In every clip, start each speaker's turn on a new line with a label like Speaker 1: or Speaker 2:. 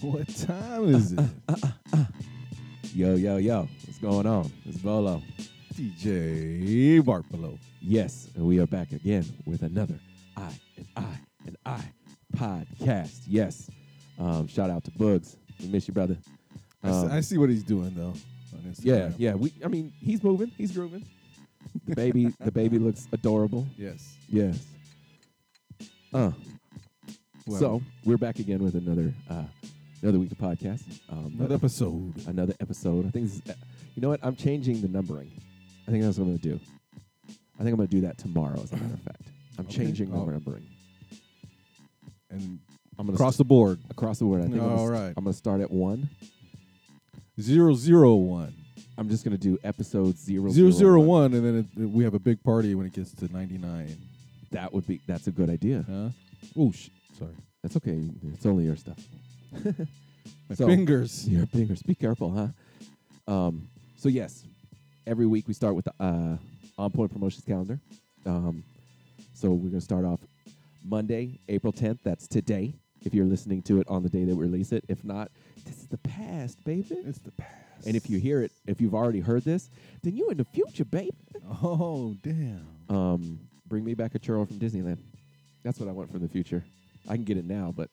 Speaker 1: What time is it?
Speaker 2: Yo, yo, yo. What's going on? It's Bolo.
Speaker 1: DJ Bartolo.
Speaker 2: Yes, and we are back again with another I and I and I podcast. Yes. Um, shout out to Bugs. We miss you, brother.
Speaker 1: I s-
Speaker 2: Um,
Speaker 1: I see what he's doing though. on
Speaker 2: yeah,
Speaker 1: Instagram.
Speaker 2: yeah. We I mean, he's moving, he's grooving. The baby the baby looks adorable.
Speaker 1: Yes.
Speaker 2: Yes. Uh
Speaker 1: Well,
Speaker 2: so we're back again with another uh another week of podcast. Um
Speaker 1: another episode.
Speaker 2: another episode. I think this is, uh, you know what? I'm changing the numbering. I think that's what I'm gonna do. I think I'm gonna do that tomorrow. As a matter of fact, I'm
Speaker 1: Okay.
Speaker 2: changing the
Speaker 1: Oh.
Speaker 2: numbering.
Speaker 1: And
Speaker 2: I'm gonna
Speaker 1: across
Speaker 2: st-
Speaker 1: the board.
Speaker 2: across the board. I think I'm, gonna
Speaker 1: All
Speaker 2: st-
Speaker 1: right.
Speaker 2: I'm gonna start at one.
Speaker 1: Zero zero one.
Speaker 2: I'm just gonna do episode zero
Speaker 1: Zero zero one, and then it, we have a big party when it gets to ninety nine.
Speaker 2: That would be. That's a good idea.
Speaker 1: Huh? Oh sh- sorry.
Speaker 2: That's okay. It's only your stuff.
Speaker 1: My
Speaker 2: So-
Speaker 1: fingers.
Speaker 2: Your fingers. Be careful, huh? Um, so yes, every week we start with the uh, on point promotions calendar. Um, so we're gonna start off Monday, April tenth. That's today. If you're listening to it on the day that we release it, if not, this is the past, baby.
Speaker 1: It's the past.
Speaker 2: And if you hear it, if you've already heard this, then you in the future, baby.
Speaker 1: Oh damn.
Speaker 2: Um, bring me back a churro from Disneyland. That's what I want from the future. I can get it now, but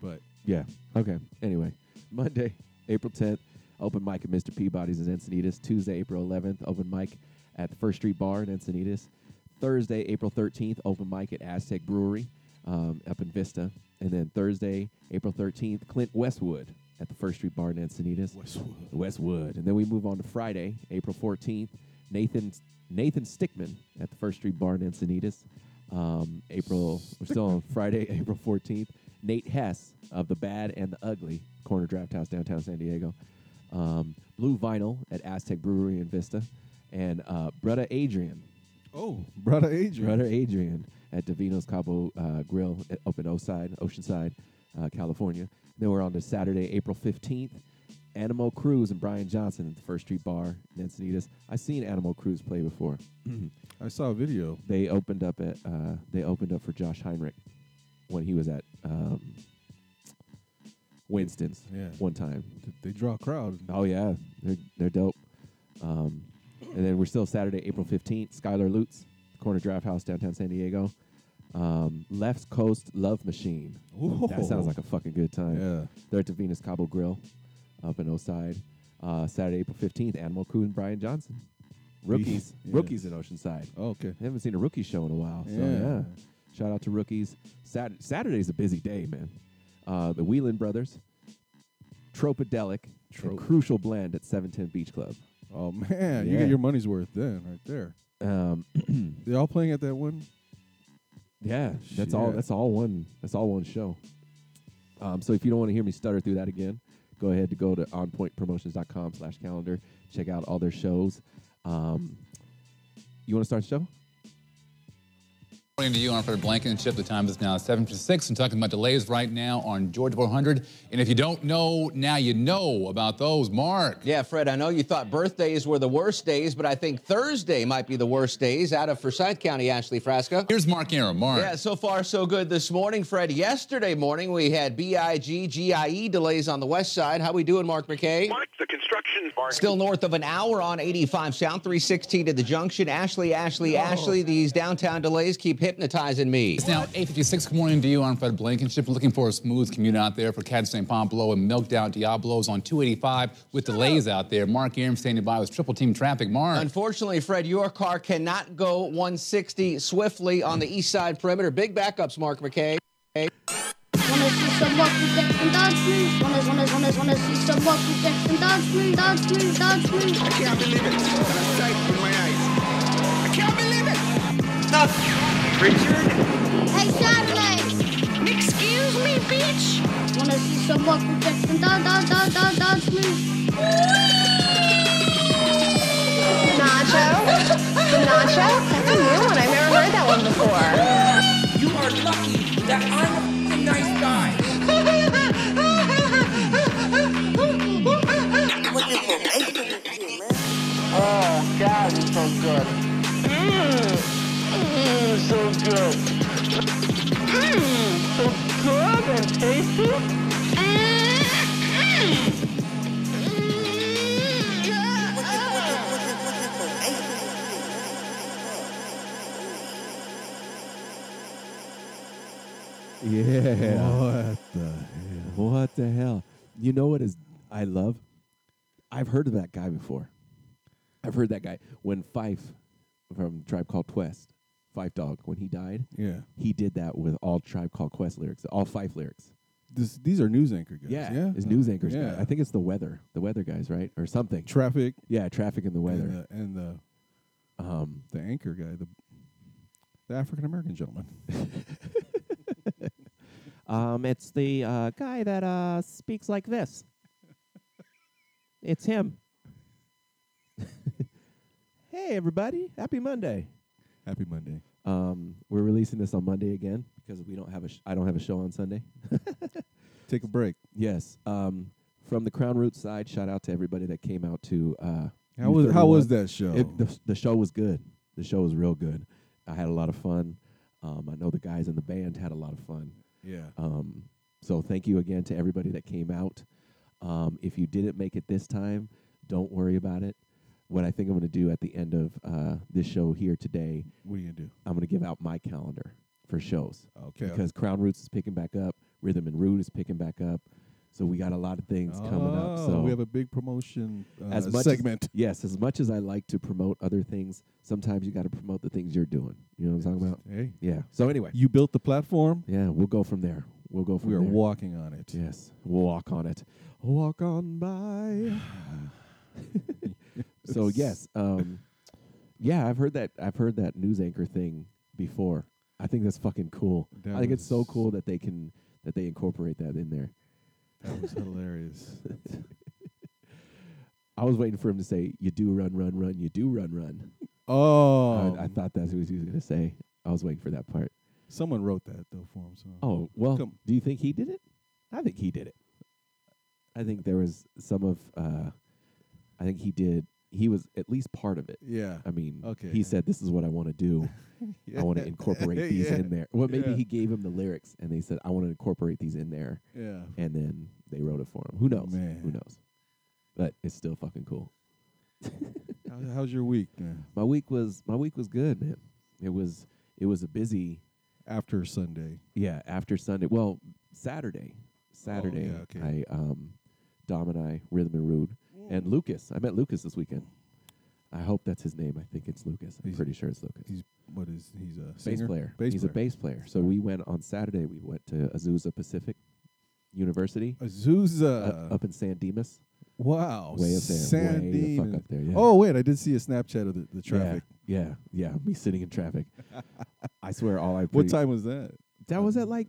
Speaker 1: But
Speaker 2: yeah. Okay. Anyway, Monday, April 10th, open mic at Mr. Peabody's in Encinitas. Tuesday, April 11th, open mic at the First Street Bar in Encinitas. Thursday, April 13th, open mic at Aztec Brewery um, up in Vista. And then Thursday, April 13th, Clint Westwood at the First Street Bar in Encinitas.
Speaker 1: Westwood.
Speaker 2: Westwood. And then we move on to Friday, April 14th, Nathan Nathan Stickman at the First Street Bar in Encinitas. Um, April, we're still on Friday, April 14th. Nate Hess of The Bad and the Ugly, Corner Draft House, downtown San Diego. Um, Blue Vinyl at Aztec Brewery in Vista. And uh, Brother Adrian,
Speaker 1: Oh, brother Adrian.
Speaker 2: Brother Adrian at Davino's Cabo uh, Grill at- up in Oside, Oceanside, uh, California. Then we're on to Saturday, April 15th. Animal Cruz and Brian Johnson at the First Street Bar in Encinitas. I've seen Animal Cruz play before.
Speaker 1: I saw a video.
Speaker 2: They opened up at uh, they opened up for Josh Heinrich when he was at um, Winston's
Speaker 1: Yeah.
Speaker 2: one time.
Speaker 1: Th- They draw a crowd.
Speaker 2: Oh yeah, they're they're dope. Um, and then we're still Saturday, April fifteenth. Skylar Lutz, Corner Draft House, downtown San Diego. Um, Left Coast Love Machine. That sounds like a fucking good time.
Speaker 1: Yeah.
Speaker 2: They're at the Venus Cabo Grill, up in Oside. Uh, Saturday, April fifteenth. Animal Coon and Brian Johnson, rookies,
Speaker 1: Yeah.
Speaker 2: rookies in Oceanside.
Speaker 1: Oh, okay.
Speaker 2: I haven't seen a rookie show in a while. So yeah.
Speaker 1: Yeah.
Speaker 2: Shout out to rookies. Sat- Saturday's a busy day, man. Uh, the Whelan Brothers, Tropodelic,
Speaker 1: Tro-
Speaker 2: and Crucial Blend at 710 Beach Club.
Speaker 1: Oh man, you
Speaker 2: Yeah.
Speaker 1: get your money's worth then, right there.
Speaker 2: Um,
Speaker 1: They all playing at that one.
Speaker 2: yeah, that's all.
Speaker 1: Shit.
Speaker 2: That's all one. That's all one show. Um, so if you don't want to hear me stutter through that again, go ahead to go to onpointpromotions.com slash calendar. Check out all their shows. Um, you want to start the show?
Speaker 3: According to you, I'm Fred Blankenship. The time is now 7 to 6. I'm talking about delays right now on Georgia 400. And if you don't know, now you know about those. Mark.
Speaker 4: Yeah, Fred, I know you thought birthdays were the worst days, but I think Thursday might be the worst days out of Forsyth County, Ashley Frasca.
Speaker 3: Here's Mark Aaron. Mark.
Speaker 4: Yeah, so far so good this morning, Fred. Yesterday morning we had BIG, GIE E delays on the west side. How we doing, Mark McKay?
Speaker 5: Mark, the construction mark.
Speaker 4: Still north of an hour on 85 South 316 to the junction. Ashley, Ashley, Ashley, these downtown delays keep hypnotizing me.
Speaker 3: It's now 8.56. Good morning to you. I'm Fred Blankenship. Looking for a smooth commute out there for Cad St. Pompolo and milked out Diablos on 285 with delays out there. Mark Aaron standing by with triple team traffic. Mark.
Speaker 4: Unfortunately, Fred, your car cannot go 160 swiftly on the east side perimeter. Big backups, Mark McKay.
Speaker 6: Wanna see some monkey dance and dance move? Wanna, wanna, wanna, wanna see some monkey dance and dance move? Dance move, dance move.
Speaker 7: I can't believe it. I'm sight with my eyes. I can't believe it. Stop. Richard.
Speaker 6: Hey, Saturday. Excuse me, bitch. Wanna see some monkey dance and dance, dance, dance, dance, dance move?
Speaker 8: Nacho? The nacho? That's a new one. I've never heard that one before.
Speaker 7: You are lucky that I'm a f***ing nice guy.
Speaker 9: Oh, God, it's so good. Mmm, mmm, so good. Mm,
Speaker 8: Uh,
Speaker 9: Mmm, so good and tasty.
Speaker 6: And
Speaker 2: Yeah.
Speaker 1: What the hell?
Speaker 2: What the hell? You know what is I love? I've heard of that guy before. I've heard that guy when Fife from Tribe Called Quest, Fife Dog, when he died,
Speaker 1: Yeah.
Speaker 2: he did that with all Tribe Called Quest lyrics, all Fife lyrics.
Speaker 1: This, these are news anchor guys.
Speaker 2: Yeah,
Speaker 1: Yeah.
Speaker 2: his news anchors guy.
Speaker 1: Yeah.
Speaker 2: I think it's the weather, the weather guys, right, or something.
Speaker 1: traffic
Speaker 2: yeah, traffic and the
Speaker 1: and
Speaker 2: weather.
Speaker 1: the, and the
Speaker 2: um,
Speaker 1: the anchor guy, the the African American gentleman.
Speaker 2: um, it's the uh, guy that uh, speaks like this. it's him. hey, everybody! Happy Monday.
Speaker 1: Happy Monday.
Speaker 2: Um, we're releasing this on Monday again because we don't have a sh- I don't have a show on Sunday.
Speaker 1: Take a break.
Speaker 2: yes. Um, from the Crown Roots side, shout out to everybody that came out to. Uh,
Speaker 1: How was how was
Speaker 2: U31.
Speaker 1: that show?
Speaker 2: It, the, the show was good. The show was real good. I had a lot of fun. Um, I know the guys in the band had a lot of fun.
Speaker 1: yeah.
Speaker 2: Um, so thank you again to everybody that came out. Um, if you didn't make it this time, don't worry about it. What I think I'm going to do at the end of uh, this show here today
Speaker 1: what are you gonna do?
Speaker 2: I'm going to give out my calendar for shows.
Speaker 1: Okay.
Speaker 2: Because Crown Roots is picking back up, Rhythm and Root is picking back up. So we got a lot of things coming up.
Speaker 1: Oh,
Speaker 2: So
Speaker 1: we have a big promotion uh,
Speaker 2: as much
Speaker 1: segment.
Speaker 2: As, yes, as much as I like to promote other things, sometimes you got to promote the things you're doing. You know what I'm talking about?
Speaker 1: hey,
Speaker 2: Yeah. So anyway,
Speaker 1: you built the platform.
Speaker 2: yeah, we'll go from there. We'll go from
Speaker 1: We are
Speaker 2: there.
Speaker 1: walking on it.
Speaker 2: Yes, we'll walk on it. Walk on by. so yes, um, yeah, I've heard that. I've heard that news anchor thing before. I think that's fucking cool.
Speaker 1: That
Speaker 2: I think it's so
Speaker 1: was-
Speaker 2: cool that they can that they incorporate that in there.
Speaker 1: That was hilarious.
Speaker 2: I was waiting for him to say, "You do run, run, run. You do run, run." I-
Speaker 1: Oh,
Speaker 2: I, thought that's what he was gonna say. I was waiting for that part.
Speaker 1: someone wrote that though for him. So.
Speaker 2: Oh well,
Speaker 1: Come-
Speaker 2: do you think he did it? I think he did it. I think there was some of. Uh, I think he did. He was at least part of it.
Speaker 1: yeah.
Speaker 2: I mean,
Speaker 1: Okay.
Speaker 2: he said, "This is what I want to do. I want to incorporate these
Speaker 1: Yeah.
Speaker 2: in there." Well, maybe
Speaker 1: Yeah.
Speaker 2: he gave him the lyrics, and they said, "I want to incorporate these in there,"
Speaker 1: yeah.
Speaker 2: and then they wrote it for him. Who knows? Who
Speaker 1: Man.
Speaker 2: knows? But it's still fucking cool.
Speaker 1: How, how's your week man?
Speaker 2: My week was my week was good, man. It was it was a busy
Speaker 1: after Sunday?
Speaker 2: Yeah, after Sunday. Well, Saturday. Saturday.
Speaker 1: Oh, yeah, okay.
Speaker 2: I um Dom and I, Rhythm and Rude. And Lucas. I met Lucas this weekend. I hope that's his name. I think it's Lucas. I'm
Speaker 1: He's-
Speaker 2: pretty sure it's Lucas.
Speaker 1: He's what is he's a
Speaker 2: bass
Speaker 1: singer?
Speaker 2: player.
Speaker 1: Bass
Speaker 2: He's
Speaker 1: player.
Speaker 2: a bass player. So we went on Saturday. We went to Azusa Pacific University uh,
Speaker 1: Azusa.
Speaker 2: up in San Dimas.
Speaker 1: wow.
Speaker 2: way up there, way the fuck
Speaker 1: Sandine.
Speaker 2: up there, yeah.
Speaker 1: Oh wait, I did see a Snapchat of the, the traffic.
Speaker 2: Yeah, yeah, yeah. Me sitting in traffic. I swear, all I
Speaker 1: What
Speaker 2: pretty-
Speaker 1: time was that?
Speaker 2: That was at like.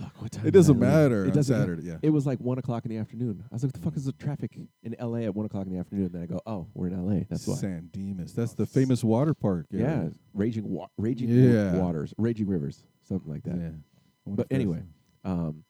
Speaker 2: Fuck, what time
Speaker 1: It
Speaker 2: did I
Speaker 1: doesn't
Speaker 2: leave?
Speaker 1: matter
Speaker 2: It
Speaker 1: on
Speaker 2: doesn't matter.
Speaker 1: Saturday, yeah.
Speaker 2: It was like one o'clock in the afternoon. I was like, "The fuck is the traffic in L.A. at one o'clock in the afternoon?" then I go, "Oh, we're in L.A. That's why."
Speaker 1: San Dimas. That's the famous water park.
Speaker 2: Yeah, raging, wa- raging
Speaker 1: Yeah.
Speaker 2: waters, raging rivers, something like that.
Speaker 1: Yeah. I wonder
Speaker 2: But
Speaker 1: if that's-
Speaker 2: anyway, um,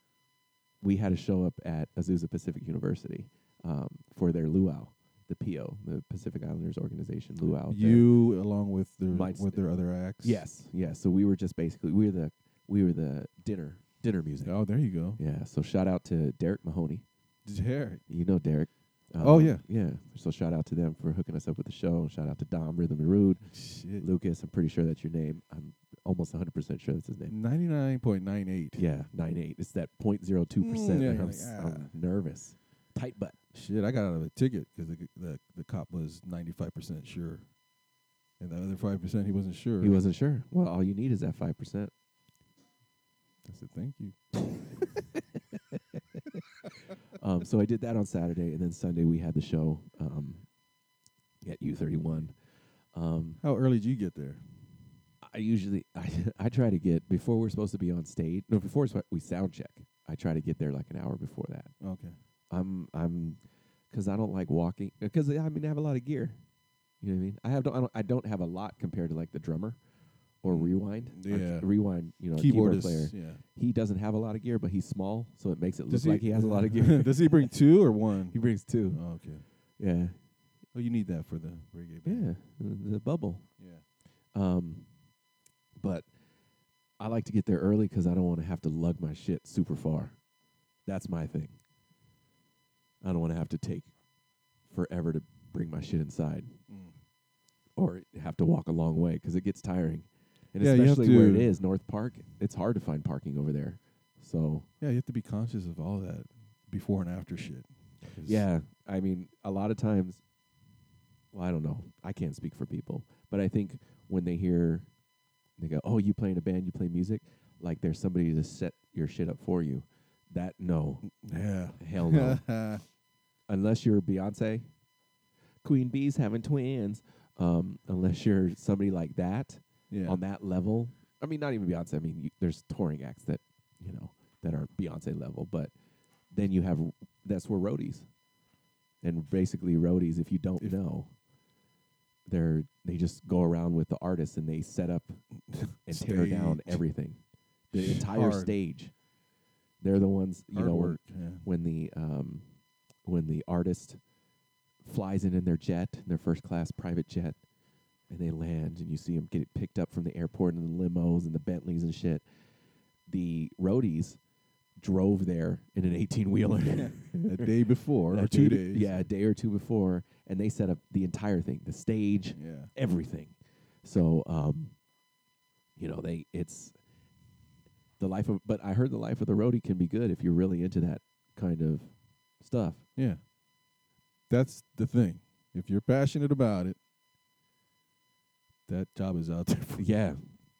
Speaker 2: we had to show up at Azusa Pacific University um, for their luau, the PO, the Pacific Islanders Organization luau. their-
Speaker 1: you along with their
Speaker 2: Mine's-
Speaker 1: with their other acts.
Speaker 2: Yes, yes. So we were just basically we were the we were the dinner dinner music.
Speaker 1: Oh, there you go.
Speaker 2: Yeah. So shout out to Derek Mahoney.
Speaker 1: Derek.
Speaker 2: You know Derek. Um,
Speaker 1: Oh, yeah.
Speaker 2: yeah. So shout out to them for hooking us up with the show. Shout out to Dom Rhythm and Rude,
Speaker 1: Shit.
Speaker 2: Lucas. I'm pretty sure that's your name. I'm almost 100 percent sure that's his name.
Speaker 1: Ninety nine point nine eight.
Speaker 2: Yeah, nine eight. It's that 0.02 percent.
Speaker 1: Mm, yeah,
Speaker 2: I'm,
Speaker 1: like,
Speaker 2: s-
Speaker 1: ah.
Speaker 2: I'm nervous. Tight butt.
Speaker 1: Shit, I got out of a ticket because the, the the cop was ninety five percent sure, and the other five percent he wasn't sure.
Speaker 2: He wasn't sure. Well, all you need is that five percent.
Speaker 1: I said, "Thank you."
Speaker 2: Um, so I did that on Saturday, and then Sunday we had the show um, at U31. Um,
Speaker 1: How early did you get there?
Speaker 2: I usually I, I try to get before we're supposed to be on stage. No, before it's- we sound check. I try to get there like an hour before that.
Speaker 1: Okay.
Speaker 2: I'm I'm because I don't like walking because I mean I have a lot of gear. You know what I mean? I have don't, I don't I don't have a lot compared to like the drummer or rewind. Our
Speaker 1: Mm. Yeah.
Speaker 2: rewind. You know, our keyboard
Speaker 1: Keyboardist.
Speaker 2: player.
Speaker 1: Yeah.
Speaker 2: He doesn't have a lot of gear, but he's small, so it makes it look like he has a lot of gear.
Speaker 1: Does he bring two or one?
Speaker 2: he brings two.
Speaker 1: Oh, okay.
Speaker 2: Yeah,
Speaker 1: Oh, you need that for the reggae band.
Speaker 2: yeah, the the bubble.
Speaker 1: Yeah.
Speaker 2: Um, but I like to get there early because I don't want to have to lug my shit super far. That's my thing. I don't want to have to take forever to
Speaker 1: Mm.
Speaker 2: bring my shit inside or have to walk a long way because it gets tiring. and
Speaker 1: Yeah, you have
Speaker 2: especially where it
Speaker 1: to-
Speaker 2: is, North Park. It's hard to find parking over there. So
Speaker 1: Yeah, you have to be conscious of all that before and after shit. 'Cause
Speaker 2: Yeah, I mean, a lot of times, well, I don't know. I can't speak for people, but I think when they hear, they go, "Oh, you play in a band? You play music?" Like there's somebody to set your shit up for you. That no,
Speaker 1: Yeah.
Speaker 2: hell no. uh, unless you're Beyonce, Queen Bee's having twins. Um, unless you're somebody like that
Speaker 1: yeah.
Speaker 2: on that level. I mean, not even Beyonce. I mean, you, there's touring acts that you know that aren't Beyonce level, but then you have that's where roadies, and basically roadies. If you don't
Speaker 1: If-
Speaker 2: know, they're they just go around with the artists and they set up and tear down
Speaker 1: Stage.
Speaker 2: everything, the entire
Speaker 1: Hard.
Speaker 2: stage. They're the ones you
Speaker 1: Hard
Speaker 2: know when-
Speaker 1: work. Yeah.
Speaker 2: when the um, when the artist flies in in their jet, their first class private jet, and they land, and you see them get it picked up from the airport in the limos and the Bentleys and shit. The roadies drove there in an eighteen wheeler.
Speaker 1: A day before or
Speaker 2: That
Speaker 1: two
Speaker 2: day-
Speaker 1: days.
Speaker 2: Yeah, a day or two before, and they set up the entire thing, the stage,
Speaker 1: Yeah.
Speaker 2: everything. So, um, you know, they it's the life of. But I heard the life of the roadie can be good if you're really into that kind of stuff.
Speaker 1: Yeah. That's the thing. If you're passionate about it, that job is out there for you.
Speaker 2: Yeah,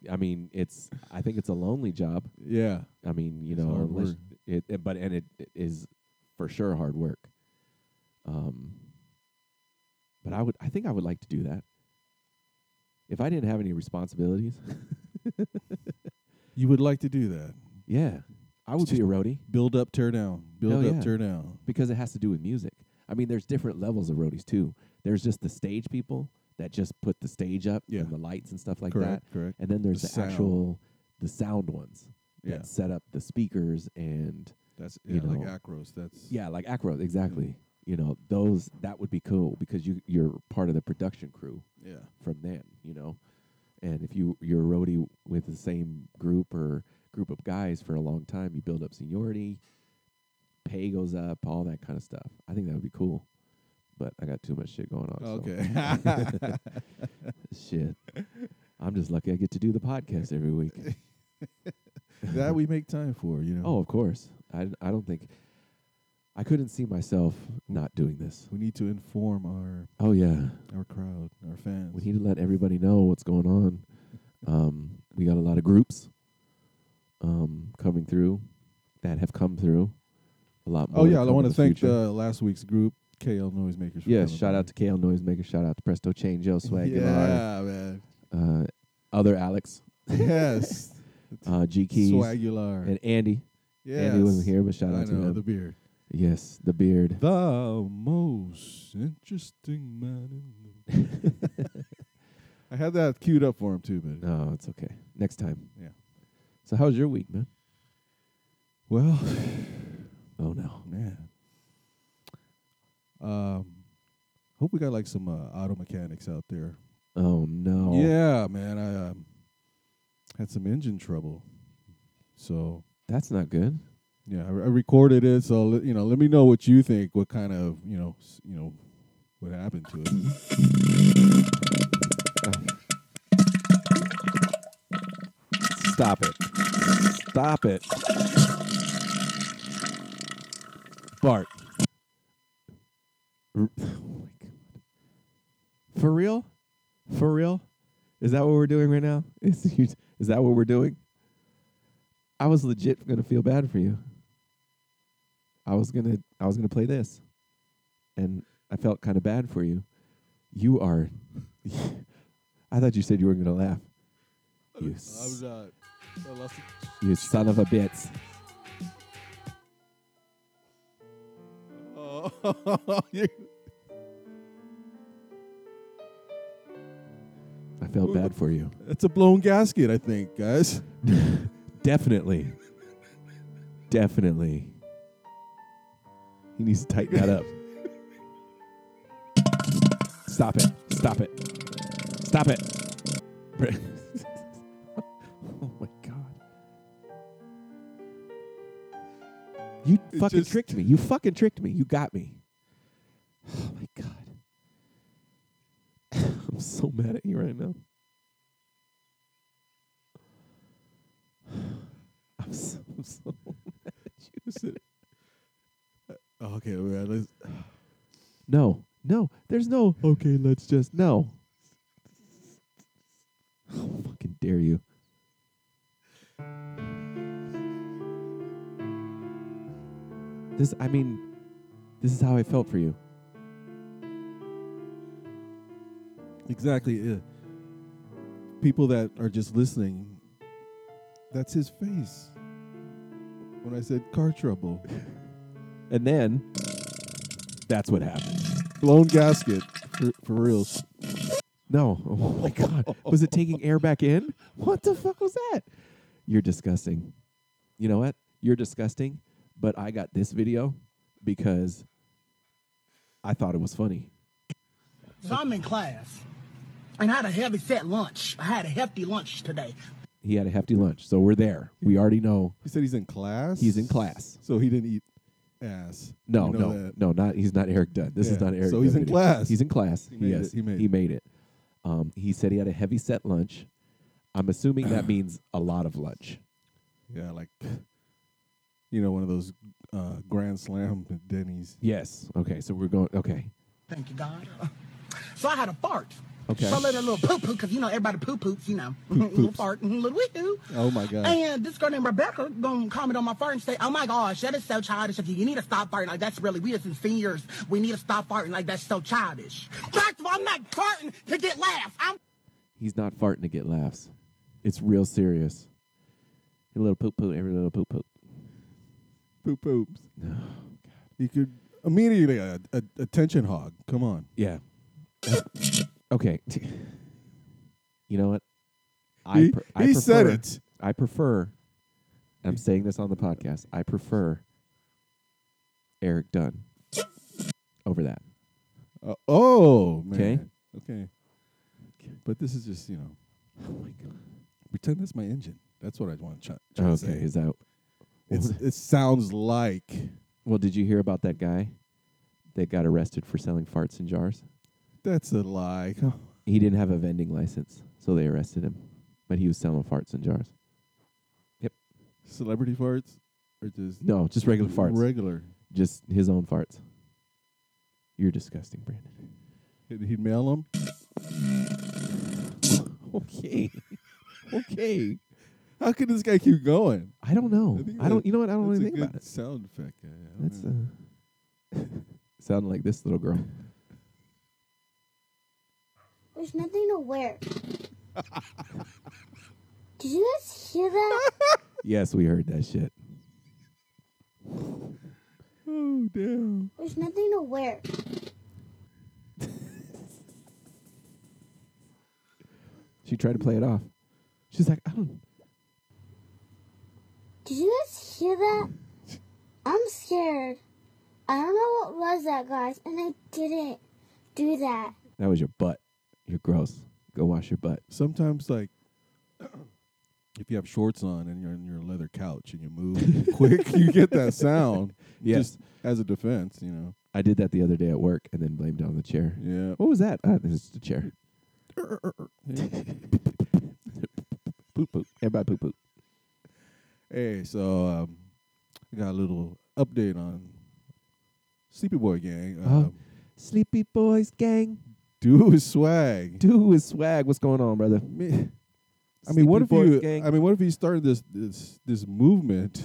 Speaker 2: I mean, it's I think it's a lonely job.
Speaker 1: Yeah.
Speaker 2: I mean, you
Speaker 1: It's
Speaker 2: know,
Speaker 1: hard
Speaker 2: unless
Speaker 1: work.
Speaker 2: it, it- but and it, it is for sure hard work. Um, but I would, I think I would like to do that. If I didn't have any responsibilities,
Speaker 1: You would like to do that.
Speaker 2: yeah, I would be a roadie
Speaker 1: Build up, tear down. Build
Speaker 2: Hell
Speaker 1: up,
Speaker 2: yeah.
Speaker 1: tear down.
Speaker 2: because it has to do with music. I mean, there's different levels of roadies too. There's just the stage people that just put the stage up
Speaker 1: Yeah.
Speaker 2: and the lights and stuff like that.
Speaker 1: correct, correct.
Speaker 2: And then there's
Speaker 1: The
Speaker 2: the,
Speaker 1: sound.
Speaker 2: actual the sound ones
Speaker 1: Yeah.
Speaker 2: that set up the speakers and
Speaker 1: That's yeah,
Speaker 2: you
Speaker 1: like
Speaker 2: know.
Speaker 1: Acros. That's
Speaker 2: yeah, like Acro, exactly. You know, those that would be cool because you you're part of the production crew
Speaker 1: yeah.
Speaker 2: from then, you know. And if you you're a roadie with the same group or group of guys for a long time, you build up seniority, pay goes up, all that kind of stuff. I think that would be cool. But I got too much shit going on. so-
Speaker 1: Okay.
Speaker 2: shit. I'm just lucky I get to do the podcast every week.
Speaker 1: that we make time for, you know.
Speaker 2: Oh, of course. I, I don't think I couldn't see myself not doing this.
Speaker 1: We need to inform our
Speaker 2: Oh yeah.
Speaker 1: our crowd, our fans.
Speaker 2: We need to let everybody know what's going on. Um, we got a lot of groups um, coming through that have come through. A lot more.
Speaker 1: oh yeah, I
Speaker 2: come
Speaker 1: want
Speaker 2: in
Speaker 1: to thank
Speaker 2: future.
Speaker 1: the last week's group, KL Noisemakers. for
Speaker 2: yeah.
Speaker 1: coming
Speaker 2: Shout out
Speaker 1: by.
Speaker 2: to KL Noisemaker. Shout out to Presto Chain Joe Swag. Gennard,
Speaker 1: Yeah, man.
Speaker 2: Uh, other Alex,
Speaker 1: Yes.
Speaker 2: uh, G Keys,
Speaker 1: Swagular.
Speaker 2: and Andy.
Speaker 1: yes.
Speaker 2: Andy wasn't here, but shout
Speaker 1: I
Speaker 2: out to
Speaker 1: know,
Speaker 2: him.
Speaker 1: the beard.
Speaker 2: yes, the beard.
Speaker 1: The most interesting man in the I had that queued up for him too, but
Speaker 2: No, it's okay. Next time.
Speaker 1: Yeah.
Speaker 2: So how's your week, man?
Speaker 1: well,
Speaker 2: Oh no.
Speaker 1: man. Um, hope we got like some uh, auto mechanics out there.
Speaker 2: Oh no.
Speaker 1: Yeah, man, I um, had some engine trouble, so
Speaker 2: That's not good.
Speaker 1: yeah, I, I recorded it. So let- you know, let me know what you think. What kind of you know, s- you know, what happened to it?
Speaker 2: Oh, Stop it. Stop it. Bart. R- Oh my god. For real? For real? Is that what we're doing right now? Is, you- is that what we're doing? I was legit gonna feel bad for you. I was gonna I was gonna play this. And I felt kind of bad for you. You are I thought you said you were gonna laugh. You s-
Speaker 1: not. I lost it.
Speaker 2: you son of a bitch.
Speaker 1: Oh, you-
Speaker 2: I felt bad for you.
Speaker 1: that's a blown gasket, I think, guys.
Speaker 2: Definitely. Definitely. He needs to tighten that up. Stop it. Stop it. Stop it. oh my god. You
Speaker 1: It
Speaker 2: fucking
Speaker 1: just-
Speaker 2: tricked me. You fucking tricked me. You got me. Oh my god. I'm so mad at you right now. so mad at you.
Speaker 1: Listen. Okay, well, let's,
Speaker 2: No, no, there's no. Okay, let's just no. How fucking dare you? This, I mean, this is how I felt for you.
Speaker 1: exactly. uh, people that are just listening, that's his face. When I said car trouble,
Speaker 2: And then, that's what happened.
Speaker 1: blown gasket for, for real.
Speaker 2: No. Oh my god. Was it taking air back in? What the fuck was that? You're disgusting. You know what? You're disgusting, but I got this video because I thought it was funny.
Speaker 5: So I'm in class, and I had a heavy set lunch. I had a hefty lunch today.
Speaker 2: He had a hefty lunch, so we're there. We already know
Speaker 1: He said he's in class.
Speaker 2: he's in class.
Speaker 1: so he didn't eat ass.
Speaker 2: No,
Speaker 1: You know
Speaker 2: no,
Speaker 1: that.
Speaker 2: no, not he's not Eric Dunn. This is
Speaker 1: Yeah,
Speaker 2: not Eric.
Speaker 1: so he's
Speaker 2: Dunn
Speaker 1: in
Speaker 2: video.
Speaker 1: class.
Speaker 2: He's in class.
Speaker 1: He made
Speaker 2: yes,
Speaker 1: it, he made
Speaker 2: he
Speaker 1: it.
Speaker 2: made it. Um, he said he had a heavy set lunch. I'm assuming that means a lot of lunch.
Speaker 1: Yeah, like you know, one of those uh, Grand Slam Denny's.
Speaker 2: Yes. Okay. So we're going. Okay.
Speaker 5: Thank you, God. So I had a fart.
Speaker 2: Okay.
Speaker 5: So I let a little poo poo, because you know everybody poo poops, you know. little fart, and little wee hoo.
Speaker 1: Oh my god!
Speaker 5: And this girl named Rebecca gonna comment on my fart and say, "Oh my gosh, that is so childish of you. You need to stop farting like that's really we as in seniors. We need to stop farting like that's so childish." First of all, I'm not farting to get laughs. I'm
Speaker 2: He's not farting to get laughs. It's real serious. A little poop poop, every little poop poop.
Speaker 1: Poop poops. He could immediately a, a attention hog. Come on.
Speaker 2: Yeah. okay. you know what? I
Speaker 1: He- he said
Speaker 2: prefer-
Speaker 1: it.
Speaker 2: I prefer. I'm saying this on the podcast. I prefer Eric Dunn over that.
Speaker 1: Uh, oh man.
Speaker 2: 'Kay.
Speaker 1: Okay. But this is just you know,
Speaker 2: Oh my god.
Speaker 1: pretend that's my engine. That's what I want to try, try to
Speaker 2: Okay,
Speaker 1: say.
Speaker 2: is that?
Speaker 1: It's, it sounds like
Speaker 2: Well, did you hear about that guy that got arrested for selling farts in jars?
Speaker 1: that's a lie. Come-
Speaker 2: He didn't have a vending license, so they arrested him. But he was selling farts in jars.
Speaker 1: Celebrity farts or just
Speaker 2: No, just regular farts.
Speaker 1: Regular.
Speaker 2: just his own farts. You're disgusting, Brandon.
Speaker 1: He'd, he'd mail them.
Speaker 2: Okay. okay.
Speaker 1: How could this guy keep going?
Speaker 2: I don't know.
Speaker 1: think
Speaker 2: I, don't.
Speaker 1: that-
Speaker 2: You know what? I don't know
Speaker 1: that's a
Speaker 2: anything about
Speaker 1: good
Speaker 2: it.
Speaker 1: Sound effect. Guy. I don't
Speaker 2: That's
Speaker 1: know.
Speaker 2: uh, sounded like this little girl.
Speaker 6: There's nothing to wear. Did you guys hear that?
Speaker 2: yes, we heard that shit.
Speaker 1: oh damn.
Speaker 6: There's nothing to wear.
Speaker 2: She tried to play it off. She's like, I don't.
Speaker 6: Did you guys hear that? I'm scared. I don't know what was that, guys, and I didn't do that.
Speaker 2: That was your butt. You're gross. Go wash your butt.
Speaker 1: Sometimes like. If you have shorts on and you're on your leather couch and you move quick, you get that sound.
Speaker 2: Yes.
Speaker 1: Just as a defense, you know.
Speaker 2: I did that the other day at work, and then blamed it on the chair.
Speaker 1: Yeah.
Speaker 2: What was that? Ah, this is the chair. poop poop. Everybody poop poop.
Speaker 1: Hey, so um, I got a little update on Sleepy Boy Gang.
Speaker 2: Oh.
Speaker 1: Um,
Speaker 2: Sleepy boys gang.
Speaker 1: Dude is swag.
Speaker 2: Do is swag. What's going on, brother?
Speaker 1: Me- I
Speaker 2: Sleepy
Speaker 1: mean, what if
Speaker 2: Boys
Speaker 1: you?
Speaker 2: gang.
Speaker 1: I mean, what if you started this this this movement,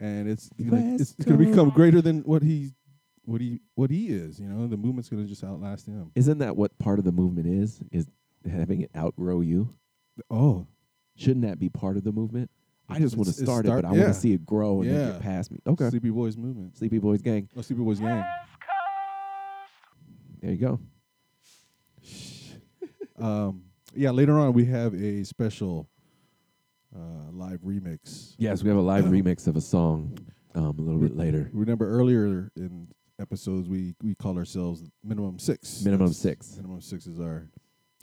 Speaker 1: and it's gonna, it's,
Speaker 2: West
Speaker 1: it's gonna become
Speaker 2: Coast.
Speaker 1: greater than what he what he what he is. You know, the movement's gonna just outlast him.
Speaker 2: Isn't that what part of the movement is? Is having it outgrow you?
Speaker 1: Oh,
Speaker 2: Shouldn't that be part of the movement? I just want to
Speaker 1: It's- it's
Speaker 2: start,
Speaker 1: start-
Speaker 2: it, but I want
Speaker 1: yeah.
Speaker 2: to see it grow and then
Speaker 1: Yeah.
Speaker 2: get past me. Okay.
Speaker 1: Sleepy Boys movement.
Speaker 2: Sleepy Boys Gang.
Speaker 1: Oh, Sleepy Boys gang.
Speaker 2: There you go.
Speaker 1: Um, yeah. Later on, we have a special uh, live remix Um,
Speaker 2: Yes, we have a live remix of a song um, a little bit later.
Speaker 1: Remember earlier in episodes we we called ourselves minimum six.
Speaker 2: Minimum six.
Speaker 1: Minimum six is our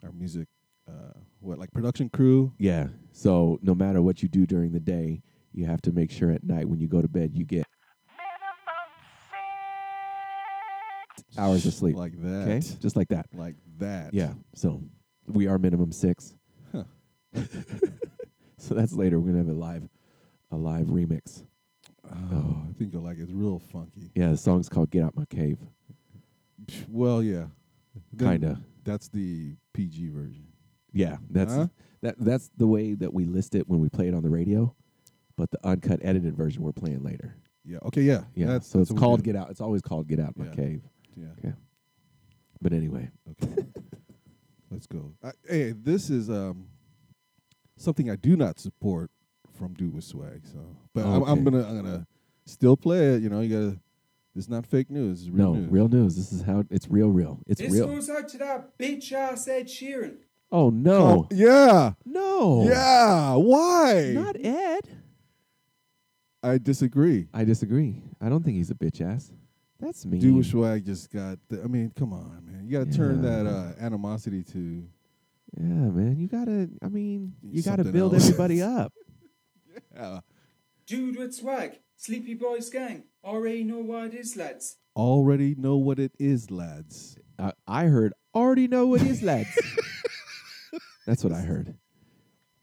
Speaker 1: our music. Uh, what like production crew?
Speaker 2: Yeah. So no matter what you do during the day, you have to make sure at night when you go to bed you get hours of sleep.
Speaker 1: Like that.
Speaker 2: okay? Just like that.
Speaker 1: Like that.
Speaker 2: Yeah. So we are minimum six.
Speaker 1: Huh.
Speaker 2: so that's later. We're gonna have a live a live remix.
Speaker 1: Oh, I think you'll like it. It's real funky.
Speaker 2: Yeah, the song's called "Get Out My Cave."
Speaker 1: Psh, Well, yeah. Then
Speaker 2: Kinda.
Speaker 1: That's the PG version.
Speaker 2: Yeah, that's
Speaker 1: Huh?
Speaker 2: that. That's the way that we list it when we play it on the radio, but the uncut, edited version we're playing later.
Speaker 1: Yeah. Okay. Yeah.
Speaker 2: Yeah,
Speaker 1: That's,
Speaker 2: so
Speaker 1: that's
Speaker 2: it's
Speaker 1: what we
Speaker 2: called
Speaker 1: did.
Speaker 2: "Get Out." It's always called "Get Out My
Speaker 1: Yeah.
Speaker 2: Cave."
Speaker 1: Yeah.
Speaker 2: Okay, but anyway,
Speaker 1: Okay. Let's go. I, hey, this is um something I do not support from Do with Swag. So, but I'm, I'm
Speaker 2: Okay.
Speaker 1: gonna I'm gonna still play it. You know, you gotta. It's not fake news. It's real
Speaker 2: no
Speaker 1: news.
Speaker 2: real news. This is how it's real, real. It's
Speaker 10: This
Speaker 2: real.
Speaker 10: goes out to that bitch ass Ed Sheeran.
Speaker 2: Oh no,
Speaker 1: Yeah.
Speaker 2: no,
Speaker 1: Yeah. Why?
Speaker 2: not Ed.
Speaker 1: I disagree.
Speaker 2: I disagree. I don't think he's a bitch ass. That's mean.
Speaker 1: Do with Swag just got. The, I mean, come on, man. You gotta turn
Speaker 2: Yeah.
Speaker 1: that uh, animosity to.
Speaker 2: Yeah, man. You gotta. I mean, you gotta
Speaker 1: Something
Speaker 2: build
Speaker 1: else.
Speaker 2: everybody up.
Speaker 10: Dude with swag. Sleepy Boys Gang. Already know what it is, lads.
Speaker 1: Already know what it is, lads.
Speaker 2: I, I heard already know what is lads. That's what I heard.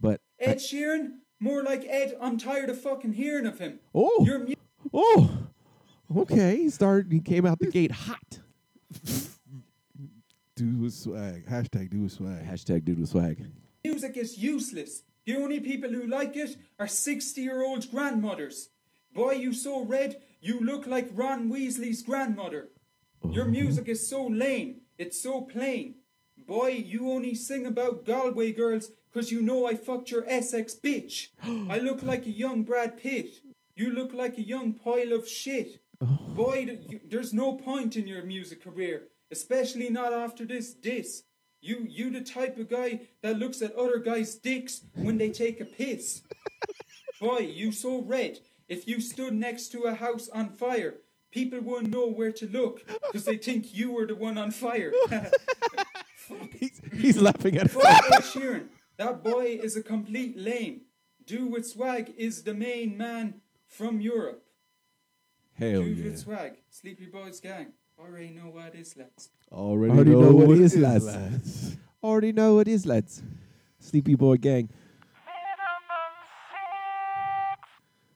Speaker 2: But
Speaker 10: Ed Sheeran? More like Ed, I'm tired of fucking hearing of him.
Speaker 2: oh,
Speaker 10: Your mu-
Speaker 2: oh, okay. He started. He came out the gate hot.
Speaker 1: Do with Swag. Hashtag Do with Swag.
Speaker 2: Hashtag dude with swag.
Speaker 10: music is useless. The only people who like it are 60 year old grandmothers. Boy, you so red, you look like Ron Weasley's grandmother. Your music is so lame, it's so plain. Boy, you only sing about Galway girls 'cause you know I fucked your Essex bitch. I look like a young Brad Pitt. You look like a young pile of shit.
Speaker 2: oh.
Speaker 10: Boy, th- you, there's no point in your music career, especially not after this diss. You, you the type of guy that looks at other guys' dicks when they take a piss. Boy, you so red. If you stood next to a house on fire, people wouldn't know where to look because they think you were the one on fire.
Speaker 2: He's, he's laughing at
Speaker 10: Fuck Ed Sheeran. That boy is a complete lame. Do with swag is the main man from Europe.
Speaker 2: Hell
Speaker 10: Do with swag, Sleepy Boys Gang. Already know what is lads.
Speaker 1: Already,
Speaker 2: Already
Speaker 1: know, what it is,
Speaker 2: lads.
Speaker 1: lads.
Speaker 2: Already know what is lads. Sleepy boy gang.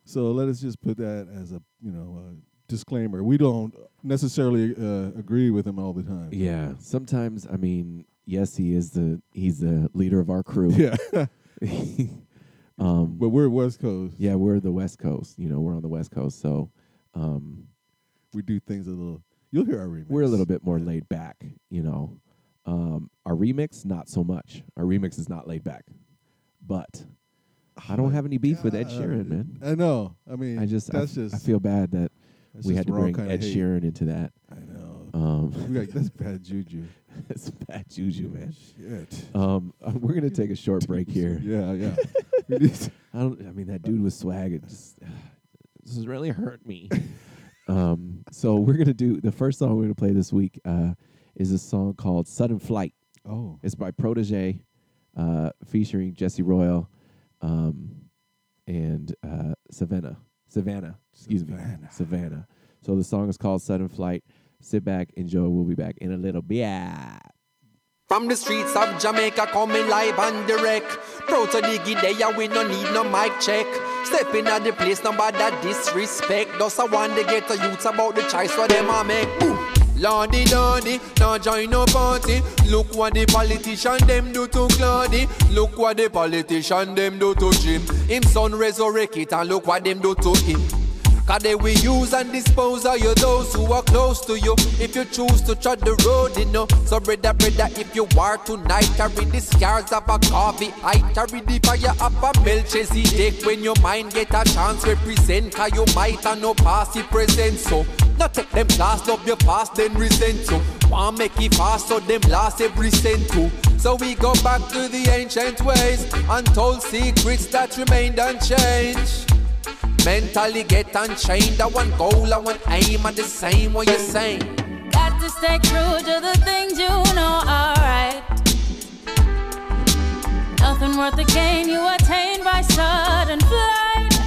Speaker 1: So let us just put that as a you know a disclaimer. We don't necessarily uh, agree with him all the time.
Speaker 2: Yeah. Sometimes I mean, yes, he is the he's the leader of our crew.
Speaker 1: Yeah.
Speaker 2: um.
Speaker 1: but we're West Coast.
Speaker 2: Yeah, we're the West Coast. You know, we're on the West Coast, so um,
Speaker 1: we do things a little. You'll hear our remix.
Speaker 2: we're a little bit more laid back, you know. Um, our remix, not so much. Our remix is not laid back, but I don't have any beef with Ed Sheeran, man.
Speaker 1: Oh I know. I mean,
Speaker 2: I just, I,
Speaker 1: that's
Speaker 2: f-
Speaker 1: just.
Speaker 2: I feel bad that
Speaker 1: that's
Speaker 2: we
Speaker 1: just
Speaker 2: had
Speaker 1: the
Speaker 2: to
Speaker 1: wrong
Speaker 2: bring
Speaker 1: kinda
Speaker 2: Ed
Speaker 1: hate.
Speaker 2: Sheeran into that.
Speaker 1: I know.
Speaker 2: Um,
Speaker 1: We got- that's bad juju.
Speaker 2: it's bad juju, man.
Speaker 1: Shit.
Speaker 2: Um, we're gonna take a short break here.
Speaker 1: Yeah, yeah. We just-
Speaker 2: I don't. I mean, that dude with swag. It just this has really hurt me. um, so we're gonna do the first song we're gonna play this week uh, is a song called "Sudden Flight."
Speaker 1: oh,
Speaker 2: It's by Protege, uh, featuring Jesse Royal, um, and uh, Savannah. Savannah, excuse me,
Speaker 1: Savannah.
Speaker 2: Savannah. So the song is called "Sudden Flight." Sit back, enjoy. We'll be back in a little bit.
Speaker 11: From the streets of Jamaica coming live and direct. Proud to the Gidea, we no need no mic check. Stepping at the place, nobody disrespect. Thus I want to get the youths about the choice what them a make. Ooh. Lordy, lordy, now join no party. Look what the politician them do to Claudy. Look what the politician them do to Jim. Him son resurrect it and look what them do to him. Cause they will use and dispose of you those who are close to you If you choose to tread the road, you know So brother, brother, if you are tonight Carry the scars of a coffee I carry the fire of a Melchizedek When your mind get a chance, represent Cause you might and no past, the present So, not take them class, love your past, then resent So, want make it fast, so them last every cent too So we go back to the ancient ways Untold secrets that remained unchanged Mentally get unchained. I want goal, I want aim, I the same what you're saying.
Speaker 12: Got to stay true to the things you know are right. Nothing worth the gain you attain by sudden flight.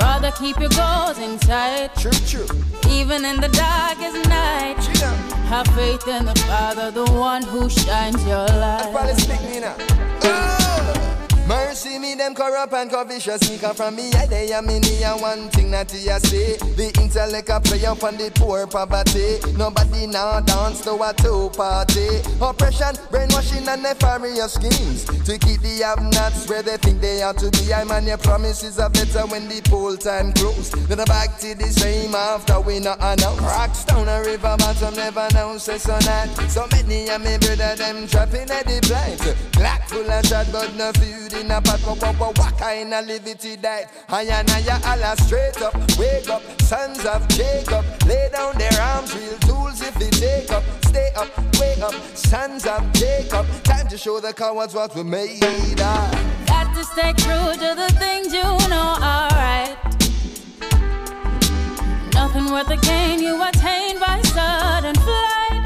Speaker 12: Rather keep your goals in sight,
Speaker 11: True, true.
Speaker 12: even in the darkest night.
Speaker 11: Yeah.
Speaker 12: Have faith in the Father, the one who shines your light.
Speaker 11: Probably speak me now. Oh, mercy me
Speaker 13: Ah! them corrupt and covetous. Me come from me, I they am in here. One thing that you say, the intellect a play up on the poor poverty. Nobody now dance to a two party. Oppression, brainwashing, and nefarious schemes to keep the have-nots where they think they ought to be. I man, your promises are better when the poll time close. Then I'm back to the same after we not announce. Rocks down a river bottom, never know says or not. So many of me brother them trapping at the blind. Black full of shot, but no food in a pot. But what what what kind of liberty diet? I and I Allah straight up, wake up, sons of Jacob, lay down their arms, real tools if they take up. Stay up, wake up, sons of Jacob. Time to show the cowards what we made of.
Speaker 12: Got to stay true to the things you know are right. Nothing worth the gain you attain by sudden flight.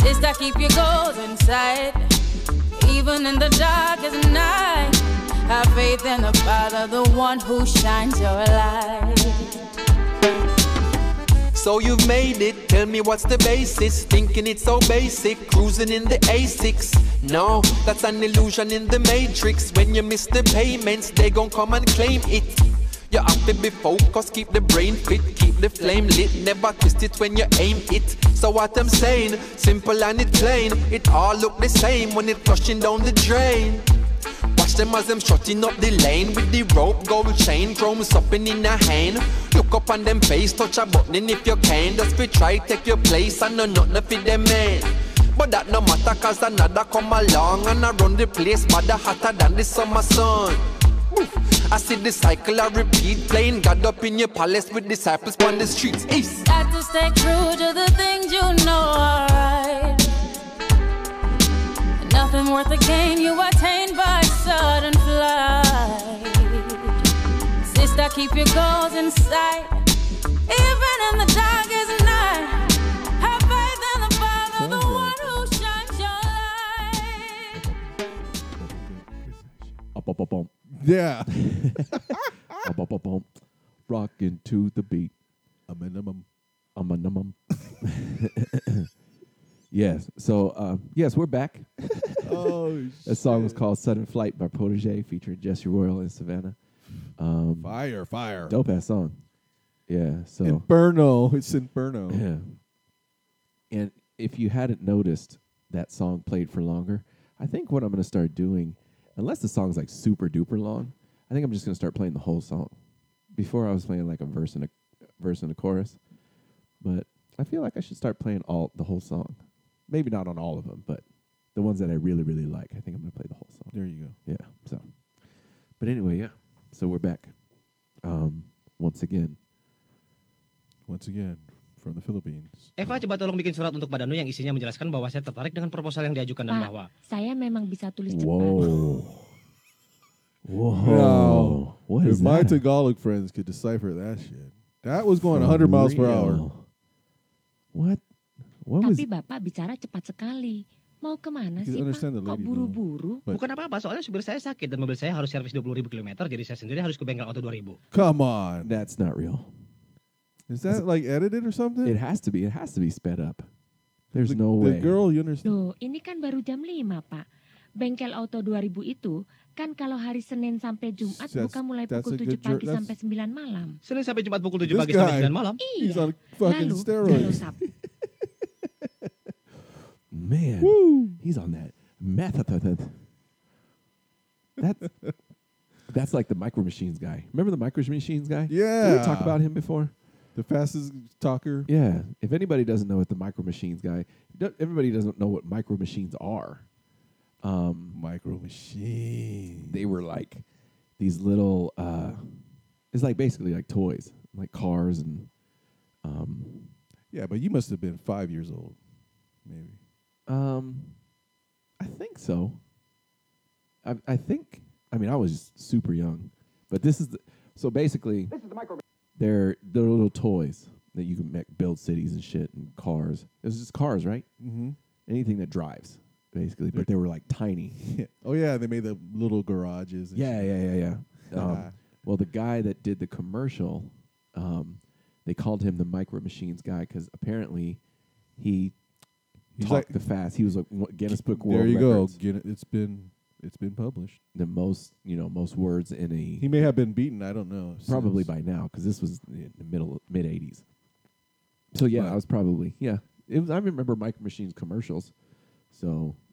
Speaker 12: Sister, keep your goals in sight. Even in the darkest night, have faith in the Father, the one who shines your light.
Speaker 11: So you've made it, tell me what's the basis Thinking it's so basic, cruising in the A6 No, that's an illusion in the matrix When you miss the payments, they gon' come and claim it You have to be focused, keep the brain fit Keep the flame lit, never twist it when you aim it So what I'm saying, simple and it plain It all look the same when it flushing down the drain Watch them as them shutting up the lane with the rope, gold chain, chrome supping in a hand. Look up on them face, touch a button if you can. Just we try take your place and no nothing for them man. But that no matter cause another come along and I run the place, but the hotter than the summer sun. Oof. I see the cycle I repeat, playing God up in your palace with disciples on the streets. East.
Speaker 12: Got to stay true to the things you know are right. Nothing worth the gain you attain by sudden flight. Sister, keep your goals in sight. Even in the darkest night, have faith in the Father, the one who shines your
Speaker 2: Up, up, up, up.
Speaker 1: Yeah.
Speaker 2: up, up, up, up. Rocking to the beat. A minimum. A minimum. yes. So, uh, yes, we're back.
Speaker 1: Oh,
Speaker 2: That song was called Sudden Flight by Protege featuring Jesse Royal and Savannah. Um,
Speaker 1: Fire, fire.
Speaker 2: Dope ass song. Yeah. So,
Speaker 1: Inferno. It's Inferno.
Speaker 2: Yeah. And if you hadn't noticed that song played for longer, I think what I'm going to start doing, unless the song's like super duper long, I think I'm just going to start playing the whole song. Before I was playing like a verse and a verse and a chorus, but I feel like I should start playing all the whole song. Maybe not on all of them, but the ones that I really really like, I think I'm going to play the whole song.
Speaker 1: There you go.
Speaker 2: Yeah. So, but anyway, yeah. So we're back. Um, once again,
Speaker 1: Once again, from the Philippines.
Speaker 14: Eva coba tolong bikin surat untuk badanmu yang isinya menjelaskan bahwa saya tertarik dengan proposal yang diajukan dan
Speaker 15: Pak,
Speaker 14: bahwa
Speaker 15: saya memang bisa tulis
Speaker 2: Whoa. Whoa.
Speaker 1: Now,
Speaker 2: What
Speaker 1: if
Speaker 2: is
Speaker 1: my
Speaker 2: that?
Speaker 1: Tagalog friends could decipher that shit, that was going
Speaker 2: For
Speaker 1: 100 miles per hour.
Speaker 2: real. What? What
Speaker 15: Tapi Bapak bicara cepat sekali. Mau
Speaker 1: You
Speaker 15: kemana sih, Pak?
Speaker 1: understand the
Speaker 15: Kok
Speaker 1: lady,
Speaker 15: buru-buru?
Speaker 1: But-
Speaker 14: bukan apa-apa soalnya supir saya sakit dan mobil saya harus servis 20.000 km jadi saya sendiri harus ke bengkel auto 2000.
Speaker 1: Come on.
Speaker 2: That's not real.
Speaker 1: Is that like edited or something?
Speaker 2: It has to be. It has to be sped up. There's
Speaker 1: The-
Speaker 2: no
Speaker 1: the
Speaker 2: way.
Speaker 1: girl, you understand?
Speaker 15: Loh, ini kan baru jam 5, Pak. Bengkel Auto 2000 itu kan kalau hari Senin sampai Jumat
Speaker 1: That's-
Speaker 15: buka mulai
Speaker 1: that's a
Speaker 15: pukul 7
Speaker 1: good jour-
Speaker 15: pagi
Speaker 1: that's-
Speaker 15: sampai 9 malam.
Speaker 14: Senin sampai Jumat pukul 7
Speaker 1: This
Speaker 14: pagi sampai
Speaker 1: guy,
Speaker 14: 9 malam.
Speaker 1: he's on fucking
Speaker 15: Lalu, kalau
Speaker 1: steroids.
Speaker 15: Sabtu
Speaker 2: Man, he's on that meth. That's that's like the micro machines guy. Remember the micro machines guy? Did
Speaker 1: Yeah.
Speaker 2: we talk about him before?
Speaker 1: The fastest talker.
Speaker 2: Yeah. If anybody doesn't know what the micro machines guy, do- everybody doesn't know what micro machines are. Um,
Speaker 1: micro machines.
Speaker 2: They were like these little. Uh, it's like basically like toys, like cars and. Um,
Speaker 1: Yeah, but you must have been five years old, maybe.
Speaker 2: um, I think so. I I think I mean I was super young, but this is the, so basically. This is the micro. They're they're little toys that you can make, build cities and shit and cars. It was just cars, right?
Speaker 1: Mhm.
Speaker 2: Anything that drives, basically. But they were like tiny.
Speaker 1: Oh yeah, they made the little garages. And
Speaker 2: Yeah,
Speaker 1: shit.
Speaker 2: yeah, yeah, yeah. Um, well, the guy that did the commercial, um, they called him the Micro Machines guy because apparently he
Speaker 1: He's like-
Speaker 2: talked the fast. He was like one- Guinness Book World
Speaker 1: There you go.
Speaker 2: Records.
Speaker 1: Guin- It's been It's been published.
Speaker 2: The most, you know, most words in a
Speaker 1: He may have been beaten. I don't know.
Speaker 2: probably
Speaker 1: since.
Speaker 2: by now because this was in the middle mid '80s. So yeah, I was probably yeah. It was, I remember Micro Machines commercials, so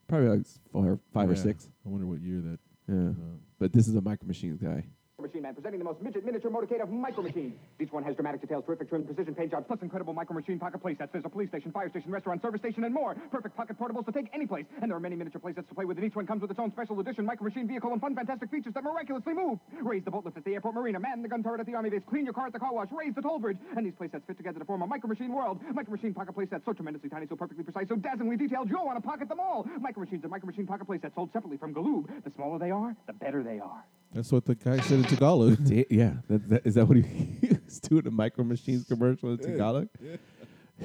Speaker 2: probably like s- four, five or
Speaker 1: Yeah.
Speaker 2: six.
Speaker 1: I wonder what year that. uh,
Speaker 2: Yeah, but this is a Micro Machines guy.
Speaker 16: Machine Man presenting the most midget miniature motorcade of micro machines. Each one has dramatic details, terrific trim, precision paint jobs, plus incredible micro machine pocket playsets. There's a police station, fire station, restaurant, service station, and more. Perfect pocket portables to take any place. And there are many miniature playsets to play with, and each one comes with its own special edition micro machine vehicle and fun, fantastic features that miraculously move. Raise the boat lift at the airport marina, man the gun turret at the army base, clean your car at the car wash, raise the toll bridge. And these playsets fit together to form a micro machine world. Micro machine pocket playsets, so tremendously tiny, so perfectly precise, so dazzlingly detailed, you'll want to pocket them all. Micro machines and micro machine pocket playsets sold separately from Galoob. The smaller they are, the better they are.
Speaker 1: That's what the guy said in Tagalog.
Speaker 2: yeah, that, that, is that what he was doing a Micro Machines commercial in Tagalog?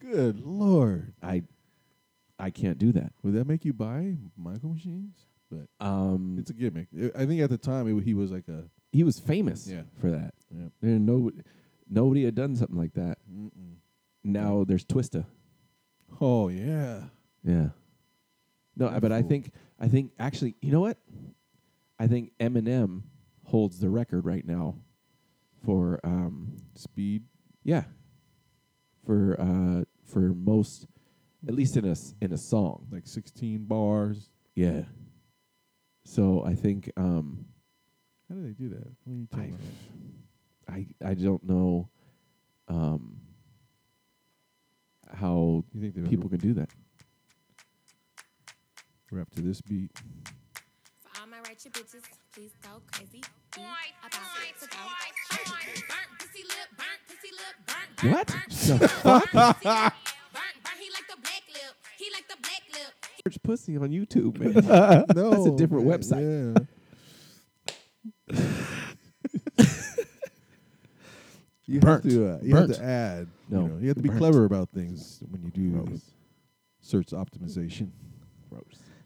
Speaker 1: Good lord.
Speaker 2: I I can't do that.
Speaker 1: Would that make you buy Micro Machines? But
Speaker 2: Um,
Speaker 1: it's a gimmick. I- I think at the time it, he was like a.
Speaker 2: he was famous
Speaker 1: Yeah.
Speaker 2: for that.
Speaker 1: Yeah.
Speaker 2: There no nobody had done something like that. Now there's Twista.
Speaker 1: Mm. Oh yeah.
Speaker 2: Yeah. No, I- but I
Speaker 1: Cool.
Speaker 2: think I think actually, you know what? I think Eminem holds the record right now for um,
Speaker 1: speed.
Speaker 2: Yeah. For uh, for most, at least in a s- in a song,
Speaker 1: like sixteen bars.
Speaker 2: Yeah. So I think um,
Speaker 1: How do they do that? What are you talking about?
Speaker 2: I I don't know um, how
Speaker 1: You think they would-
Speaker 2: people can do that.
Speaker 1: We're up to this beat.
Speaker 17: For all my ratchet bitches, please go crazy. Beat about six ago. Burnt pussy lip, burnt pussy lip, burnt, burnt,
Speaker 2: What?
Speaker 17: burnt.
Speaker 2: The fuck?
Speaker 17: Burnt pussy lip, burnt, burnt. He like the black lip. He like the black lip.
Speaker 2: Search pussy on YouTube, man. That's a
Speaker 1: No,
Speaker 2: different
Speaker 1: Oh, man,
Speaker 2: website.
Speaker 1: You
Speaker 2: Burnt.
Speaker 1: have to. Uh, you
Speaker 2: Burnt.
Speaker 1: have to add.
Speaker 2: No.
Speaker 1: You, know, you have to be
Speaker 2: Burnt.
Speaker 1: clever about things when you do this search optimization.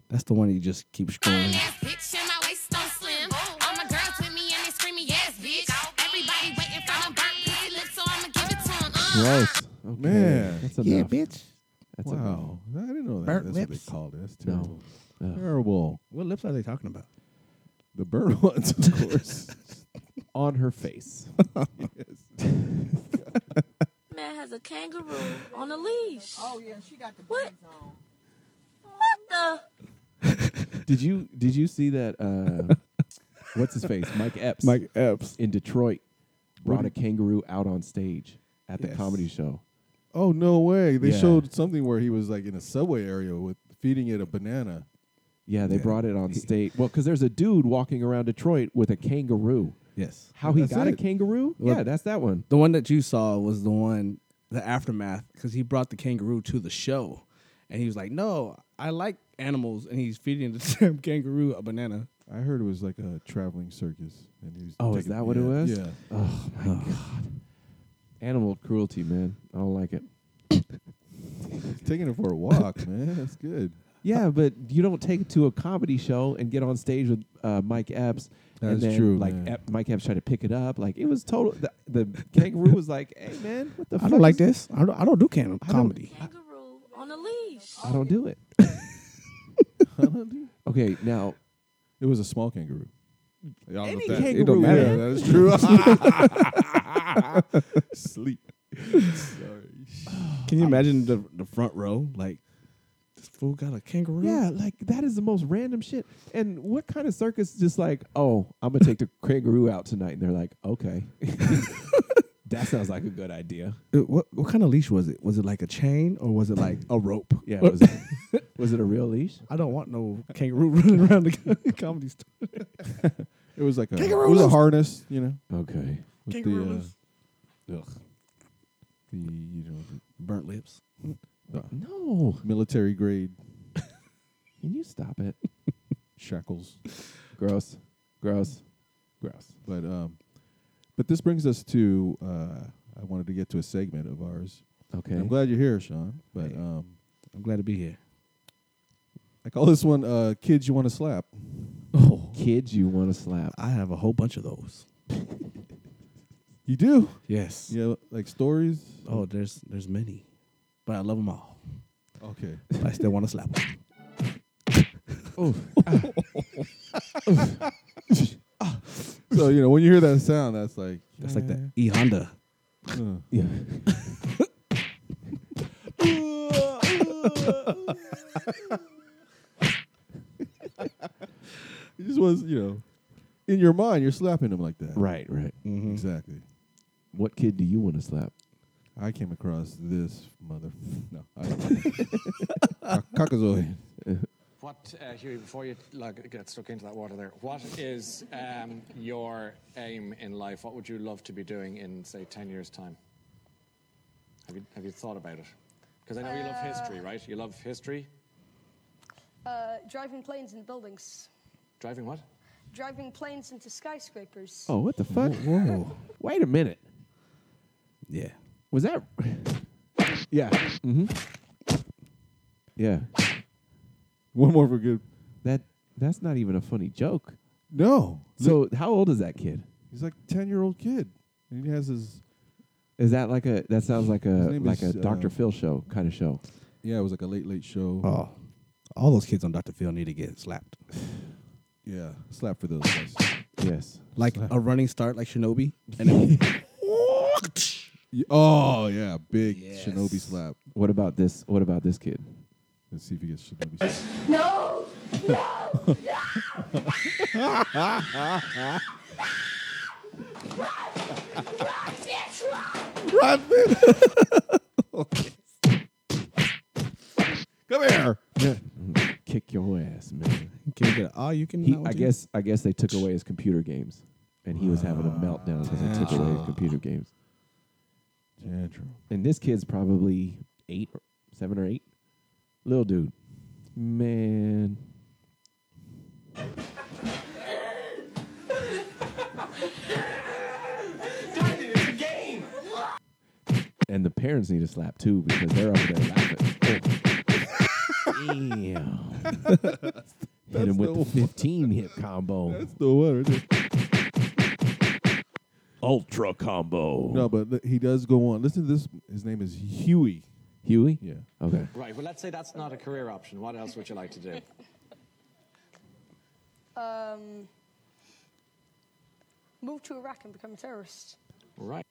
Speaker 18: That's the one you just keep scrolling.
Speaker 17: Bitch, and my waist so slim. All my girls with me and they screaming, yes, bitch. Everybody waiting for them burnt pussy lips, so I'ma give it to 'em. Uh.
Speaker 2: Gross. Okay.
Speaker 1: Ah! Man.
Speaker 2: That's
Speaker 1: Yeah,
Speaker 2: enough.
Speaker 1: bitch.
Speaker 2: That's
Speaker 1: wow, I didn't know that.
Speaker 18: Burnt
Speaker 1: That's
Speaker 18: lips.
Speaker 1: what they called it. That's
Speaker 2: No.
Speaker 1: terrible. Terrible.
Speaker 18: What lips are they talking about?
Speaker 1: The burnt ones, of course.
Speaker 2: enough. On her face.
Speaker 19: man has a kangaroo on a leash.
Speaker 5: Oh, yeah, she got the
Speaker 19: What? What the?
Speaker 2: Did you did you see that? Uh, what's his face? Mike Epps. Mike
Speaker 18: Epps
Speaker 2: in Detroit brought a
Speaker 1: did-
Speaker 2: kangaroo out on stage at the
Speaker 1: Yes.
Speaker 2: comedy show.
Speaker 1: Oh no way! They
Speaker 2: Yeah.
Speaker 1: showed something where he was like in a subway area with feeding it a banana.
Speaker 2: Yeah, they brought it on stage. Well, because there's a dude walking around Detroit with a kangaroo.
Speaker 18: Yes.
Speaker 2: How he
Speaker 18: That's
Speaker 2: got a
Speaker 18: it.
Speaker 2: kangaroo?
Speaker 18: Well,
Speaker 2: yeah, that's that one.
Speaker 18: The one that you saw was the one, the aftermath, because he brought the kangaroo to the show, and he was like, "No, I like animals," and he's feeding the damn kangaroo a banana.
Speaker 1: I heard it was like a traveling circus, and he was.
Speaker 2: Oh, is
Speaker 1: taking-
Speaker 2: that what it
Speaker 1: yeah,
Speaker 2: was?
Speaker 1: Yeah.
Speaker 2: Oh my god. Animal cruelty, man. I don't like it.
Speaker 1: Taking it for a walk, man. That's good.
Speaker 2: Yeah, but you don't take it to a comedy show and get on stage with uh, Mike Epps. and
Speaker 1: That's
Speaker 2: then,
Speaker 1: true,
Speaker 2: Like
Speaker 1: man.
Speaker 2: Ep- Mike Epps tried to pick it up. Like it was total. The, the kangaroo was like, "Hey man, what the?
Speaker 18: I
Speaker 2: fuck
Speaker 18: don't like this.
Speaker 2: is-
Speaker 18: I don't. I don't do can-
Speaker 2: I don't-
Speaker 18: comedy.
Speaker 19: Kangaroo on a leash.
Speaker 2: I don't do it." okay, now
Speaker 1: It was a small kangaroo. I don't know if
Speaker 2: Any
Speaker 1: that-
Speaker 2: kangaroo,
Speaker 1: Yeah,
Speaker 2: man.
Speaker 1: that is true. Sleep. Sorry.
Speaker 18: Can you imagine the the front row? Like this fool got a kangaroo.
Speaker 2: Yeah, like that is the most random shit. And what kind of circus just like, oh, I'm gonna take the kangaroo out tonight? And they're like, okay, that sounds like a good idea.
Speaker 18: Uh, What what kind of leash was it? Was it like a chain or was it like a rope?
Speaker 2: Yeah, was it, was it a real leash?
Speaker 18: I don't want no kangaroo running around the comedy store.
Speaker 1: It was like a.
Speaker 18: Kangaroo
Speaker 1: it was a
Speaker 18: loose.
Speaker 1: harness, you know.
Speaker 2: Okay,
Speaker 1: with
Speaker 18: Kangaroo
Speaker 1: the, uh,
Speaker 18: loose.
Speaker 1: ugh, the you know the-
Speaker 18: Burnt lips.
Speaker 2: no,
Speaker 1: military grade
Speaker 2: can you stop it?
Speaker 1: shackles.
Speaker 2: Gross, gross, gross.
Speaker 1: But um, but this brings us to uh, I wanted to get to a segment of ours.
Speaker 2: Okay,
Speaker 1: I'm glad you're here, Sean. But
Speaker 18: Hey.
Speaker 1: um,
Speaker 18: I'm glad to be here.
Speaker 1: I call this one uh, "Kids You Want to Slap."
Speaker 18: Oh,
Speaker 2: kids, you want to slap?
Speaker 18: I have a whole bunch of those.
Speaker 1: You do?
Speaker 18: Yes.
Speaker 1: Yeah, like stories.
Speaker 18: Oh, there's there's many, but I love them all.
Speaker 1: Okay.
Speaker 18: But I still want to slap them.
Speaker 2: Oh.
Speaker 1: so you know when you hear that sound, that's like
Speaker 18: That's like the E Honda.
Speaker 2: Yeah.
Speaker 1: it just was you know, in your mind you're slapping them like that.
Speaker 2: Right, right. Mm-hmm.
Speaker 1: Exactly.
Speaker 2: What kid do you want to slap?
Speaker 1: I came across this mother. No, I A Cockazoid.
Speaker 20: What, uh, Huey, before you like, get stuck into that water there, what is um, your aim in life? What would you love to be doing in, say, 10 years' time? Have you, have you thought about it? Because I know you love history,
Speaker 21: Uh,
Speaker 20: right? You love history.
Speaker 21: Uh, driving planes into buildings.
Speaker 20: Driving what?
Speaker 21: Driving planes into skyscrapers.
Speaker 2: Oh, what the fuck? Whoa. Wait a minute.
Speaker 18: Yeah.
Speaker 2: Was that? yeah. Mm-hmm. Yeah.
Speaker 1: One more for good.
Speaker 2: That that's not even a funny joke.
Speaker 1: No.
Speaker 2: So how old is that kid?
Speaker 1: He's like ten year old kid, and he has his
Speaker 2: Is that like a that sounds like a
Speaker 1: name
Speaker 2: like
Speaker 1: is,
Speaker 2: a Dr.
Speaker 1: uh,
Speaker 2: Phil show kind of show?
Speaker 1: yeah. It was like a late late show.
Speaker 18: Oh, all those kids on Dr. Phil need to get slapped.
Speaker 1: Yeah, slap for those guys.
Speaker 2: Yes.
Speaker 18: Like a running start, like Shinobi. And then,
Speaker 1: Y- Oh yeah, big
Speaker 18: Yes.
Speaker 1: Shinobi slap.
Speaker 2: What about this? What about this kid?
Speaker 1: Let's see if he gets Shinobi slap.
Speaker 7: No!
Speaker 1: Run, man. Come here.
Speaker 2: Yeah. Kick your ass, man.
Speaker 18: Can you get an, oh, you can.
Speaker 2: He,
Speaker 18: now
Speaker 2: I
Speaker 18: do-
Speaker 2: guess I guess they took away his computer games, and he was
Speaker 18: Ah,
Speaker 2: having a meltdown because they took away his computer games.
Speaker 1: Tantrum.
Speaker 2: And this kid's probably eight, or seven or eight. Little dude, man.
Speaker 7: Daddy, it's a game!
Speaker 2: And the parents need a slap too because they're up there laughing. Damn. Hit him with the 15 hit combo.
Speaker 1: That's the one. right there.
Speaker 2: Ultra combo.
Speaker 1: No, but li- he does go on. Listen to this. His name is Huey.
Speaker 2: Huey?
Speaker 1: Yeah.
Speaker 2: Okay.
Speaker 20: Right. Well, let's say that's not a career option. What else would you like to do?
Speaker 21: Um, move to Iraq and become a terrorist.
Speaker 20: Right.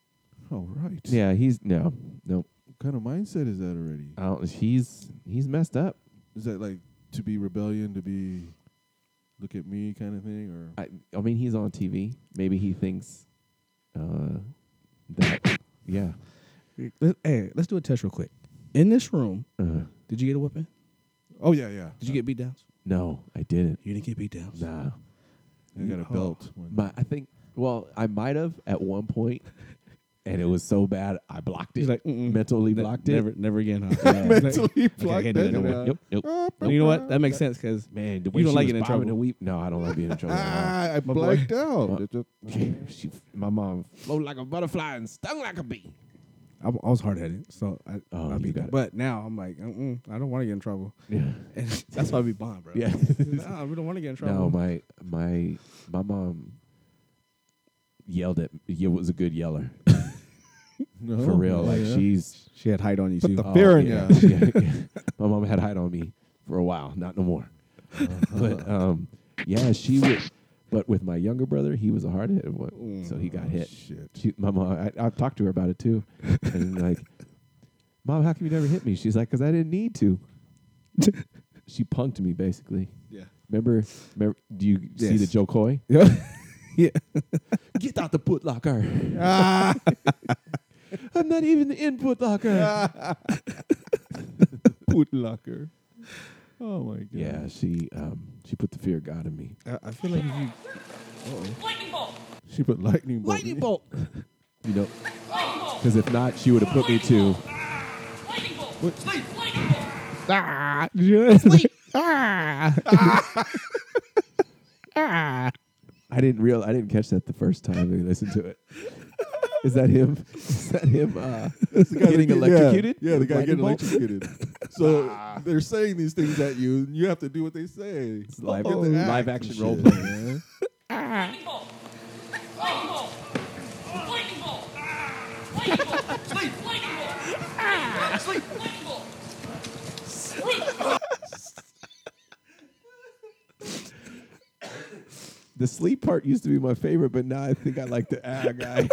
Speaker 1: All right.
Speaker 2: Yeah, he's no, no.
Speaker 1: What kind of mindset is that already?
Speaker 2: I don't, he's he's messed up.
Speaker 1: Is that like to be rebellion, to be look at me kind of thing, or
Speaker 2: I I mean, he's on TV. Maybe he thinks uh, that. Yeah.
Speaker 18: Let- hey, let's do a test real quick. In this room,
Speaker 2: Uh-huh.
Speaker 18: did you get a weapon?
Speaker 1: oh yeah, yeah.
Speaker 18: Did you get beat downs?
Speaker 2: No, I didn't.
Speaker 18: You didn't get beat downs.
Speaker 2: Nah.
Speaker 1: I got a
Speaker 18: Oh.
Speaker 1: belt. When-
Speaker 2: My, I think. Well, I might have at one point, and it was so bad I blocked it.
Speaker 18: He's like, mm-mm.
Speaker 2: mentally
Speaker 18: Ne-
Speaker 2: blocked
Speaker 18: never,
Speaker 2: it.
Speaker 18: never again. Huh?
Speaker 2: Yeah.
Speaker 1: Mentally
Speaker 18: Okay, I can't
Speaker 1: blocked
Speaker 18: do
Speaker 1: that
Speaker 18: no more.
Speaker 1: out.
Speaker 2: Yep. Yep.
Speaker 18: And you know what? That makes sense because
Speaker 2: Man, the way
Speaker 18: you don't
Speaker 2: she
Speaker 18: like
Speaker 2: was
Speaker 18: getting in
Speaker 2: bobbing and
Speaker 18: trouble.
Speaker 2: weep- No, I don't like being in trouble. at
Speaker 1: ah, I
Speaker 18: My boy.
Speaker 1: blacked out.
Speaker 2: all. She- my mom flowed like a butterfly and stung like a bee.
Speaker 18: I, I was hard headed, so I,
Speaker 2: Oh,
Speaker 18: I
Speaker 2: you
Speaker 18: beat
Speaker 2: got
Speaker 18: that.
Speaker 2: it.
Speaker 18: But now I'm like, mm-mm, I don't want to get in trouble.
Speaker 2: Yeah.
Speaker 18: And that's why we bond, bro.
Speaker 2: Yeah.
Speaker 18: nah, we don't want to get in trouble.
Speaker 2: No, my my my mom yelled at. Yeah, was a good yeller
Speaker 1: No,
Speaker 2: for real.
Speaker 1: yeah,
Speaker 2: Like
Speaker 1: yeah.
Speaker 2: she's Oh,
Speaker 18: she had height on you too.
Speaker 1: the fear in
Speaker 2: yeah,
Speaker 1: ya.
Speaker 2: yeah, yeah. My mom had height on me for a while, not no more.
Speaker 1: Uh-huh.
Speaker 2: But um, yeah, she would. But with my younger brother, he was a hard headed one, so he got hit.
Speaker 1: Oh, shit.
Speaker 2: She, my mom, I, I've talked to her about it too, and like, mom, how come you never hit me? She's like, because I didn't need to. she punked me basically.
Speaker 18: Yeah.
Speaker 2: Remember? remember do you see the
Speaker 18: Yes.
Speaker 2: Joe Coy?
Speaker 18: yeah.
Speaker 2: Get out the put locker.
Speaker 18: Ah.
Speaker 2: I'm not even in put locker.
Speaker 1: Boot locker. Oh my god.
Speaker 2: yeah, she um, she put the fear of God in me.
Speaker 18: I, I feel like if you
Speaker 7: Lightning bolt!
Speaker 1: She put lightning bolt.
Speaker 2: Lightning bolt. You know, because if not, she would have put me to.
Speaker 7: Lightning bolt!
Speaker 1: What?
Speaker 7: Sleep! Lightning bolt!
Speaker 18: ah, did you hear that? ah, ah.
Speaker 2: I didn't real. I didn't catch that the first time we listened to it. Is that him? Is that him? Uh, getting
Speaker 1: Yeah,
Speaker 2: electrocuted?
Speaker 1: Yeah, the guy getting
Speaker 2: Lightning bolt? Ah.
Speaker 1: electrocuted. so they're saying these things at you, and you have to do what they say.
Speaker 2: It's live,
Speaker 1: Oh,
Speaker 2: live
Speaker 1: act
Speaker 2: action
Speaker 1: shit,
Speaker 2: role play.
Speaker 1: man.
Speaker 7: Lightning bolt! Lightning bolt! Lightning bolt! Lightning bolt! Sleep! Lightning bolt! Sleep! Lightning bolt! Sleep!
Speaker 2: The sleep part used to be my favorite, but now I think I like the ah guy.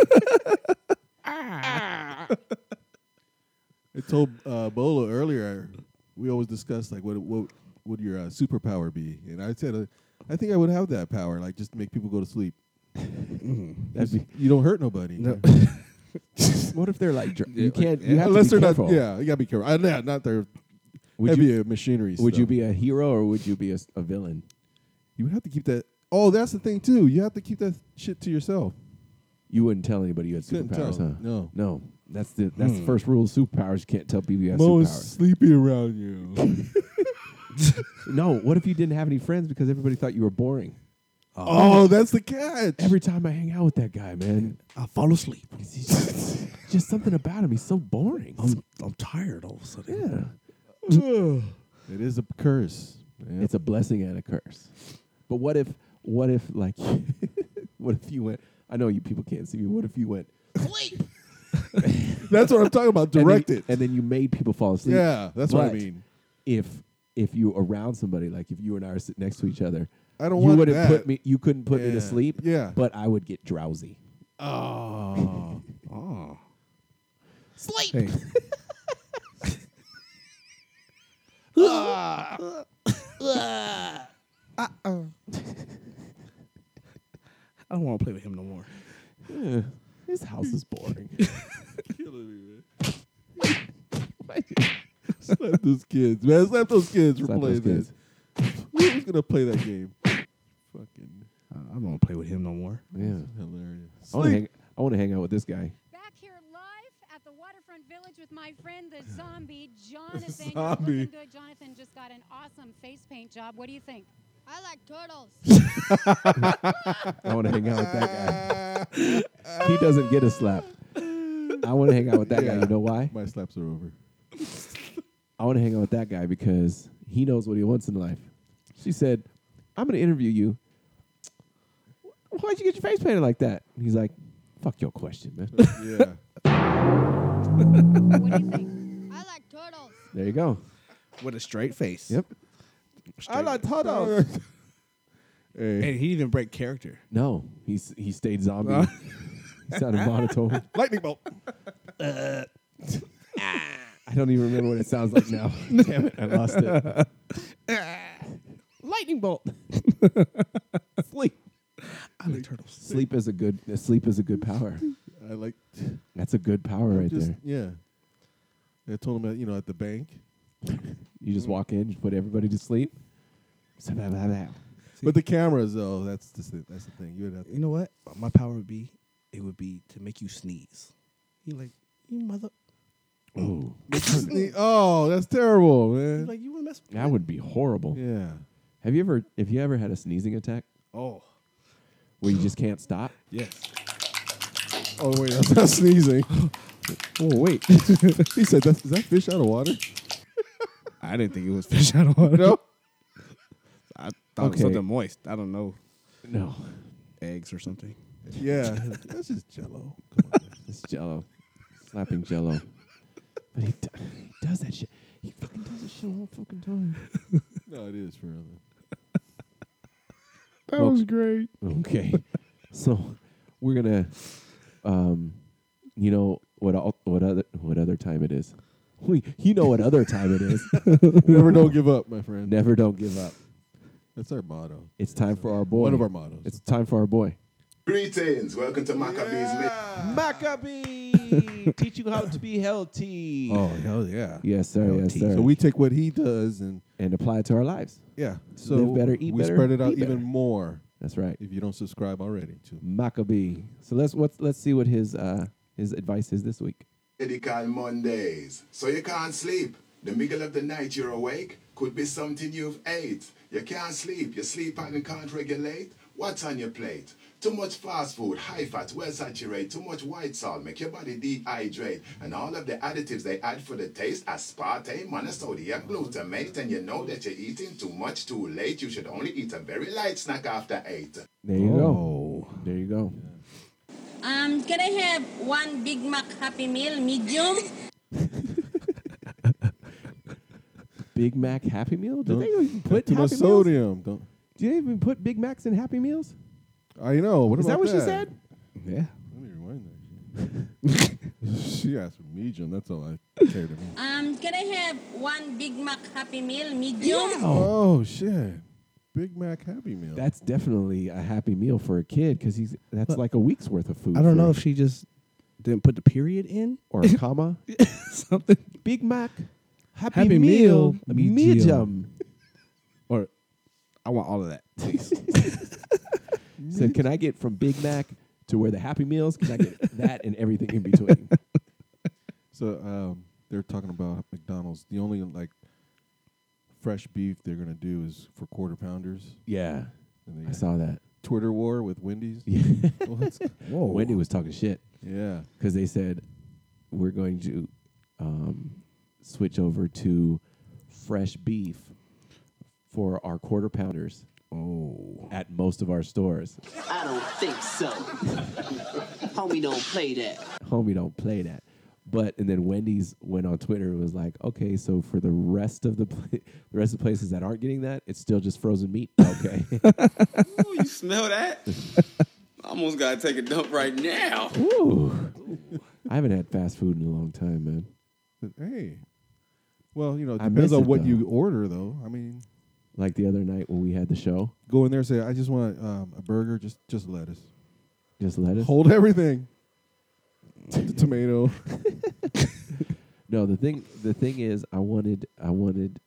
Speaker 1: I told uh, Bolo earlier. We always discussed like what what would your uh, superpower be, and I said uh, I think I would have that power, like just to make people go to sleep.
Speaker 2: That'd be-
Speaker 1: you don't hurt nobody.
Speaker 2: what if they're like dr-
Speaker 1: Yeah,
Speaker 2: you
Speaker 1: like-
Speaker 2: can't? You have to
Speaker 1: unless
Speaker 2: be
Speaker 1: they're
Speaker 2: careful.
Speaker 1: not. Yeah, you gotta be careful. Uh, yeah, not their
Speaker 2: Would
Speaker 1: heavy
Speaker 2: you-
Speaker 1: uh, machinery.
Speaker 2: Would you
Speaker 1: stuff.
Speaker 2: be a hero or would you be a, s- a villain?
Speaker 1: You would have to keep that. Oh, that's the thing too. You have to keep that shit to yourself.
Speaker 2: You wouldn't tell anybody you had
Speaker 1: Couldn't
Speaker 2: superpowers,
Speaker 1: tell.
Speaker 2: huh?
Speaker 1: No.
Speaker 2: no. That's the that's the
Speaker 1: Hmm.
Speaker 2: first rule of superpowers. You can't tell people you have
Speaker 1: Mo is
Speaker 2: superpowers.
Speaker 1: sleepy around you.
Speaker 2: No. What if you didn't have any friends because everybody thought you were boring?
Speaker 1: oh, that's the catch.
Speaker 2: Every time I hang out with that guy, man,
Speaker 18: I fall asleep.
Speaker 2: just something about him. He's so boring.
Speaker 18: I'm, I'm tired all of a sudden.
Speaker 2: Yeah.
Speaker 1: it is a curse. man.
Speaker 2: It's a blessing and a curse. But what if what if like what if you went I know you people can't see me. What if you went
Speaker 1: That's what I'm talking about. Direct
Speaker 2: and then,
Speaker 1: it.
Speaker 2: and then you made people fall asleep.
Speaker 1: Yeah, that's what I
Speaker 2: But
Speaker 1: mean.
Speaker 2: If if you around somebody, like if you and I are sitting next to each other,
Speaker 1: I don't
Speaker 2: you
Speaker 1: want
Speaker 2: wouldn't
Speaker 1: that.
Speaker 2: put me you couldn't put me
Speaker 1: Yeah,
Speaker 2: to sleep.
Speaker 1: yeah.
Speaker 2: But I would get drowsy.
Speaker 1: Oh. oh.
Speaker 2: Sleep.
Speaker 18: Hey.
Speaker 7: Ah.
Speaker 18: I don't want to play with him no more.
Speaker 2: Yeah. This house is boring.
Speaker 1: Slap those kids, man. Slap those kids for
Speaker 2: Slap
Speaker 1: playing
Speaker 2: those
Speaker 1: this. Who's gonna play that game? Fucking
Speaker 18: I I don't want to play with him no more.
Speaker 2: yeah.
Speaker 1: hilarious.
Speaker 2: I wanna
Speaker 1: Sleep.
Speaker 2: hang I wanna hang out with this guy.
Speaker 3: Back here live at the Waterfront Village with my friend the zombie Jonathan.
Speaker 1: Zombie.
Speaker 3: You're looking good. Jonathan just got an awesome face paint job. What do you think? I like turtles.
Speaker 2: I want to hang out with that guy. he doesn't get a slap. I want to hang out with that guy.
Speaker 1: Yeah.
Speaker 2: You know why?
Speaker 1: My slaps are over.
Speaker 2: I want to hang out with that guy because he knows what he wants in life. She said, I'm going to interview you. Why'd you get your face painted like that? And he's like, fuck your question, man.
Speaker 1: Yeah.
Speaker 3: what do you think? I like turtles.
Speaker 2: there you go.
Speaker 18: With a straight face.
Speaker 2: Yep.
Speaker 18: Straight-
Speaker 1: hey.
Speaker 18: And he didn't break character.
Speaker 2: No, he's, he stayed zombie. he sounded monotone.
Speaker 1: Lightning bolt.
Speaker 2: I don't even remember what it sounds like now. Damn it, I lost it.
Speaker 22: Uh,
Speaker 18: Lightning bolt.
Speaker 2: Sleep.
Speaker 18: I like turtles.
Speaker 2: Sleep is a good sleep is a good power.
Speaker 1: I like
Speaker 2: That's a good power right
Speaker 1: just
Speaker 2: there.
Speaker 1: yeah. I told him that you know at the bank.
Speaker 2: You just walk in, you put everybody to sleep.
Speaker 1: But the cameras though, that's just it. That's the thing. You would have to
Speaker 18: You know what? My power would be it would be to make you sneeze. You like you mother.
Speaker 2: Ooh,
Speaker 1: Sne- Oh, that's terrible,
Speaker 18: You
Speaker 1: man.
Speaker 18: like you want to mess with
Speaker 2: that would be horrible.
Speaker 1: Yeah.
Speaker 2: Have you ever have you ever had a sneezing attack
Speaker 18: Oh
Speaker 2: where you just can't stop?
Speaker 18: yes.
Speaker 1: Oh wait, that's not sneezing.
Speaker 18: Oh wait.
Speaker 1: he said, that's, "Is that fish out of water?"
Speaker 18: I didn't think it was fish out of water.
Speaker 1: No.
Speaker 18: I thought it
Speaker 2: Okay.
Speaker 18: was something moist. I don't know.
Speaker 2: No,
Speaker 18: Eggs or something.
Speaker 1: Yeah, that's just Jello.
Speaker 2: it's Jello, slapping Jello. But he, do- he does that shit. He fucking does that shit all the fucking time.
Speaker 1: no, it is for real.
Speaker 18: That
Speaker 2: Well- was
Speaker 18: great.
Speaker 2: Okay, so we're gonna, um, you know what? All, what other what other time it is? We, you know what other time it is?
Speaker 1: Never don't give up, my friend.
Speaker 2: Never don't give up.
Speaker 1: That's our motto.
Speaker 2: It's time for our boy.
Speaker 1: One of our mottos.
Speaker 2: It's time for our boy.
Speaker 7: Greetings. Welcome to Maccabees.
Speaker 2: Maccabee, teach you how to be healthy.
Speaker 1: oh hell yeah!
Speaker 2: Yes, sir. Yes, sir.
Speaker 1: So we take what he does and
Speaker 2: and apply it to our lives.
Speaker 1: yeah. So
Speaker 2: Live better, eat
Speaker 1: we
Speaker 2: better,
Speaker 1: spread it out
Speaker 2: be
Speaker 1: even
Speaker 2: better.
Speaker 1: more.
Speaker 2: That's right.
Speaker 1: If you don't subscribe already, to
Speaker 2: Maccabee. So let's what's, let's see what his uh, his advice is this week.
Speaker 7: Medical Mondays. So you can't sleep. The middle of the night you're awake could be something you've ate. You can't sleep. Your sleep pattern can't regulate. What's on your plate? Too much fast food, high fat, well saturated, too much white salt, make your body dehydrate. And all of the additives they add for the taste, aspartame, monosodium, glutamate, and you know that you're eating too much too late. You should only eat a very light snack after 8.
Speaker 2: There you
Speaker 1: Oh.
Speaker 2: go. There you go.
Speaker 19: Um, can I have one Big Mac Happy Meal, medium?
Speaker 2: Big Mac Happy Meal. Do
Speaker 1: Don't-
Speaker 2: they even put
Speaker 1: too
Speaker 2: Happy
Speaker 1: much
Speaker 2: Meals?
Speaker 1: sodium. Don't
Speaker 2: Do they even put Big Macs in Happy Meals?
Speaker 1: I know. What
Speaker 18: Is that
Speaker 1: about
Speaker 18: what she said? Yeah.
Speaker 1: Let me rewind that. she asked for medium. That's all I care to me.
Speaker 19: Um, can I have one Big Mac Happy Meal, medium?
Speaker 1: Oh shit! Big Mac Happy Meal.
Speaker 2: That's definitely a happy meal for a kid because he's that's like a week's worth of food.
Speaker 18: I don't
Speaker 2: for
Speaker 18: know
Speaker 2: him.
Speaker 18: if she just didn't put the period in
Speaker 2: or a comma.
Speaker 18: something.
Speaker 2: Big Mac, happy,
Speaker 18: Happy
Speaker 2: meal,
Speaker 18: meal,
Speaker 2: medium.
Speaker 18: medium. Or I want all of that. please.
Speaker 2: Said, can I get from Big Mac to where the happy meals? Can I get that and everything in between?
Speaker 1: So um, they're talking about McDonald's. The only like fresh beef they're gonna do is for quarter pounders.
Speaker 2: Yeah.
Speaker 1: And
Speaker 2: I saw that.
Speaker 1: Twitter war with Wendy's. What's-
Speaker 2: Whoa. Wendy was talking shit.
Speaker 1: Yeah.
Speaker 2: Because they said, we're going to um, switch over to fresh beef for our quarter pounders.
Speaker 18: Oh.
Speaker 2: At most of our stores.
Speaker 4: I don't think so. Homie don't play that.
Speaker 2: Homie, don't play that. But and then Wendy's went on Twitter and was like, okay, so for the rest of the pla- the rest of the places that aren't getting that, it's still just frozen meat. Okay.
Speaker 23: Ooh, Oh, you smell that? I almost gotta take a dump right now.
Speaker 2: Ooh. I haven't had fast food in a long time, man.
Speaker 1: Hey. Well, you know, it
Speaker 2: I
Speaker 1: depends
Speaker 2: miss
Speaker 1: on
Speaker 2: it,
Speaker 1: what
Speaker 2: though.
Speaker 1: you order, though. I mean,
Speaker 2: Like the other night when we had the show,
Speaker 1: go in there and say, I just want um, a burger, just just lettuce.
Speaker 2: just lettuce.
Speaker 1: Hold everything. the tomato.
Speaker 2: No, the thing the thing is, I wanted I wanted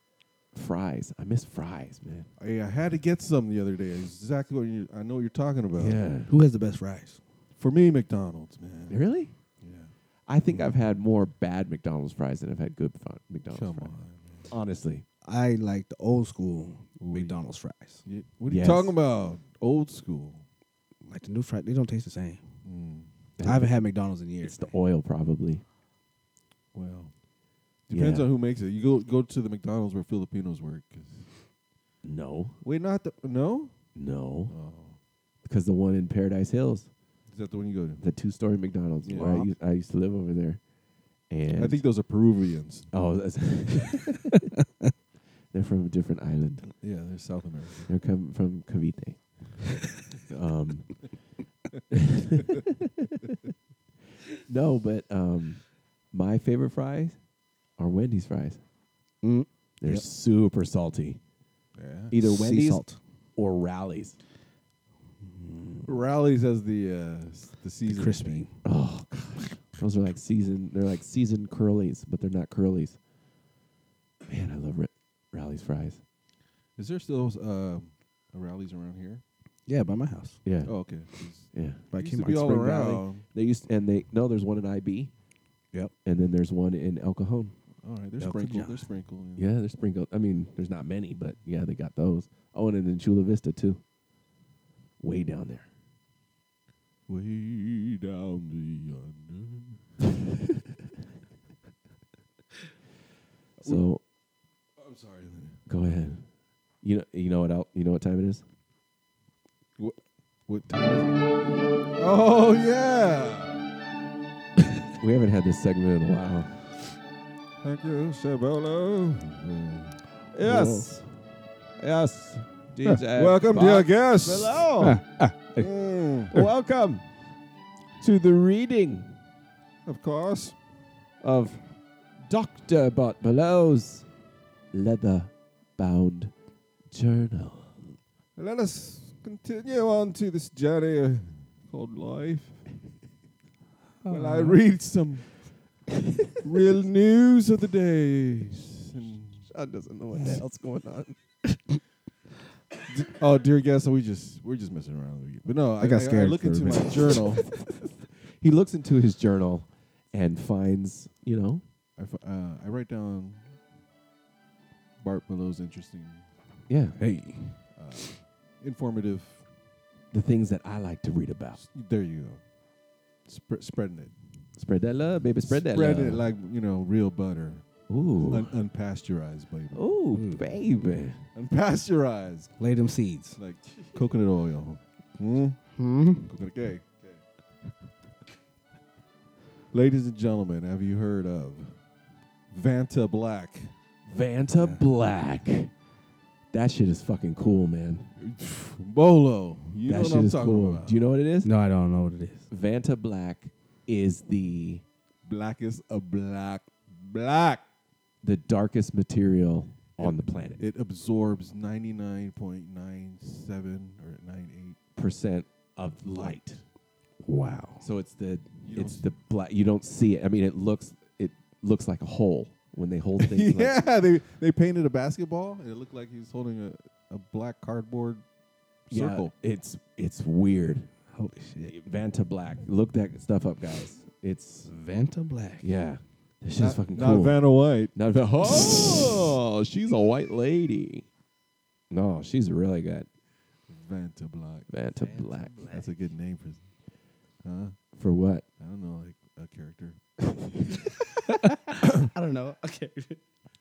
Speaker 2: fries. I miss fries, man.
Speaker 1: Hey, I had to get some the other day. Exactly what you. I know what you're talking about.
Speaker 2: Yeah.
Speaker 18: Who has the best fries?
Speaker 1: For me, McDonald's, man.
Speaker 2: Really? I think I've had more bad McDonald's fries than I've had good fun McDonald's fries. Honestly,
Speaker 18: I like the old school McDonald's fries.
Speaker 1: What are you talking about? Old school.
Speaker 18: Like the new fries, they don't taste the same. Mm. I haven't had McDonald's in years.
Speaker 2: it's the oil probably.
Speaker 1: Well, depends
Speaker 2: Yeah.
Speaker 1: on who makes it. You go go to the McDonald's where Filipinos work. 'cause-
Speaker 2: No,
Speaker 1: Wait, not the no.
Speaker 2: no, because the one in Paradise Hills,
Speaker 1: Oh. Is that the one you go to?
Speaker 2: the two story McDonald's
Speaker 1: Yeah.
Speaker 2: where I used, I used to live over there, and
Speaker 1: I think those are Peruvians.
Speaker 2: oh, that's they're from a different island.
Speaker 1: Yeah, they're South American.
Speaker 2: They're come from Cavite. um, no, but um, my favorite fries are Wendy's fries. They're
Speaker 18: Yep.
Speaker 2: super salty.
Speaker 1: Yeah.
Speaker 2: Either
Speaker 18: Sea
Speaker 2: Wendy's
Speaker 18: salt.
Speaker 2: or Rallies. Mm.
Speaker 1: Rallies as the uh, s- the season
Speaker 18: crispy.
Speaker 2: Oh, God. those are like seasoned. They're like seasoned curlies, but they're not curlies. Man, I love Ra- Rallies fries.
Speaker 1: Is there still uh, rallies around here?
Speaker 18: Yeah, by my house.
Speaker 2: Yeah.
Speaker 1: Oh, okay. 'Cause
Speaker 2: Yeah.
Speaker 18: By
Speaker 1: Used to
Speaker 18: Kmart.
Speaker 1: be all
Speaker 18: Spring Valley.
Speaker 1: around.
Speaker 2: They used and they no. There's one in IB.
Speaker 18: Yep.
Speaker 2: And then there's one in El Cajon.
Speaker 1: All right, they're
Speaker 18: Elton
Speaker 1: sprinkled.
Speaker 18: John.
Speaker 1: They're sprinkled. yeah.
Speaker 2: Yeah, they're sprinkled. I mean, there's not many, but yeah, they got those. Oh, and then Chula Vista too. Way down there.
Speaker 1: Way down the yonder.
Speaker 2: So
Speaker 1: I'm sorry. Lenny.
Speaker 2: go ahead. You know, you know what? Out. You know what time it is?
Speaker 1: What? What? Oh yeah.
Speaker 2: We haven't had this segment in a while.
Speaker 1: Thank you, Chabolo.
Speaker 2: Yes. Yes. DJ.
Speaker 1: Welcome,
Speaker 2: Bob
Speaker 1: dear guests.
Speaker 2: Hello.
Speaker 1: Mm,
Speaker 2: Welcome to the reading
Speaker 1: of course.
Speaker 2: of Dr. Bot Below's leather bound journal.
Speaker 1: Let us continue on to this journey called life. Well,
Speaker 22: Uh-huh.
Speaker 1: I read some real news of the day.
Speaker 18: Sean doesn't know what the hell's going on.
Speaker 1: Oh dear guest, we just we're just messing around with you. But no, I,
Speaker 18: I got
Speaker 1: I,
Speaker 18: scared
Speaker 1: look
Speaker 18: for a
Speaker 1: into my
Speaker 18: minute.
Speaker 1: journal.
Speaker 2: He looks into his journal and finds, you know,
Speaker 1: I, f- uh, I write down Bart Below's interesting,
Speaker 2: yeah,
Speaker 18: Hey.
Speaker 1: uh, informative.
Speaker 2: the things that I like to read about.
Speaker 1: There you go. Sp- spreading it.
Speaker 2: Spread that love, baby. Spread that
Speaker 1: Spread
Speaker 2: love.
Speaker 1: it like you know real butter,
Speaker 2: ooh,
Speaker 1: Un- unpasteurized, baby.
Speaker 2: ooh, baby.
Speaker 1: Unpasteurized,
Speaker 18: Hmm. Lay them seeds.
Speaker 1: like coconut oil. Hmm?
Speaker 18: Hmm?
Speaker 1: Coconut cake. Ladies and gentlemen, have you heard of Vanta Black?
Speaker 2: Vanta Black. That shit is fucking cool, man. Bolo.
Speaker 1: Oh, You know what I'm talking about.
Speaker 2: Do you know what it is?
Speaker 18: No, I don't know what it is.
Speaker 2: Vanta Black is the
Speaker 1: blackest of black, black.
Speaker 2: The darkest material on the planet.
Speaker 1: It absorbs 99.97 or 98
Speaker 2: Percent of light.
Speaker 18: Wow.
Speaker 2: So it's the it's the black. You don't see it. I mean, it looks it looks like a hole when they hold things. like-
Speaker 1: yeah, they they painted a basketball and it looked like he was holding a, a black cardboard
Speaker 2: Yeah,
Speaker 1: circle.
Speaker 2: it's it's weird.
Speaker 18: Holy shit.
Speaker 2: Vanta Black. Look that stuff up, guys. It's
Speaker 18: Vanta Black.
Speaker 2: Yeah. This
Speaker 1: Not-
Speaker 2: shit's fucking
Speaker 1: not
Speaker 2: cool.
Speaker 1: Vanna White.
Speaker 2: Not Van- oh, she's a white lady. No, she's really good.
Speaker 1: Vanta Black.
Speaker 2: Vanta Black.
Speaker 1: That's a good name for huh?
Speaker 2: For what?
Speaker 1: I don't know, like a character.
Speaker 18: I don't know. Okay.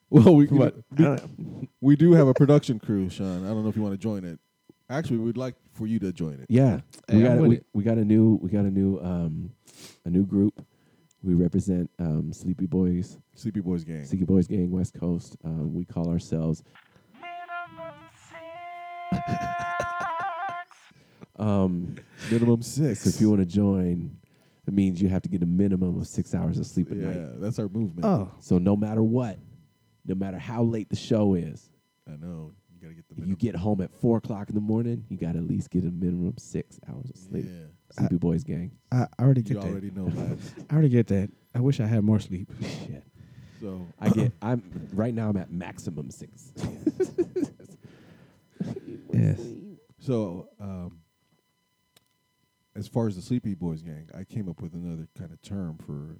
Speaker 1: Well, we
Speaker 2: For what?
Speaker 1: we-
Speaker 2: I don't
Speaker 1: we do have a production crew, Sean. I don't know if you want to join it. Actually, we'd like for you to join it.
Speaker 2: Yeah, we
Speaker 1: Hey,
Speaker 2: got
Speaker 1: I'm
Speaker 2: a-
Speaker 1: with
Speaker 2: we,
Speaker 1: it.
Speaker 2: we got a new we got a new um a new group. We represent um, Sleepy Boys,
Speaker 1: Sleepy Boys gang,
Speaker 2: Sleepy Boys gang, West Coast. Um, we call ourselves. um,
Speaker 1: minimum six.
Speaker 2: if you want to join, it means you have to get a minimum of six hours of sleep a
Speaker 1: Yeah,
Speaker 2: night.
Speaker 1: that's our movement.
Speaker 2: So no matter what, no matter how late the show is,
Speaker 1: I know. You gotta get the
Speaker 2: you get home at four o'clock in the morning, you got to at least get a minimum six hours of sleep. Sleepy Boys gang.
Speaker 18: I I already
Speaker 1: You
Speaker 18: get that.
Speaker 1: already know, lads.
Speaker 18: I already get that. I wish I had more sleep.
Speaker 2: Shit.
Speaker 1: So
Speaker 2: I get I'm right now I'm at maximum six.
Speaker 18: yes.
Speaker 1: So, um, as far as the Sleepy Boys gang, I came up with another kind of term for,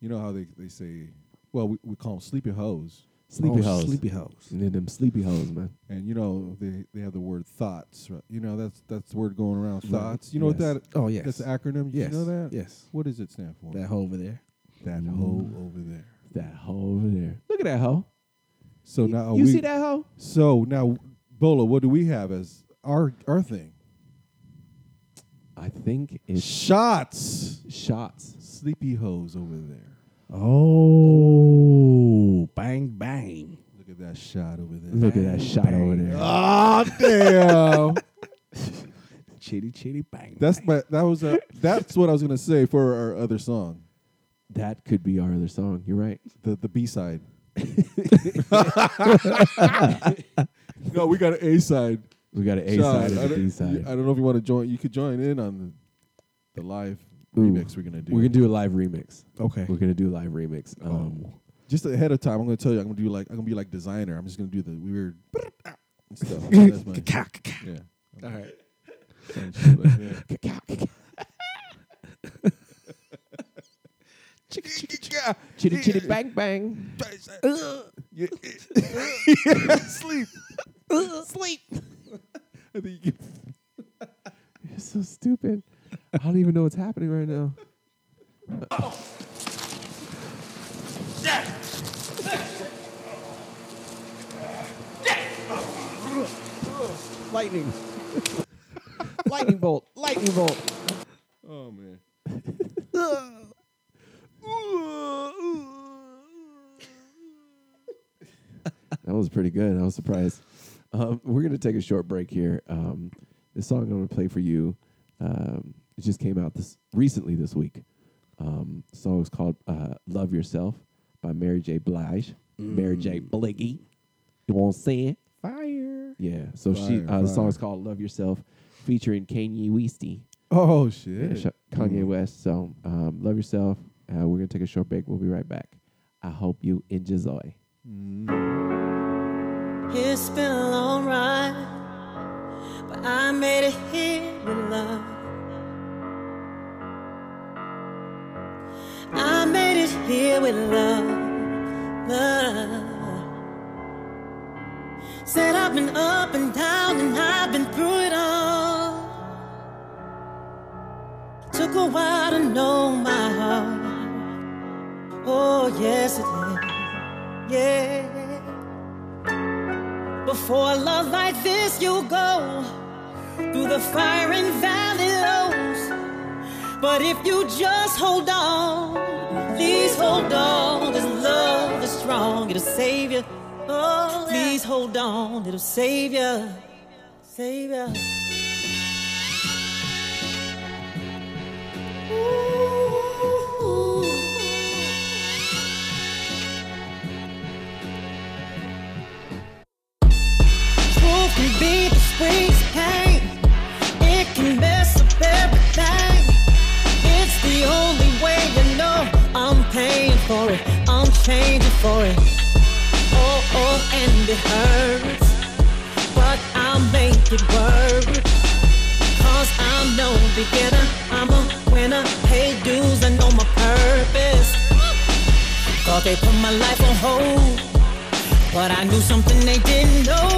Speaker 1: you know how they, they say, well, we, we call them sleepy hoes.
Speaker 2: Sleepy
Speaker 18: Oh,
Speaker 2: hoes.
Speaker 18: sleepy hoes.
Speaker 2: And then them sleepy hoes, man.
Speaker 1: And you know they, they have the word thoughts. Right? You know that's that's the word going around.
Speaker 18: Right.
Speaker 1: Thoughts. You know
Speaker 18: Yes.
Speaker 1: what that?
Speaker 18: Oh, yes.
Speaker 1: That's the acronym.
Speaker 18: Yes.
Speaker 1: You know that?
Speaker 18: Yes.
Speaker 1: What does it stand for?
Speaker 18: That hole over there.
Speaker 1: That hoe over there.
Speaker 2: That hoe over there. Look at that hoe.
Speaker 1: So
Speaker 18: Oh,
Speaker 1: now
Speaker 2: you
Speaker 1: we,
Speaker 2: see that hoe?
Speaker 1: So now, Bola, what do we have as our our thing?
Speaker 2: I think it's
Speaker 1: Shots.
Speaker 2: shots.
Speaker 1: Sleepy hoes over there.
Speaker 18: Oh, bang bang.
Speaker 1: Look at that shot over there.
Speaker 2: Look at that shot over there.
Speaker 1: Ah, damn.
Speaker 18: Chitty chitty bang.
Speaker 1: that's my that was a that's what I was gonna say for our other song,
Speaker 2: That could be our other song. You're right.
Speaker 1: the the B side. no, we got an A side.
Speaker 2: We got an A
Speaker 1: Sean,
Speaker 2: side
Speaker 1: I
Speaker 2: and a
Speaker 1: don't-
Speaker 2: B side.
Speaker 1: I don't know if you want to join. You could join in on the, the live
Speaker 2: Ooh.
Speaker 1: remix we're gonna do.
Speaker 2: We're gonna do a live remix.
Speaker 18: Okay. Oh,
Speaker 2: We're gonna do a live remix. Um,
Speaker 1: just ahead of time. I'm gonna tell you. I'm gonna do like I'm gonna be like designer. I'm just gonna do the weird and stuff. That's my, yeah.
Speaker 18: All right.
Speaker 1: Some shit like that.
Speaker 2: Chitty chitty bang bang.
Speaker 1: Sleep. Sleep. I think you can-
Speaker 2: You're so stupid. I don't even know what's happening right now.
Speaker 1: Oh.
Speaker 18: Lightning.
Speaker 2: Lightning bolt. Lightning bolt.
Speaker 1: oh man.
Speaker 2: That was pretty good. I was surprised. Um, we're gonna take a short break here. Um, this song I'm gonna play for you. Um, it just came out this recently this week. Um, the song is called uh, "Love Yourself" by Mary J. Blige. Mary J. Blige. You want to say it?
Speaker 18: Fire.
Speaker 2: Yeah. So she.
Speaker 1: Mm. Fire,
Speaker 2: Uh, the song
Speaker 1: fire.
Speaker 2: is called "Love Yourself," featuring Kanye Westy.
Speaker 1: Oh
Speaker 2: Yeah,
Speaker 1: shit.
Speaker 2: Sha- Kanye West. So um, love yourself. Uh, we're gonna take a short break. We'll be right back. I hope you enjoy.
Speaker 8: It's been a long ride, but I made it here with love. I made it here with love, love. Said I've been up and down and I've been through it all. Took a while to know my heart. Oh, yes, it did. Yeah. Before a love like this, you go through the fire and valley lows. But if you just hold on, please hold on. This love is strong, it'll save you. Oh, please hold on, it'll save you, save you. Truth can be the sweetest pain. It can mess up everything. It's the only way you know I'm paying for it. I'm changing for it. Oh, oh, and it hurts. But I'll make it work. Cause I'm no beginner. I'm a winner. Pay dues, I know my purpose. Thought they put my life on hold. But I knew something they didn't know.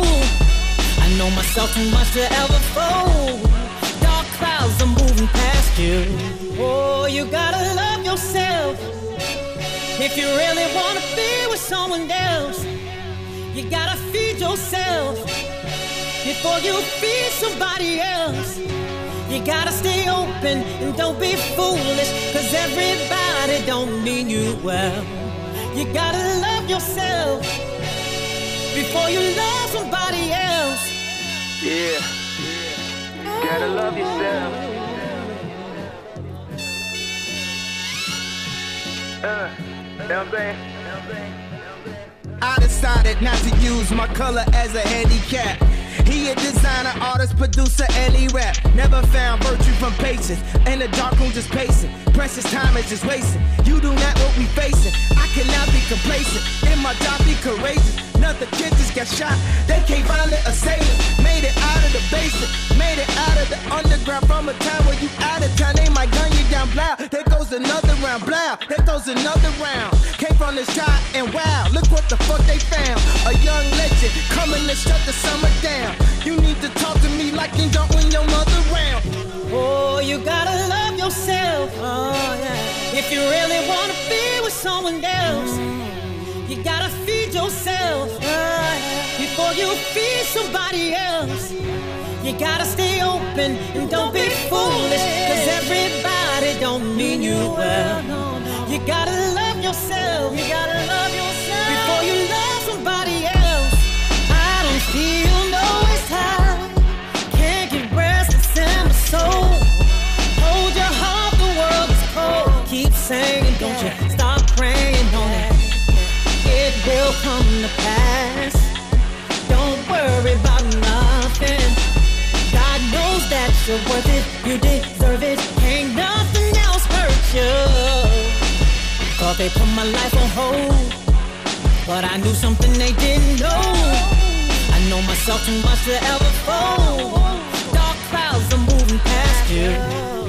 Speaker 8: I know myself too much to ever fold. Dark clouds are moving past you. Oh, you gotta love yourself. If you really wanna be with someone else, you gotta feed yourself. Before you feed somebody else, you gotta stay open and don't be foolish. Cause everybody don't mean you well. You gotta love yourself before you love somebody else.
Speaker 6: Yeah. Gotta love yourself. Uh, you know what I'm saying?
Speaker 9: I decided not to use my color as a handicap. He a designer, artist, producer, and he rap. Never found virtue from patience. In the dark room, just pacing. Precious time is just wasting. You do not what we facing. I cannot be complacent. In my job, be courageous. Another kid just got shot. They can't find it or save it. Made it out of the basement. Made it out of the underground. From a time where you out of town, they might gun you down. Blow. There goes another round. Blow. There goes another round. Came from the shot and wow, look what the fuck they found. A young legend coming to shut the summer down. You need to talk to me like you don't when your mother round.
Speaker 8: Oh, you gotta love yourself. Oh, yeah. If you really wanna be with someone else, you gotta feed yourself. Oh, yeah. Before you feed somebody else, you gotta stay open and don't, be, foolish. Cause everybody don't mean you well. You gotta love yourself. You gotta love yourself. Before you love somebody else, I don't feel no it's time. Can't get restless in my soul. Hold your heart, the world is cold. Keep singing, don't you? Stop praying on it. It will come to pass. Don't worry about nothing. God knows that you're worth it. You deserve it. Ain't nothing else hurt you. Thought they put my life on hold. But I knew something they didn't know. I know myself too much to ever fold. Dark clouds are moving past you.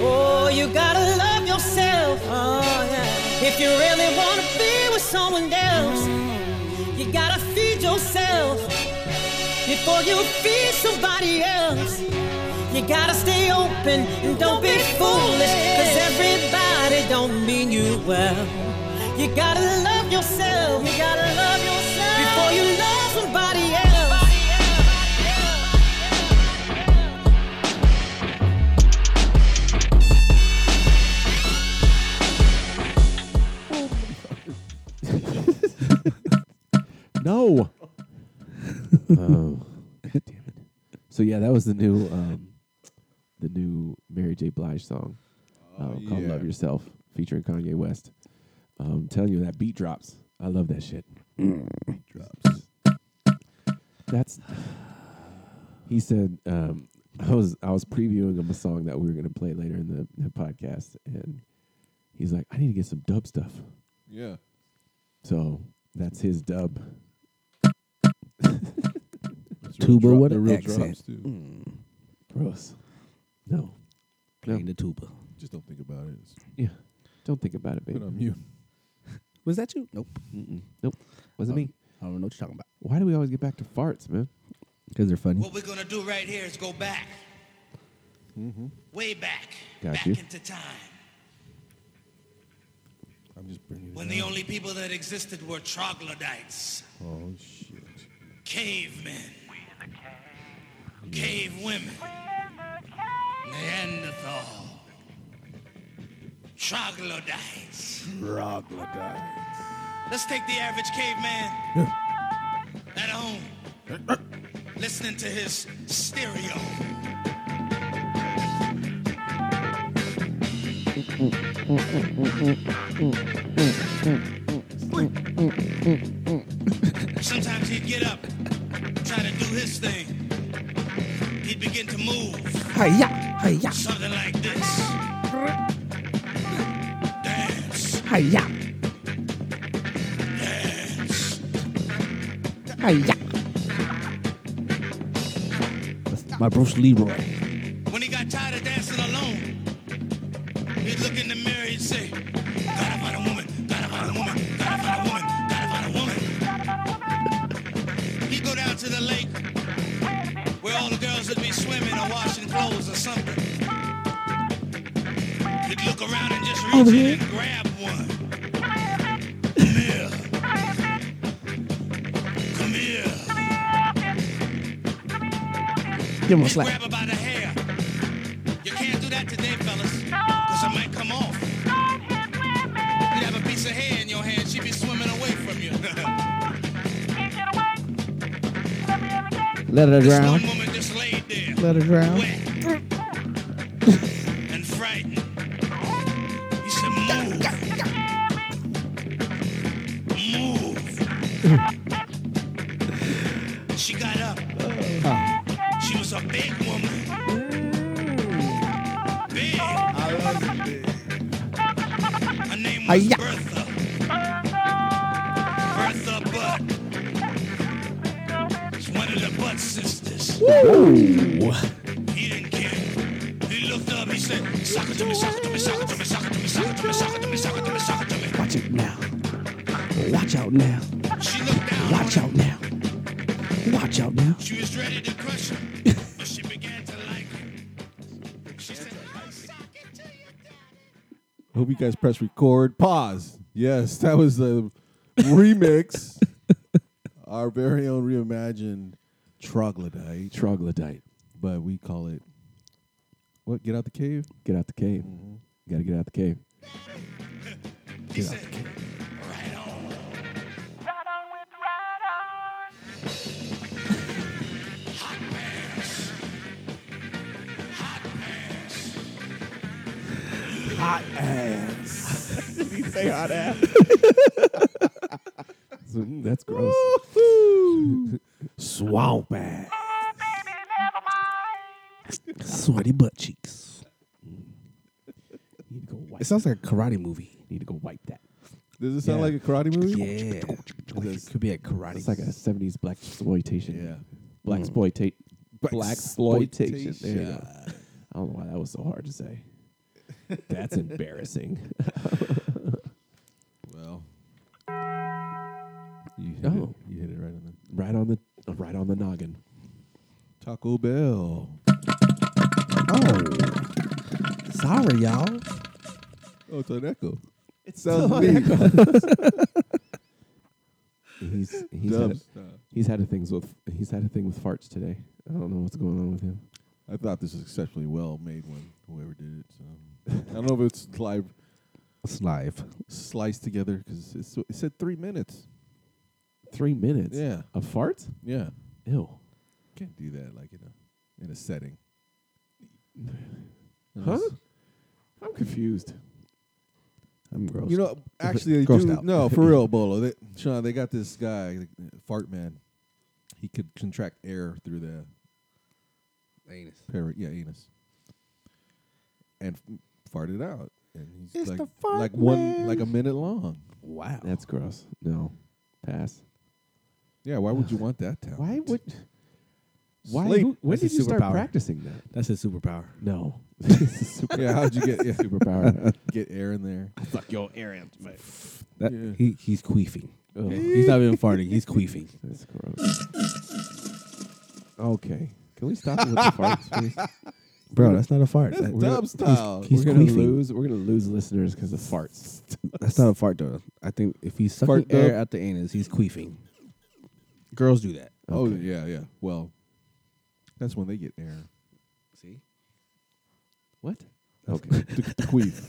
Speaker 8: Oh, you gotta love yourself. Oh, yeah. If you really wanna be with someone else, you gotta feed yourself. Before you feed somebody else, you gotta stay open and don't be foolish. Cause everybody don't mean you well. You gotta love yourself. You gotta love yourself. Before you love somebody else.
Speaker 2: No. oh, damn it. So yeah, that was the new, um, the new Mary J. Blige song um, called
Speaker 1: Oh, yeah.
Speaker 2: "Love Yourself" featuring Kanye West. I'm telling you, that beat drops. I love that shit.
Speaker 1: Mm.
Speaker 2: beat drops. That's. He said, um, "I was I was previewing him a song that we were going to play later in the, the podcast, and he's like, I need to get some dub stuff.'"
Speaker 1: Yeah.
Speaker 2: So that's his dub.
Speaker 18: Tuba
Speaker 2: with
Speaker 18: with an accent.
Speaker 2: Gross. No.
Speaker 18: Playing the tuba.
Speaker 1: Just don't think about it. It's-
Speaker 2: Yeah. Don't think about it, baby.
Speaker 1: Put on mute.
Speaker 18: Was that you? Nope. Oh,
Speaker 2: Mm-mm. Nope. Wasn't me.
Speaker 18: I don't know what you're talking about.
Speaker 2: Why do we always get back to farts, man?
Speaker 18: Because they're funny.
Speaker 22: What we're gonna do right here is go back,
Speaker 1: Mm-hmm.
Speaker 22: way back,
Speaker 2: Got
Speaker 22: back
Speaker 2: you.
Speaker 22: into time
Speaker 1: I'm just bringing it
Speaker 22: when the only people that existed were troglodytes,
Speaker 1: Oh, shit.
Speaker 22: cavemen, cave women, Neanderthal, troglodytes. Let's take the average caveman at home, listening to his stereo. Sometimes he'd get up, try to do his thing. He'd begin to move.
Speaker 18: Hi-ya, hi-ya.
Speaker 22: Something like this. Dance.
Speaker 18: Hi-ya.
Speaker 22: Dance.
Speaker 18: Hi-ya. That's my Bruce Leroy.
Speaker 22: When he got tired of dancing alone, he'd look in the mirror and say, Gotta find a woman, gotta find a woman, gotta find a woman, gotta find a woman. He'd go down to the lake where all the girls would be swimming or washing clothes or something. He'd look around and just reach
Speaker 18: Over
Speaker 22: in
Speaker 18: here.
Speaker 22: and grab one. Come here. Come here.
Speaker 18: Give him a
Speaker 22: He'd
Speaker 18: slap.
Speaker 22: Grab her by the hair. You can't do that today, fellas, because it might come off. You'd have a piece of hair in your hand, she'd be swimming away from you.
Speaker 18: Let her
Speaker 22: This
Speaker 18: drown.
Speaker 22: one woman just laid there.
Speaker 18: Let her drown.
Speaker 22: Wet and frightened. He said, Move. Move. she got up.
Speaker 18: Oh.
Speaker 22: She was a big woman. Big. Her name was
Speaker 18: Hi-ya.
Speaker 22: Bertha. Bertha Butt. She's one of the Butt sisters. He didn't care. He looked up. He said, "Suck it to me, suck it to me, suck it to me, suck it to me, suck it to me, suck it to me, suck it to me, suck it to me."
Speaker 18: Watch it now. Watch out now.
Speaker 22: She looked down.
Speaker 18: Watch out now. Watch out now.
Speaker 22: She was ready to crush him, but she began to like him. She said, "I suck it to you."
Speaker 1: Hope you guys press record. Pause. Yes, that was the remix. Our very own reimagined troglodyte.
Speaker 2: Troglodyte.
Speaker 1: But we call it what? Get out the cave?
Speaker 2: Get out the cave.
Speaker 18: Mm-hmm.
Speaker 2: You gotta get out the cave.
Speaker 22: He said, "Right on." Hot pants. Hot pants.
Speaker 18: Hot ass. Did he say hot ass?
Speaker 2: So, mm, That's gross.
Speaker 18: Swamp ass. Sweaty butt cheeks.
Speaker 2: Need to go wipe.
Speaker 18: It sounds like a karate movie.
Speaker 2: Need to go wipe that.
Speaker 1: Does it sound like a karate movie?
Speaker 18: Yeah. It could be a karate.
Speaker 2: It's like a '70s black exploitation.
Speaker 1: Yeah.
Speaker 2: Black
Speaker 1: Hmm.
Speaker 2: exploitation.
Speaker 18: Black
Speaker 2: Black exploitation. There you go.
Speaker 18: exploitation.
Speaker 2: I don't know why that was so hard to say. That's embarrassing.
Speaker 1: Well, you hit,
Speaker 2: Oh.
Speaker 1: it, you hit it right on the
Speaker 2: right on the uh, right on the noggin.
Speaker 1: Taco Bell.
Speaker 18: Oh. Sorry, y'all.
Speaker 1: Oh, it's an echo.
Speaker 2: It
Speaker 1: sounds mean.
Speaker 2: He's he's had,
Speaker 1: Dubs.
Speaker 2: a, he's had a things with he's had a thing with farts today. I don't know what's going on with him.
Speaker 1: I thought this was exceptionally well made one. Whoever did it. So. I don't know if it's live
Speaker 18: It's live.
Speaker 1: sliced together because it said three minutes.
Speaker 2: Three minutes.
Speaker 1: Yeah.
Speaker 2: A fart?
Speaker 1: Yeah.
Speaker 2: Ew.
Speaker 1: Can't do that like in a in a setting.
Speaker 2: Huh?
Speaker 1: Unless-
Speaker 2: I'm confused.
Speaker 18: I'm gross.
Speaker 1: You know, actually, they
Speaker 18: Grossed
Speaker 1: do.
Speaker 18: out.
Speaker 1: No, for real, Bolo. They, Sean, they got this guy, uh, Fart Man. He could contract air through the
Speaker 18: Anus.
Speaker 1: parrot, yeah, anus, and f- fart it out. And he's
Speaker 18: It's
Speaker 1: like,
Speaker 18: the fart
Speaker 1: like one,
Speaker 18: man.
Speaker 1: like a minute long.
Speaker 18: Wow.
Speaker 2: That's gross. No. Pass.
Speaker 1: Yeah, why would you want that talent?
Speaker 2: Why would why
Speaker 1: Sleep.
Speaker 2: who- when
Speaker 18: That's
Speaker 2: did
Speaker 18: his
Speaker 2: you start
Speaker 18: superpower.
Speaker 2: practicing that?
Speaker 18: That's his superpower.
Speaker 2: No.
Speaker 1: Yeah, how'd you get yeah,
Speaker 2: Superpower.
Speaker 1: get air in there?
Speaker 2: Fuck your Aaron.
Speaker 18: That,
Speaker 1: Yeah.
Speaker 18: he, he's queefing. Oh.
Speaker 2: Ugh.
Speaker 18: He's not even farting. He's queefing.
Speaker 2: That's gross. okay. Can we stop it with the farts, please?
Speaker 18: Bro, that's not a fart.
Speaker 1: That's
Speaker 18: That-
Speaker 1: dub style.
Speaker 18: He's
Speaker 2: we're gonna
Speaker 18: queefing.
Speaker 2: lose. We're gonna lose listeners because of farts.
Speaker 18: That's not a fart, though. I think if he's sucking
Speaker 1: Fart
Speaker 18: air
Speaker 1: dub?
Speaker 18: out the anus, he's queefing. Girls do that.
Speaker 1: Oh yeah, yeah. Well, that's when they get air.
Speaker 18: See?
Speaker 2: What?
Speaker 1: Okay, to, to queef.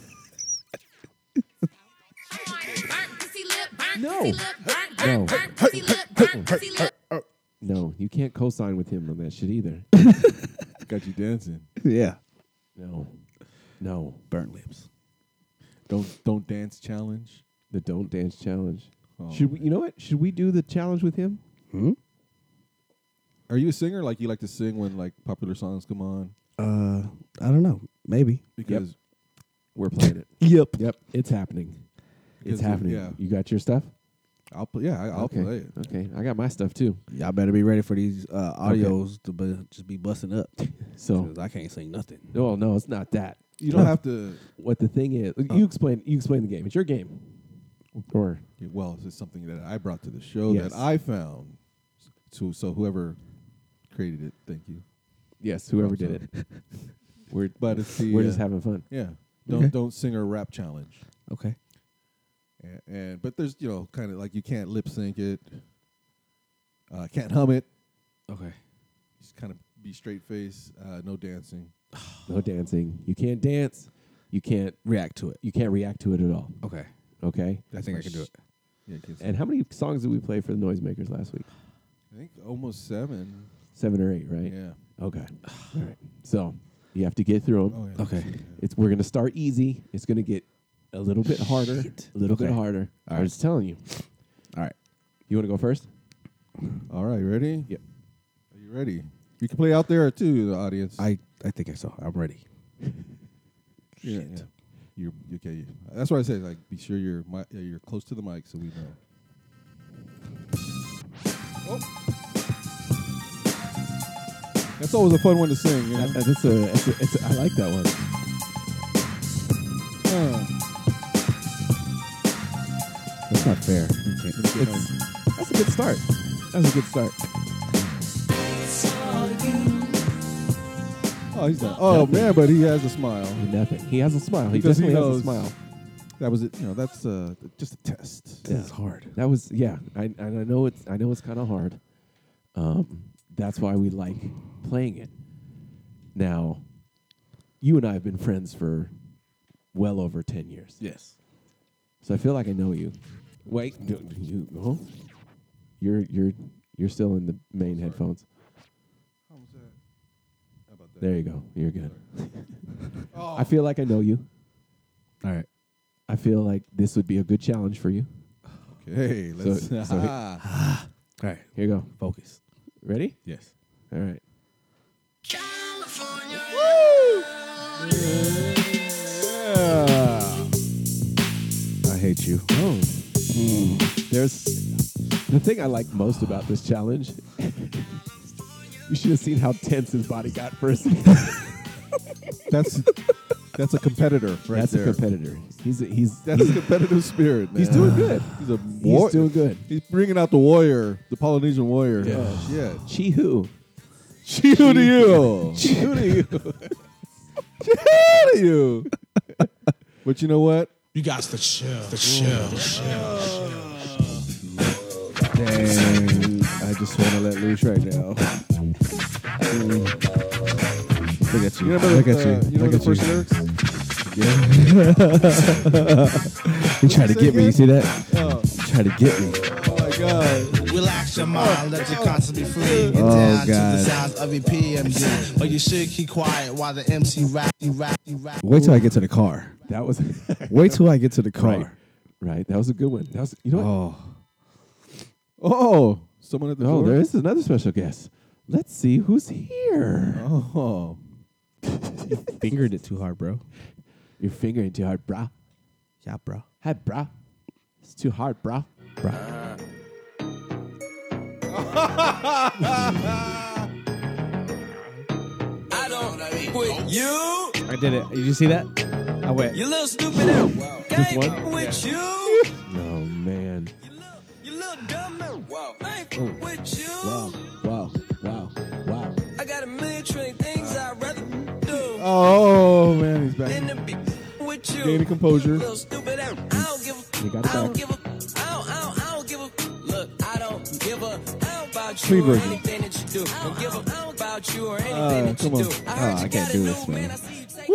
Speaker 17: Burnt pussy lip, burnt
Speaker 2: No.
Speaker 17: pussy lip, burnt,
Speaker 2: No.
Speaker 17: burnt, burnt pussy lip, burnt pussy lip.
Speaker 2: No, you can't co-sign with him on that shit either.
Speaker 1: Got you dancing.
Speaker 18: yeah.
Speaker 2: No, no.
Speaker 18: Burnt lips.
Speaker 1: Don't don't dance challenge.
Speaker 2: The don't dance challenge.
Speaker 1: Oh,
Speaker 2: Should we? You know what? Should we do the challenge with him?
Speaker 18: Hmm?
Speaker 1: Are you a singer? Like you like to sing when like popular songs come on?
Speaker 18: Uh, I don't know. Maybe.
Speaker 1: Because
Speaker 2: we're playing it.
Speaker 18: Yep.
Speaker 2: Yep. It's happening.
Speaker 1: Because
Speaker 2: It's
Speaker 1: it-
Speaker 2: happening.
Speaker 1: yeah.
Speaker 2: You got your stuff?
Speaker 1: I'll play. Yeah, I, I'll
Speaker 2: okay.
Speaker 1: play it.
Speaker 2: Okay. I got my stuff too.
Speaker 18: Y'all better be ready for these uh, audios to be, just be busting up.
Speaker 2: So-
Speaker 18: 'Cause I can't sing nothing.
Speaker 2: No, no, it's not that.
Speaker 1: You don't have to.
Speaker 2: What the thing is? You explain. You explain the game. It's your game. Uh. Or
Speaker 1: Yeah, Well, it's something that I brought to the show
Speaker 2: Yes.
Speaker 1: that I found. So so whoever created it, thank you.
Speaker 2: yes, whoever did it. We're
Speaker 1: But it's the,
Speaker 2: we're
Speaker 1: uh,
Speaker 2: just having fun.
Speaker 1: Yeah. Don't
Speaker 18: Okay.
Speaker 1: don't sing or rap challenge.
Speaker 18: Okay.
Speaker 1: And, and but there's you know kind of like you can't lip sync it. Uh, can't hum it.
Speaker 18: Okay.
Speaker 1: Just kind of be straight face. Uh, no dancing.
Speaker 2: No dancing. You can't dance. You can't
Speaker 18: react to it.
Speaker 2: You can't react to it at all.
Speaker 18: Okay.
Speaker 2: Okay.
Speaker 18: I think I can do it.
Speaker 1: Yeah, kids.
Speaker 2: And how many songs did we play for the Noisemakers last week?
Speaker 1: I think almost seven.
Speaker 2: Seven or eight, right?
Speaker 1: Yeah.
Speaker 2: Okay. All right. So you have to get through them.
Speaker 1: Oh, yeah, Okay. that's it,
Speaker 2: It's we're gonna start easy. It's gonna get a little bit harder. A little bit
Speaker 18: Okay.
Speaker 2: harder.
Speaker 18: All
Speaker 2: I
Speaker 18: right.
Speaker 2: was telling you.
Speaker 18: All right.
Speaker 2: You want to go first?
Speaker 1: All right, ready?
Speaker 2: Yep.
Speaker 1: Are you ready? You can play out there too, the audience.
Speaker 18: I, I think I saw. I'm ready.
Speaker 1: Yeah, yeah. You're you- okay. you- That's why I say like be sure you're mi- uh, you're close to the mic so we know. Oh. That's always a fun one to sing. You know?
Speaker 2: That- that's a, that's a, it's a, I like that one.
Speaker 18: That's not fair.
Speaker 2: It's, that's a good start. That's a good start.
Speaker 1: Oh, he's not. Oh man, but he has a smile.
Speaker 2: Nothing. He has a smile. He
Speaker 1: Because he
Speaker 2: definitely has
Speaker 1: knows.
Speaker 2: a smile.
Speaker 1: That was it. You know, that's uh, just a test.
Speaker 2: Yeah.
Speaker 18: It's hard.
Speaker 2: That was yeah. I and I know it's I know it's kind of hard. Um, that's why we like playing it. Now, you and I have been friends for well over ten years,
Speaker 18: Yes.
Speaker 2: so I feel like I know you. Wait, do, do you oh, you're you're you're still in the main headphones. There you go. You're good. I feel like I know you.
Speaker 18: Oh. All right.
Speaker 2: I feel like this would be a good challenge for you.
Speaker 1: Okay,
Speaker 2: So-
Speaker 1: let's.
Speaker 2: so he-
Speaker 1: Ah.
Speaker 18: All right.
Speaker 2: Here you go.
Speaker 18: Focus.
Speaker 2: Ready?
Speaker 18: Yes.
Speaker 2: All right.
Speaker 1: yeah.
Speaker 18: I hate you.
Speaker 2: Uh. Oh. There's the thing I like most about this challenge. you should have seen how tense his body got for a second.
Speaker 1: That's that's a competitor right
Speaker 2: That's
Speaker 1: there.
Speaker 2: a competitor. He's a, he's
Speaker 1: That's a competitive spirit, man.
Speaker 2: he's doing good.
Speaker 1: He's a
Speaker 2: He's
Speaker 1: war-
Speaker 2: doing good.
Speaker 1: He's bringing out the warrior, the Polynesian warrior.
Speaker 2: Yeah.
Speaker 1: Oh, shit.
Speaker 2: Chi who?
Speaker 1: Chew to you. Chew to you. Chew to you. But you know what?
Speaker 10: You got the chill. The chill. The chill.
Speaker 18: Dang. I just want to let loose right now. Look at you.
Speaker 1: You remember
Speaker 18: Look
Speaker 1: the, uh,
Speaker 18: at you.
Speaker 1: you know
Speaker 18: Look
Speaker 1: the
Speaker 18: at
Speaker 1: first
Speaker 18: you.
Speaker 1: lyrics?
Speaker 18: You tried to
Speaker 1: Say
Speaker 18: get me. You
Speaker 1: again?
Speaker 18: see that?
Speaker 1: Oh,
Speaker 18: Try to get me.
Speaker 1: oh my god. Oh,
Speaker 10: Relax your mind, let your constantly flee. Get
Speaker 18: Oh,
Speaker 10: down to
Speaker 18: God.
Speaker 10: the sounds of your PMD. But you should keep quiet while the MC rap, you rap, you rap.
Speaker 18: Wait till I get to the car.
Speaker 2: That was
Speaker 18: Wait till I get to the car.
Speaker 2: Right. right. That was a good one. That was you know. What?
Speaker 18: Oh.
Speaker 1: Oh, someone at the
Speaker 2: Oh,
Speaker 1: door.
Speaker 2: there is another special guest. Let's see who's here.
Speaker 1: Oh,
Speaker 18: Fingered it too hard, bro.
Speaker 2: Your finger into hard, brah.
Speaker 18: Yeah, bro.
Speaker 2: Hi, brah. It's too hard, brah.
Speaker 23: I don't with you.
Speaker 18: I did it. Did you see that? I went.
Speaker 23: You little stupid out.
Speaker 2: Just
Speaker 23: Ain't
Speaker 2: one?
Speaker 23: with you.
Speaker 2: Oh man.
Speaker 23: You little dumb out. Ain't with you.
Speaker 2: Wow. Wow. Wow. Wow.
Speaker 23: I got a million trillion things I'd rather do
Speaker 1: oh man, he's
Speaker 23: than
Speaker 1: back.
Speaker 23: to be with you.
Speaker 1: Gaining composure.
Speaker 23: Little stupid out. I don't give a.
Speaker 2: You got it
Speaker 23: I don't
Speaker 2: back.
Speaker 23: give a. I don't, I don't, I don't give a. Look, I don't give a. I don't about
Speaker 1: Clean
Speaker 23: you or
Speaker 1: version.
Speaker 23: anything that you do. I don't give a. I don't about you or anything
Speaker 1: Ah,
Speaker 23: that you
Speaker 1: come on.
Speaker 23: do. I
Speaker 2: Ah,
Speaker 23: heard you
Speaker 2: I can't
Speaker 23: got a
Speaker 2: do
Speaker 23: new
Speaker 2: this,
Speaker 23: man.
Speaker 2: man.
Speaker 23: I see you taking a pic.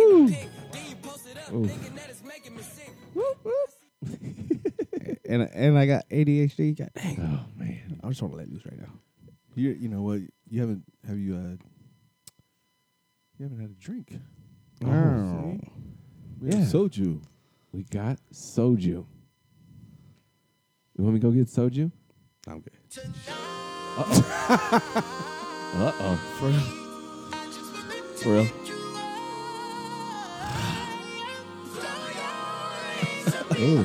Speaker 23: Then you post it up,
Speaker 2: Oof.
Speaker 23: thinking that it's making me sick.
Speaker 18: And and I got ADHD. God dang.
Speaker 2: Oh man.
Speaker 18: I just want to let loose right now.
Speaker 1: You you know what? You haven't have you uh you haven't had a drink.
Speaker 18: Oh.
Speaker 1: We have
Speaker 2: Yeah.
Speaker 1: soju.
Speaker 2: We got soju. You want me to go get soju?
Speaker 18: I'm good.
Speaker 2: Uh oh. uh oh.
Speaker 18: For real.
Speaker 2: For real.
Speaker 18: Ooh.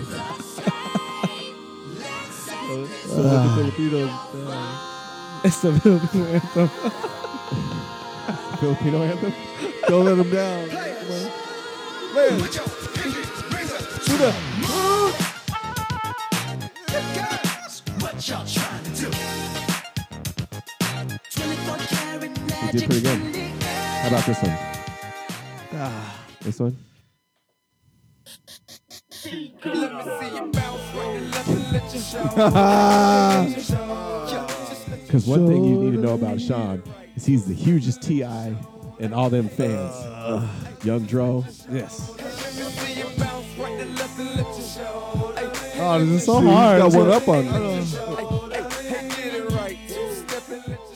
Speaker 1: So like the Filipinos, uh,
Speaker 18: It's the Filipino anthem.
Speaker 1: Filipino anthem. Don't let them down. Players. To the moon.
Speaker 22: What y'all trying to do?
Speaker 2: You did pretty good. How about this one? This one? Because one thing you need to know about Sean is he's the hugest TI and all them fans. Young Dro. Yes.
Speaker 18: Oh, this is so
Speaker 1: See, you
Speaker 18: hard.
Speaker 1: got one up on me.
Speaker 18: I don't-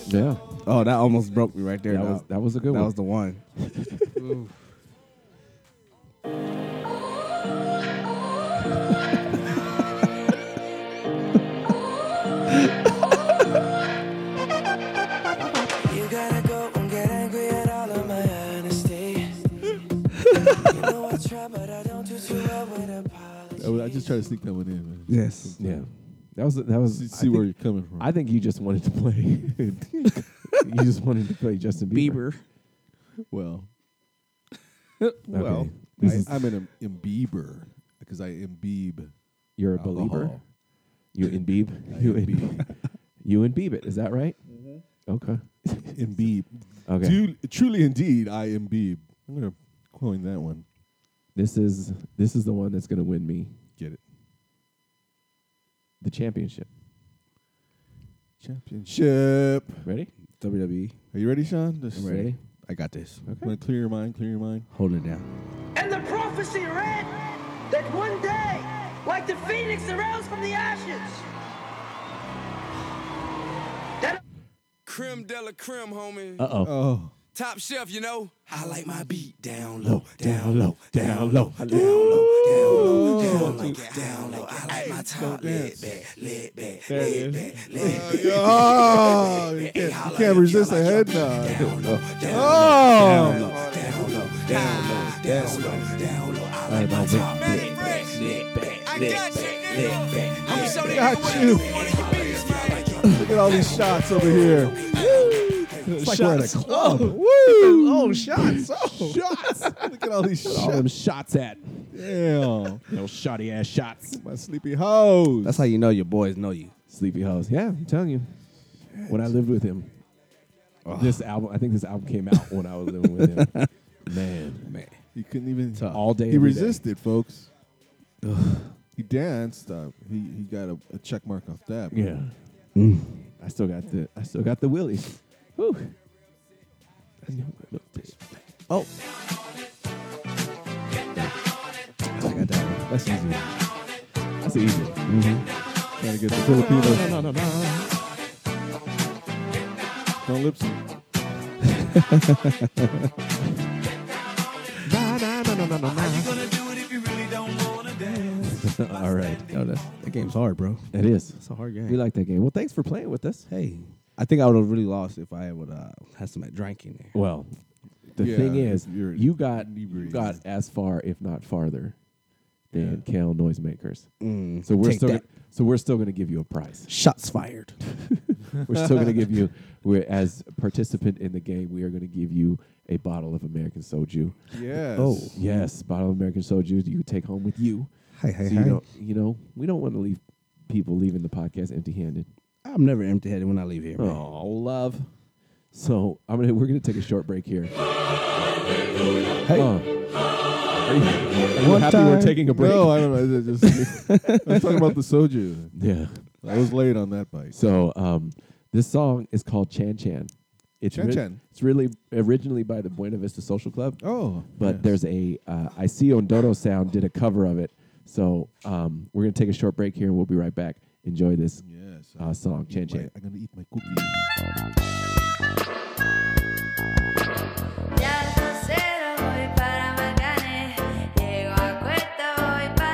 Speaker 2: Yeah.
Speaker 18: Oh, that almost broke me right there.
Speaker 2: That was- that was a good
Speaker 18: That
Speaker 2: one.
Speaker 18: was the one.
Speaker 11: You gotta go and get angry at all of my honesty. you know I try, but I don't do too well with a
Speaker 1: I just tried to sneak that one in, man.
Speaker 18: Yes.
Speaker 2: Yeah. That was that was.
Speaker 1: See-
Speaker 2: I
Speaker 1: see where
Speaker 2: think-
Speaker 1: you're coming from.
Speaker 2: I think you just wanted to play. you just wanted to play Justin Bieber.
Speaker 1: Well.
Speaker 2: Okay.
Speaker 1: well,
Speaker 2: This
Speaker 1: I,
Speaker 2: is-
Speaker 1: I'm an im- imbeber because I imbibe.
Speaker 2: You're a belieber.
Speaker 1: alcohol.
Speaker 2: You in Beeb. You in Beeb. you in Beeb. it, Is that right? Okay.
Speaker 1: Imbibe.
Speaker 2: Okay.
Speaker 1: Du- truly, indeed, I imbibe. I'm gonna coin that one.
Speaker 2: This is this is the one that's gonna win me
Speaker 1: Get it.
Speaker 2: the championship.
Speaker 1: Championship.
Speaker 2: Ready?
Speaker 18: WWE.
Speaker 1: Are you ready, Sean? Just-
Speaker 18: I'm E. ready. I got this.
Speaker 1: You wanna clear your mind? Clear your mind.
Speaker 18: Hold it down.
Speaker 12: And the prophecy read that one day, like the phoenix aroused from the ashes,
Speaker 23: Creme de la creme, homie.
Speaker 2: Uh-oh. Oh.
Speaker 23: Top chef, you know. I like my beat down
Speaker 2: low, down low, down low,
Speaker 23: down low, low,
Speaker 2: down
Speaker 23: down low, down low. I like my top lit back, lit back,
Speaker 1: There it
Speaker 23: lit back,
Speaker 1: is.
Speaker 23: lit back.
Speaker 1: Oh, you can't, you can't resist a head nod. Oh, Ah.
Speaker 23: I
Speaker 1: got you. Look at all these shots over here. It's like we're at a
Speaker 18: Shots.
Speaker 1: club.
Speaker 18: Oh.
Speaker 1: Woo!
Speaker 18: Oh, shots. Oh.
Speaker 1: shots! Look at all these
Speaker 2: Where
Speaker 1: shots.
Speaker 2: all them shots at?
Speaker 1: Damn.
Speaker 2: Those shoddy ass shots.
Speaker 1: My sleepy hoes.
Speaker 18: That's how you know your boys know you.
Speaker 2: Sleepy Hoes. Yeah, I'm telling you. When I lived with him, this album, I think this album came out when I was living with him. Man.
Speaker 18: Man.
Speaker 1: He couldn't even
Speaker 2: All day.
Speaker 1: He
Speaker 2: every day.
Speaker 1: resisted, folks. he danced. Uh, he he got a, a check mark off that.
Speaker 2: Yeah. I still got the I still got the willies. Whew. I know I look big. Oh.
Speaker 18: I got that one.
Speaker 2: That's easy. That's easy. Mm-hmm.
Speaker 1: Gotta get the Filipino.
Speaker 2: No, no, no, no.
Speaker 1: Don't lip sync.
Speaker 2: All right.
Speaker 18: Yo, that's, that game's hard, bro.
Speaker 2: It is.
Speaker 18: It's a hard game.
Speaker 2: We like that game. Well, thanks for playing with us.
Speaker 18: Hey, I think I would have really lost if I would uh had some drink in there.
Speaker 2: Well, the
Speaker 1: Yeah,
Speaker 2: thing is,
Speaker 1: you're
Speaker 2: you got you
Speaker 1: inebriated.
Speaker 2: got as far, if not farther, than
Speaker 1: Yeah.
Speaker 2: Kale Noisemakers.
Speaker 18: Mm,
Speaker 2: so we're
Speaker 18: take
Speaker 2: still
Speaker 18: that.
Speaker 2: gonna- so we're still going to give you a prize.
Speaker 18: Shots fired.
Speaker 2: We're still going to give you, we're, as participant in the game, we are going to give you a bottle of American soju.
Speaker 1: Yes.
Speaker 18: Oh.
Speaker 2: Yes, bottle of American soju that you take home with you.
Speaker 18: Hi, hi,
Speaker 2: so
Speaker 18: hi.
Speaker 2: You, don't, you know, we don't want to leave people leaving the podcast empty-handed.
Speaker 18: I'm never empty headed when I leave here, man.
Speaker 2: Oh, love. So I'm gonna we're gonna take a short break here. Hey. are you, are you
Speaker 18: One
Speaker 2: happy we're
Speaker 18: time.
Speaker 2: taking a break?
Speaker 1: No, I don't know. I just, I was talking about the soju.
Speaker 2: Yeah.
Speaker 1: I was late on that bite.
Speaker 2: So um, this song is called Chan Chan. It's
Speaker 1: Chan Chan.
Speaker 2: It's really originally by the Buena Vista Social Club.
Speaker 1: Oh,
Speaker 2: but
Speaker 1: yes.
Speaker 2: there's a uh, I see Ondoro Sound did a cover of it. So um, we're gonna take a short break here, and we'll be right back. Enjoy this
Speaker 1: Yes,
Speaker 2: uh, song,
Speaker 1: My-
Speaker 2: Chan Chan.
Speaker 1: I'm gonna eat my cookie.
Speaker 13: Ya al cero voy para Magané, llego a Cuesta, voy para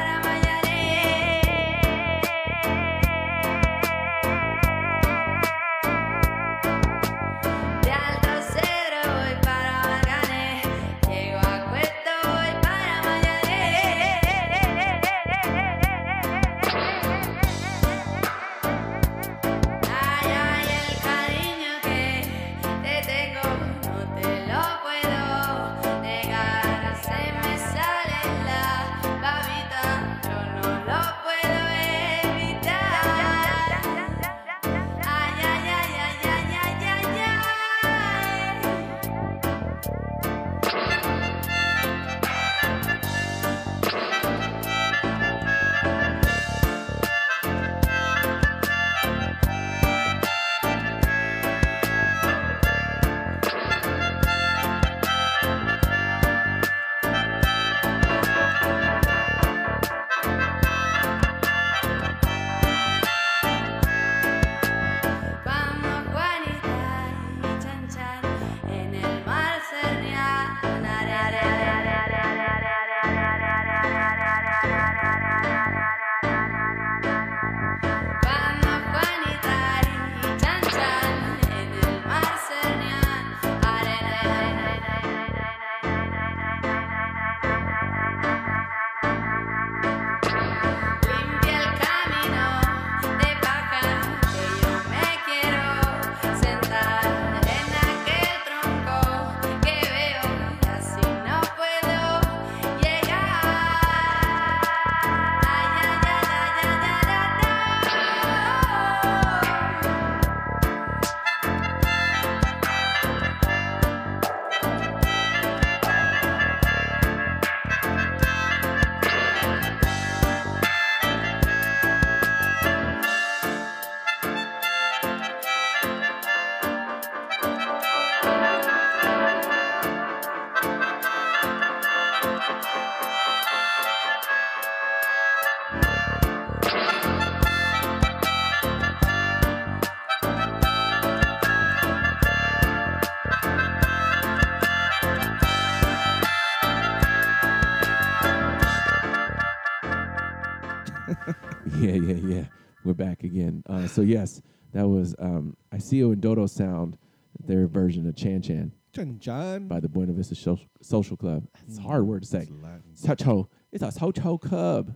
Speaker 2: Yeah, yeah, yeah. We're back again. Uh, so yes, that was um, I see you in Dodo Sound, their version of Chan Chan.
Speaker 1: Chan Chan.
Speaker 2: by the Buena Vista Social, Social Club. It's a
Speaker 1: Mm.
Speaker 2: hard word to say.
Speaker 1: It's Latin.
Speaker 2: Social. It's a social club.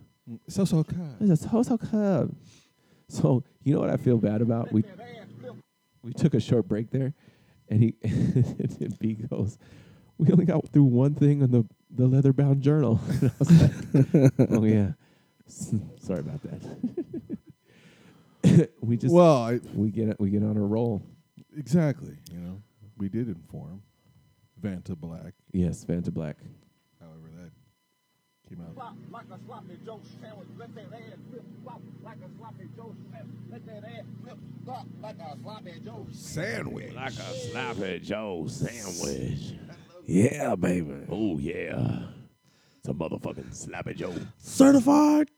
Speaker 1: Social club.
Speaker 2: It's a social club. So you know what I feel bad about? We we took a short break there, and he and B goes, "We only got through one thing on the the leather bound journal." And I was like, "Oh yeah, S- sorry about that." we just
Speaker 1: Well, I-
Speaker 2: we get we get on a roll.
Speaker 1: Exactly. You know, we did inform Vanta Black.
Speaker 2: Yes, Vanta Black.
Speaker 1: However, that came out.
Speaker 5: Like a sloppy Joe sandwich, let that ass flip flop. Like a sloppy Joe sandwich, let that ass flip flop. Like a sloppy Joe
Speaker 1: Sandwich.
Speaker 13: Like a sloppy Joe sandwich. Yeah, baby. Oh, yeah. It's a motherfucking sloppy Joe.
Speaker 18: Certified.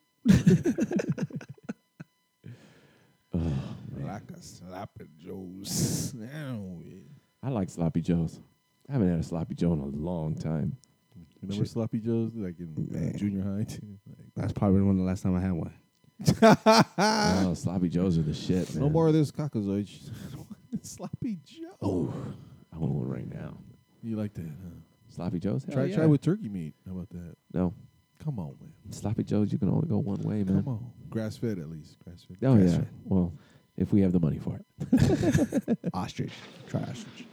Speaker 1: like a sloppy Joe sandwich.
Speaker 2: I like sloppy joes. I haven't had a sloppy joe in a long time.
Speaker 1: Remember Sloppy Joe's like in uh, junior high? Too?
Speaker 18: That's probably one of the last time I had one.
Speaker 2: oh, sloppy joes are the shit.
Speaker 1: No
Speaker 2: man.
Speaker 1: more of this cockazooch. Sloppy Joe.
Speaker 2: Oh, I want one right now.
Speaker 1: You like that? Huh?
Speaker 2: Sloppy Joe's. Hell
Speaker 1: Try
Speaker 2: yeah.
Speaker 1: try with turkey meat. How about that?
Speaker 2: No,
Speaker 1: Come on, man.
Speaker 2: sloppy Joe's. You can only go one way, man.
Speaker 1: Come on. Grass fed at least. Grass fed.
Speaker 2: Oh yeah. Well, if we have the money for it.
Speaker 18: ostrich. Try ostrich.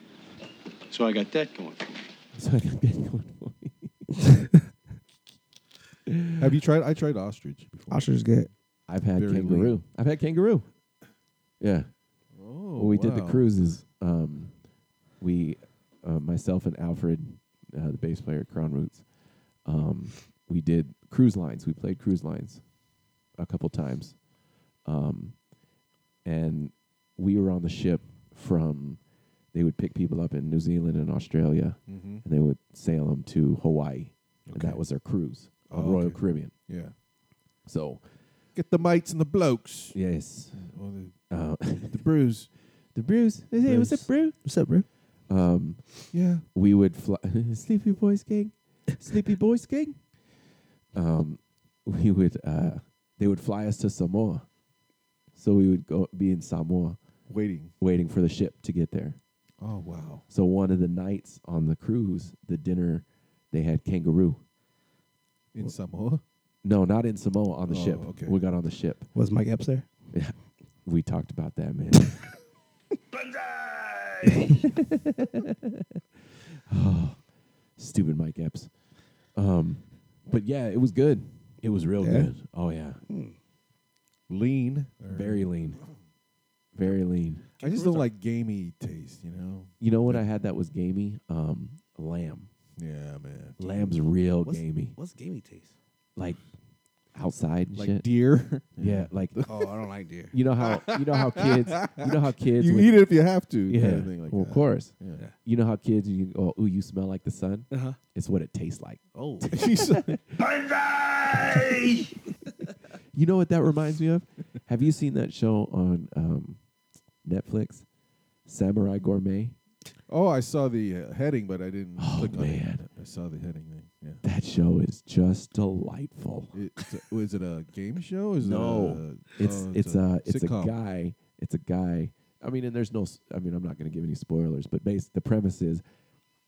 Speaker 14: So I got that going.
Speaker 2: So I got that going for me.
Speaker 1: Have you tried? I tried ostrich before.
Speaker 18: Ostrich good.
Speaker 2: I've had
Speaker 1: Very
Speaker 2: kangaroo.
Speaker 1: lean.
Speaker 2: I've had kangaroo. Yeah.
Speaker 1: Oh,
Speaker 2: when we did the
Speaker 1: wow.
Speaker 2: cruises, um, we, uh, myself and Alfred, uh, the bass player at Crown Roots, um, we did cruise lines. We played cruise lines a couple times, um, and we were on the ship from. They would pick people up in New Zealand and Australia,
Speaker 1: Mhm.
Speaker 2: and they would sail them to Hawaii, and that was their cruise, on
Speaker 1: Oh,
Speaker 2: Royal
Speaker 1: okay.
Speaker 2: Caribbean.
Speaker 1: Yeah.
Speaker 2: So
Speaker 1: Get the mites and the blokes.
Speaker 2: Yes.
Speaker 1: Or the,
Speaker 2: uh,
Speaker 1: the brews.
Speaker 2: The brews. Hey, what's up, brew?
Speaker 18: What's up, bro?
Speaker 2: Um,
Speaker 1: Yeah.
Speaker 2: We would fly Sleepy Boys Gang. Sleepy Boys Gang. Um, we would uh, they would fly us to Samoa, so we would go be in Samoa,
Speaker 1: waiting,
Speaker 2: waiting for the ship to get there.
Speaker 1: Oh wow.
Speaker 2: So one of the nights on the cruise, the dinner, they had kangaroo.
Speaker 1: In Samoa.
Speaker 2: No, not in Samoa on the
Speaker 1: Oh,
Speaker 2: ship.
Speaker 1: okay.
Speaker 2: We got on the ship.
Speaker 18: Was Mike Epps there?
Speaker 2: Yeah, we talked about that, man. oh, stupid Mike Epps. Um, but yeah, it was good. It was real
Speaker 1: Yeah? Hmm.
Speaker 2: good. Oh yeah,
Speaker 1: Lean.
Speaker 2: very lean, very lean.
Speaker 1: I just don't like gamey taste. You know.
Speaker 2: You know what I had that was gamey? Um, lamb.
Speaker 1: Yeah, man.
Speaker 2: Lamb's real
Speaker 18: What's-
Speaker 2: gamey,
Speaker 18: What's gamey taste?
Speaker 2: like outside and
Speaker 18: Like
Speaker 2: shit.
Speaker 1: deer.
Speaker 2: Yeah, like
Speaker 18: Oh, I don't like deer.
Speaker 2: You know how you know how kids you know how kids
Speaker 1: You
Speaker 2: would-
Speaker 1: eat it if you have to,
Speaker 2: Yeah,
Speaker 1: kinda thing like
Speaker 2: well, of
Speaker 1: that.
Speaker 2: course.
Speaker 1: Yeah. Yeah.
Speaker 2: You know how kids you go, oh, you smell like the sun.
Speaker 18: Uh-huh.
Speaker 2: It's what it tastes like.
Speaker 18: Oh.
Speaker 2: you know what that reminds me of? Have you seen that show on um, Netflix, Samurai Gourmet?
Speaker 1: Oh, I saw the uh, heading, but I didn't click
Speaker 2: Oh, man.
Speaker 1: on it. I saw the heading thing. Yeah.
Speaker 2: That show is just delightful.
Speaker 1: It, it's a- was it a game show? Is
Speaker 2: no,
Speaker 1: it a,
Speaker 2: it's
Speaker 1: oh,
Speaker 2: it's a it's
Speaker 1: sitcom.
Speaker 2: a guy. It's a guy. I mean, and there's no. s- I mean, I'm not going to give any spoilers, but base the premise is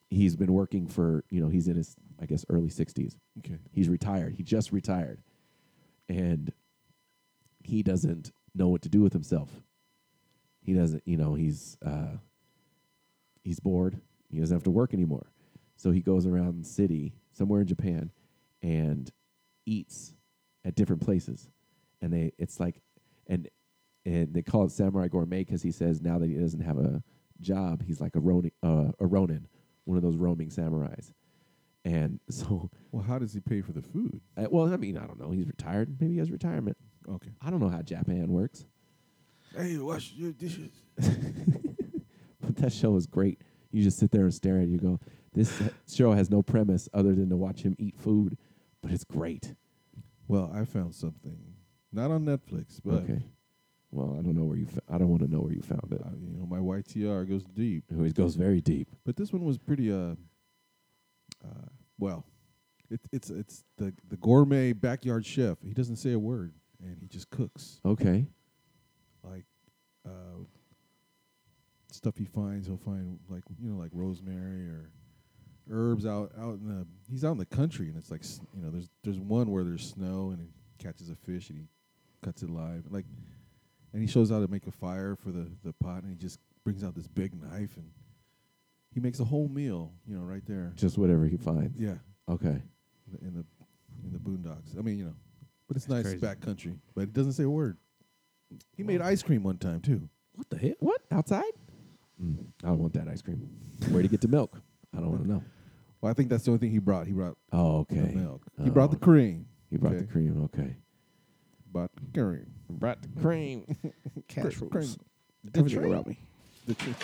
Speaker 2: he's been working for you know he's in his I guess early 60s.
Speaker 1: Okay.
Speaker 2: He's retired. He just retired, and he doesn't know what to do with himself. He doesn't. You know, he's uh, he's bored. He doesn't have to work anymore. So he goes around the city, somewhere in Japan, and eats at different places. And they it's like and and they call it samurai gourmet because he says now that he doesn't have a job, he's like a ronin, uh, a ronin, one of those roaming samurais. And so
Speaker 1: Well, how does he pay for the food?
Speaker 2: uh, well, I mean, I don't know. He's retired. Maybe he has retirement.
Speaker 1: Okay.
Speaker 2: I don't know how Japan works.
Speaker 1: Hey, wash your dishes.
Speaker 2: But that show is great. You just sit there and stare at it. You go, this show has no premise other than to watch him eat food, but it's great.
Speaker 1: Well, I found something not on Netflix, but
Speaker 2: okay. Well, I don't know where you. Fa- I don't want to know where you found it.
Speaker 1: uh, you know my YTR goes deep.
Speaker 2: It goes very deep.
Speaker 1: But this one was pretty. Uh, uh, well, it, it's it's the the gourmet backyard chef. He doesn't say a word. and he just cooks
Speaker 2: Okay.
Speaker 1: like uh, stuff he finds. He'll find like you know like rosemary or herbs out out in the. He's out in the country, and it's like s- you know there's there's one where there's snow, and he catches a fish and he cuts it live, like. And he shows how to make a fire for the the pot, and he just brings out this big knife and he makes a whole meal, you know, right there.
Speaker 2: Just whatever he finds.
Speaker 1: Yeah.
Speaker 2: Okay.
Speaker 1: in the- in the in the boondocks. I mean, you know, but it's
Speaker 2: That's
Speaker 1: nice
Speaker 2: crazy.
Speaker 1: back country. But it doesn't say a word. He made ice cream one time too.
Speaker 2: What the hell? What outside? Mm, I don't want that ice cream. Where would he get the milk? I don't want to know.
Speaker 1: Well, I think that's the only thing he brought. He brought
Speaker 2: Oh, okay.
Speaker 1: the milk. He brought the cream.
Speaker 2: He brought the
Speaker 1: Okay.
Speaker 2: cream. Okay.
Speaker 1: Brought the cream.
Speaker 2: Brought the cream.
Speaker 18: Cash
Speaker 1: Cream.
Speaker 18: rules.
Speaker 1: The
Speaker 18: Everything
Speaker 1: cream.
Speaker 18: around me.
Speaker 1: The cream.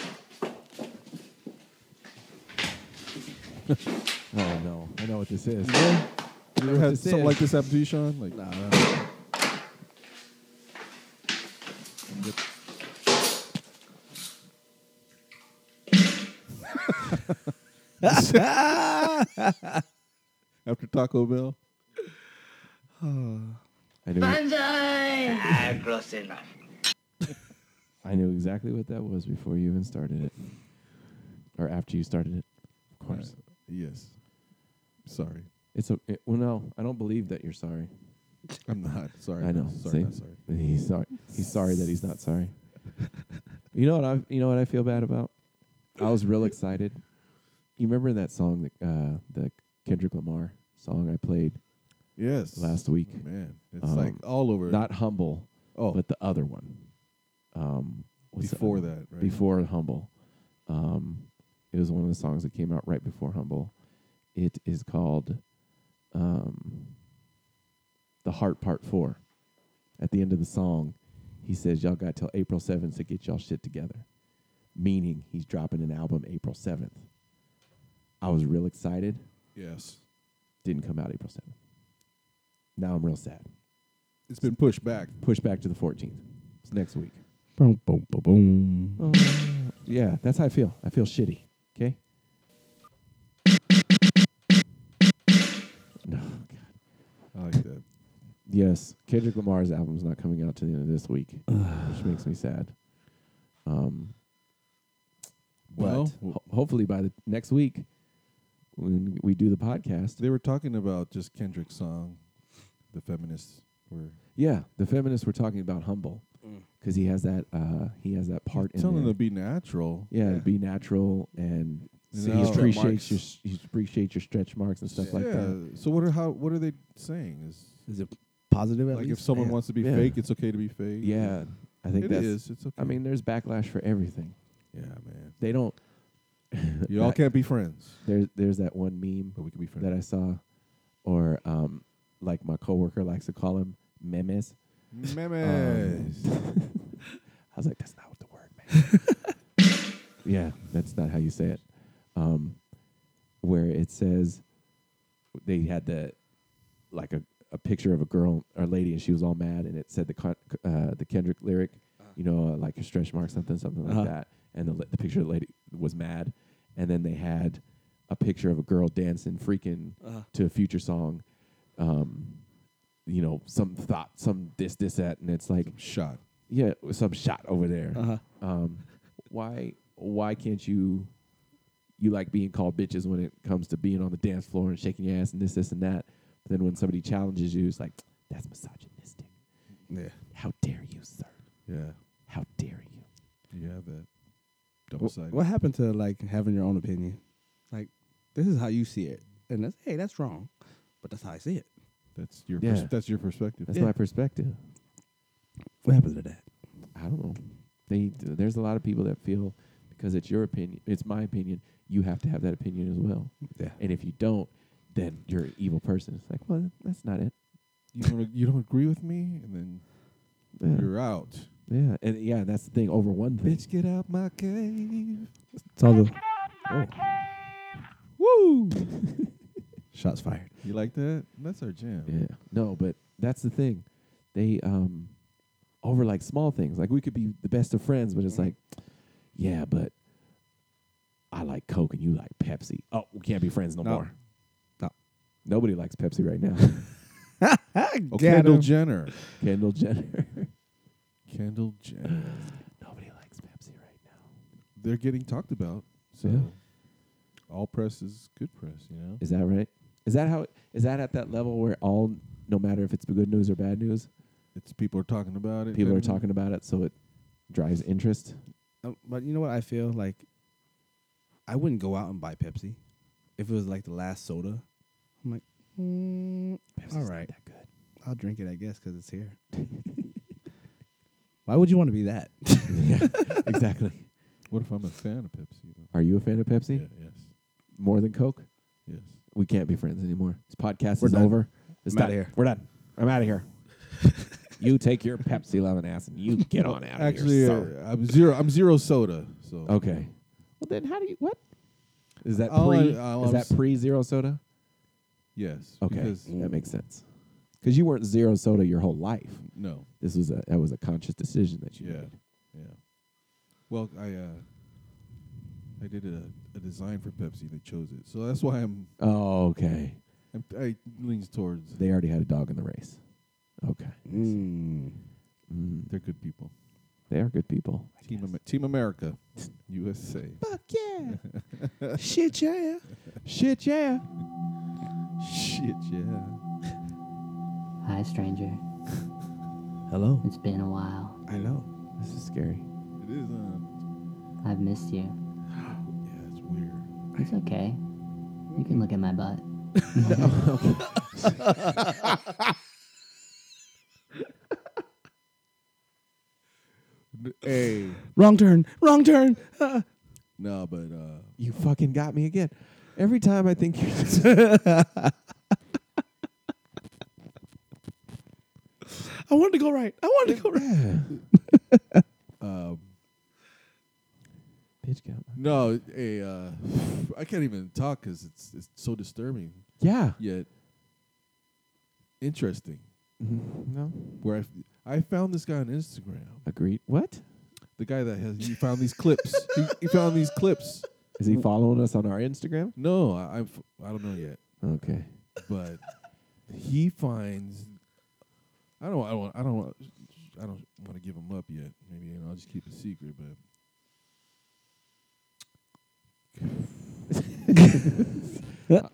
Speaker 2: Oh no! I know what this is.
Speaker 1: You ever had something like this happen to you, Sean? Like, nah. After Taco Bell,
Speaker 2: I knew.
Speaker 12: Banzai! Close enough.
Speaker 2: I knew exactly what that was before you even started it, or after you started it. Of course.
Speaker 1: Uh, yes. Sorry,
Speaker 2: It's a. it- well, no, I don't believe that you're sorry.
Speaker 1: I'm not sorry.
Speaker 2: I know.
Speaker 1: Sorry,
Speaker 2: see?
Speaker 1: not sorry.
Speaker 2: He's sorry. He's sorry that he's not sorry. you know what I? You know what I feel bad about? I was real excited. You remember that song, that, uh, the Kendrick Lamar song I played?
Speaker 1: Yes. Oh,
Speaker 2: Last week. Um,
Speaker 1: Man, it's like all over.
Speaker 2: Not humble.
Speaker 1: Oh.
Speaker 2: but the other one. Um, what's the
Speaker 1: Before
Speaker 2: other-
Speaker 1: that, right?
Speaker 2: Before humble. Um, it was one of the songs that came out right before humble. It is called um, the heart part four. At the end of the song, he says, "Y'all got till April seventh to get y'all shit together," meaning he's dropping an album April seventh. I was real excited.
Speaker 1: Yes.
Speaker 2: Didn't come out April seventh. Now I'm real sad.
Speaker 1: It's been pushed back.
Speaker 2: Pushed back to the fourteenth. It's next week.
Speaker 18: Boom, boom, boom, boom.
Speaker 2: Yeah, that's how I feel. I feel shitty. Okay. No, God.
Speaker 1: I like that.
Speaker 2: Yes, Kendrick Lamar's album is not coming out to the end of this week, which makes me sad. Um.
Speaker 1: Well,
Speaker 2: but ho- hopefully by the next week, when we do the podcast,
Speaker 1: They were talking about just Kendrick's song, the feminists were
Speaker 2: yeah, the feminists were talking about humble because he has that uh, he has that part in
Speaker 1: Mm. telling
Speaker 2: there.
Speaker 1: them to be natural.
Speaker 2: Yeah, be natural and
Speaker 1: You
Speaker 2: so
Speaker 1: know,
Speaker 2: you
Speaker 1: stretch
Speaker 2: appreciate
Speaker 1: marks.
Speaker 2: your s- you appreciate your stretch marks and stuff like that.
Speaker 1: So what are how what are they saying? Is
Speaker 18: Is it positive? At
Speaker 1: like
Speaker 18: least?
Speaker 1: if someone
Speaker 18: Yeah.
Speaker 1: wants to be
Speaker 2: Yeah.
Speaker 1: fake, it's okay to be fake.
Speaker 2: Yeah, I think
Speaker 1: It
Speaker 2: that's,
Speaker 1: is. It's
Speaker 2: I
Speaker 1: okay.
Speaker 2: mean, there's backlash for everything.
Speaker 1: Yeah, man.
Speaker 2: They don't.
Speaker 1: You all
Speaker 2: that-
Speaker 1: can't be friends.
Speaker 2: There's there's that one meme
Speaker 1: But we can be friends.
Speaker 2: that I saw, or um, like my coworker likes to call him memes. Um,
Speaker 1: Memes.
Speaker 2: I was like, that's not what the word meant. yeah, that's not how you say it. Um, where it says they had the like a, a picture of a girl or lady and she was all mad and it said the con- uh, the Kendrick lyric, you know, uh, like a stretch mark something something like
Speaker 18: Uh-huh.
Speaker 2: that. And the, li- the picture of the lady was mad, and then they had a picture of a girl dancing freaking
Speaker 18: Uh-huh.
Speaker 2: to a future song. Um, you know, some thought, some this, this, that, and it's like
Speaker 1: shot.
Speaker 2: Yeah, with some shot over there.
Speaker 18: Uh-huh.
Speaker 2: Um, why, why can't you? You like being called bitches when it comes to being on the dance floor and shaking your ass and this, this, and that. But then when somebody challenges you, it's like that's misogynistic.
Speaker 1: Yeah.
Speaker 2: How dare you, sir?
Speaker 1: Yeah.
Speaker 2: How dare you?
Speaker 1: You have that double
Speaker 18: Wh-
Speaker 1: sided.
Speaker 18: What happened to like having your own opinion? Like, this is how you see it, and that's hey, that's wrong, but that's how I see it.
Speaker 1: That's your
Speaker 2: Yeah.
Speaker 1: pers- that's your perspective.
Speaker 2: That's
Speaker 18: Yeah.
Speaker 2: my perspective.
Speaker 18: What happened to that?
Speaker 2: I don't know. They there's a lot of people that feel because it's your opinion, it's my opinion. You have to have that opinion as well.
Speaker 18: Yeah.
Speaker 2: And if you don't, then you're an evil person. It's like, well, that's not it.
Speaker 1: You don't you don't agree with me, and then
Speaker 2: Yeah.
Speaker 1: you're out.
Speaker 2: Yeah, and yeah, that's the thing. Over one thing,
Speaker 1: Bitch, get out my cave.
Speaker 18: It's all the
Speaker 2: Oh. Woo!
Speaker 18: shots fired.
Speaker 1: You like that? That's our jam.
Speaker 2: yeah, no, but that's the thing. They um, over like small things. Like we could be the best of friends, but it's like, yeah, but I like Coke and you like Pepsi. Oh, we can't be friends no,
Speaker 18: No.
Speaker 2: more.
Speaker 18: No.
Speaker 2: Nobody likes Pepsi right now.
Speaker 1: oh, Kendall
Speaker 2: him.
Speaker 1: Jenner.
Speaker 2: Kendall Jenner.
Speaker 1: Kendall Jenner. Nobody likes Pepsi right now. They're getting talked about. So
Speaker 2: Yeah.
Speaker 1: all press is good press, you know?
Speaker 2: Is that right? Is that how? Is that at that level where all, no matter if it's good news or bad news,
Speaker 1: it's people are talking about it.
Speaker 2: People are
Speaker 1: then-
Speaker 2: talking about it, so it drives interest.
Speaker 18: Um, but you know what I feel like? I wouldn't go out and buy Pepsi if it was like the last soda. I'm like, mm, all right, that good. I'll drink it, I guess, because it's here. Why would you want to be that?
Speaker 2: exactly.
Speaker 1: What if I'm a fan of Pepsi? though?
Speaker 2: Are you a fan of Pepsi?
Speaker 1: yes.
Speaker 2: More than Coke?
Speaker 1: Yes.
Speaker 2: We can't be friends anymore. This podcast
Speaker 18: We're
Speaker 2: is
Speaker 18: done.
Speaker 2: over. It's
Speaker 18: I'm outta
Speaker 2: done.
Speaker 18: here.
Speaker 2: We're done. I'm out of here. you take your Pepsi loving ass and you get on out of
Speaker 1: Actually,
Speaker 2: here.
Speaker 1: uh,
Speaker 2: son.
Speaker 1: I'm zero. I'm zero soda. So
Speaker 2: okay. Well, then how do you what? Is
Speaker 18: uh,
Speaker 2: that
Speaker 1: All I-
Speaker 2: pre?
Speaker 1: all
Speaker 2: is
Speaker 1: I'm
Speaker 2: that
Speaker 1: s-
Speaker 2: pre zero soda?
Speaker 1: Yes.
Speaker 2: Okay,
Speaker 1: Because
Speaker 2: that makes sense. Because you weren't zero soda your whole life.
Speaker 1: No.
Speaker 2: This was a that was a conscious decision that you
Speaker 1: Yeah.
Speaker 2: made.
Speaker 1: Yeah. Well, I uh, I did a, a design for Pepsi. They chose it, so that's why I'm.
Speaker 2: Oh, okay.
Speaker 1: I'm I leans towards.
Speaker 2: They already had a dog in the race. Okay. Mm.
Speaker 1: They're good people.
Speaker 2: They are good people.
Speaker 1: Team Ama- Team America, USA.
Speaker 18: Fuck yeah. Shit yeah.
Speaker 2: Shit yeah.
Speaker 1: Shit yeah.
Speaker 15: Hi, stranger.
Speaker 18: Hello.
Speaker 15: It's been a while.
Speaker 18: I know.
Speaker 2: This is scary.
Speaker 1: It is. Uh,
Speaker 15: I've missed you.
Speaker 1: yeah, it's weird.
Speaker 15: It's okay. You can look at my butt.
Speaker 1: Hey.
Speaker 18: Wrong turn. Wrong turn. Uh,
Speaker 1: No, but uh,
Speaker 2: You fucking got me again. Every time I think you're.
Speaker 18: I wanted to go right. I wanted to go right.
Speaker 1: um,
Speaker 2: Bitch got
Speaker 1: no, a uh, I can't even talk because it's it's so disturbing.
Speaker 2: Yeah.
Speaker 1: Yet interesting.
Speaker 2: Mm-hmm. No.
Speaker 1: Where I f- I found this guy on Instagram.
Speaker 2: Agreed. What?
Speaker 1: The guy that has he found these clips. he, he found these clips.
Speaker 2: Is he following us on our Instagram?
Speaker 1: No, I I'm, f- I don't know yet,
Speaker 2: Okay.
Speaker 1: but he finds. I don't. I don't. I don't. wa- I don't want to give him up yet. Maybe you know, I'll just keep it secret. But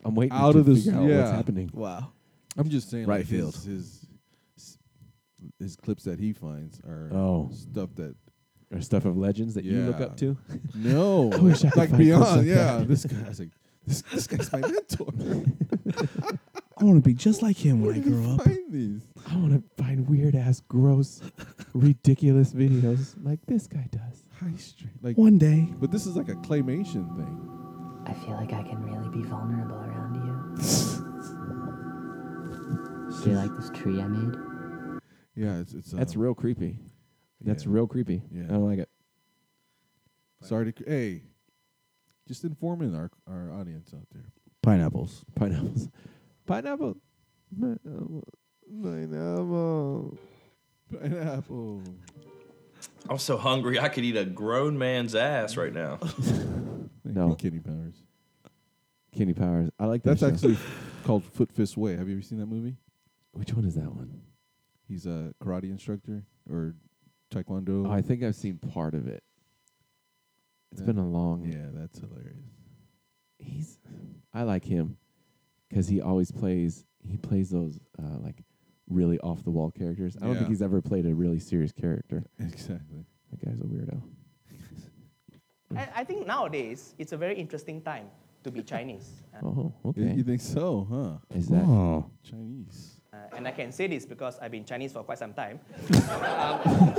Speaker 2: I'm waiting
Speaker 1: out
Speaker 2: to
Speaker 1: of this.
Speaker 2: figure out
Speaker 1: yeah,
Speaker 2: what's happening.
Speaker 18: Uh. Wow.
Speaker 1: I'm just saying.
Speaker 18: Right
Speaker 1: like,
Speaker 18: field.
Speaker 1: His, his s- his clips that he finds are
Speaker 2: Oh.
Speaker 1: stuff that
Speaker 2: Or stuff of legends that you look
Speaker 1: Yeah.
Speaker 2: up to?
Speaker 1: no
Speaker 2: I wish I could
Speaker 1: like
Speaker 2: find clips
Speaker 1: beyond
Speaker 2: like
Speaker 1: yeah
Speaker 2: that.
Speaker 1: this guy's like this, this guy's my mentor.
Speaker 18: I want to be just like him
Speaker 1: Where
Speaker 18: when I
Speaker 1: did
Speaker 18: grow
Speaker 1: he
Speaker 18: up.
Speaker 1: find these?
Speaker 2: I want to find weird ass, gross, ridiculous videos like this guy does.
Speaker 1: High street. Like
Speaker 18: One day.
Speaker 1: But this is like a claymation thing.
Speaker 15: I feel like I can really be vulnerable around you. Do you like this tree I made?
Speaker 1: Yeah, it's it's.
Speaker 2: That's
Speaker 1: um,
Speaker 2: real creepy. That's
Speaker 1: yeah.
Speaker 2: real creepy.
Speaker 1: Yeah.
Speaker 2: I don't like it.
Speaker 1: Sorry to. cr- Hey, just informing our our audience out there.
Speaker 18: Pineapples.
Speaker 2: Pineapples. Pineapple. Pineapple. Pineapple.
Speaker 1: Pineapple.
Speaker 16: I'm so hungry I could eat a grown man's ass right now.
Speaker 1: Thank
Speaker 2: No.
Speaker 1: you, Kenny Powers.
Speaker 2: Kenny Powers. I like that.
Speaker 1: That's
Speaker 2: show.
Speaker 1: actually called Foot Fist Way. Have you ever seen that movie?
Speaker 2: Which one is that one?
Speaker 1: He's a karate instructor or taekwondo.
Speaker 2: Oh, I think I've seen part of it. It's
Speaker 1: Yeah.
Speaker 2: been a long.
Speaker 1: yeah, that's hilarious.
Speaker 2: He's. I like him because he always plays. He plays those uh, like really off the wall characters. I don't think
Speaker 1: Yeah.
Speaker 2: he's ever played a really serious character.
Speaker 1: Exactly.
Speaker 2: That guy's a weirdo.
Speaker 21: I, I think nowadays it's a very interesting time to be Chinese. Uh,
Speaker 2: Oh,
Speaker 1: You-
Speaker 2: okay.
Speaker 1: You think so, huh?
Speaker 2: Is that?
Speaker 18: Oh.
Speaker 1: Chinese.
Speaker 21: uh, and I can say this because I've been Chinese for quite some time. Um,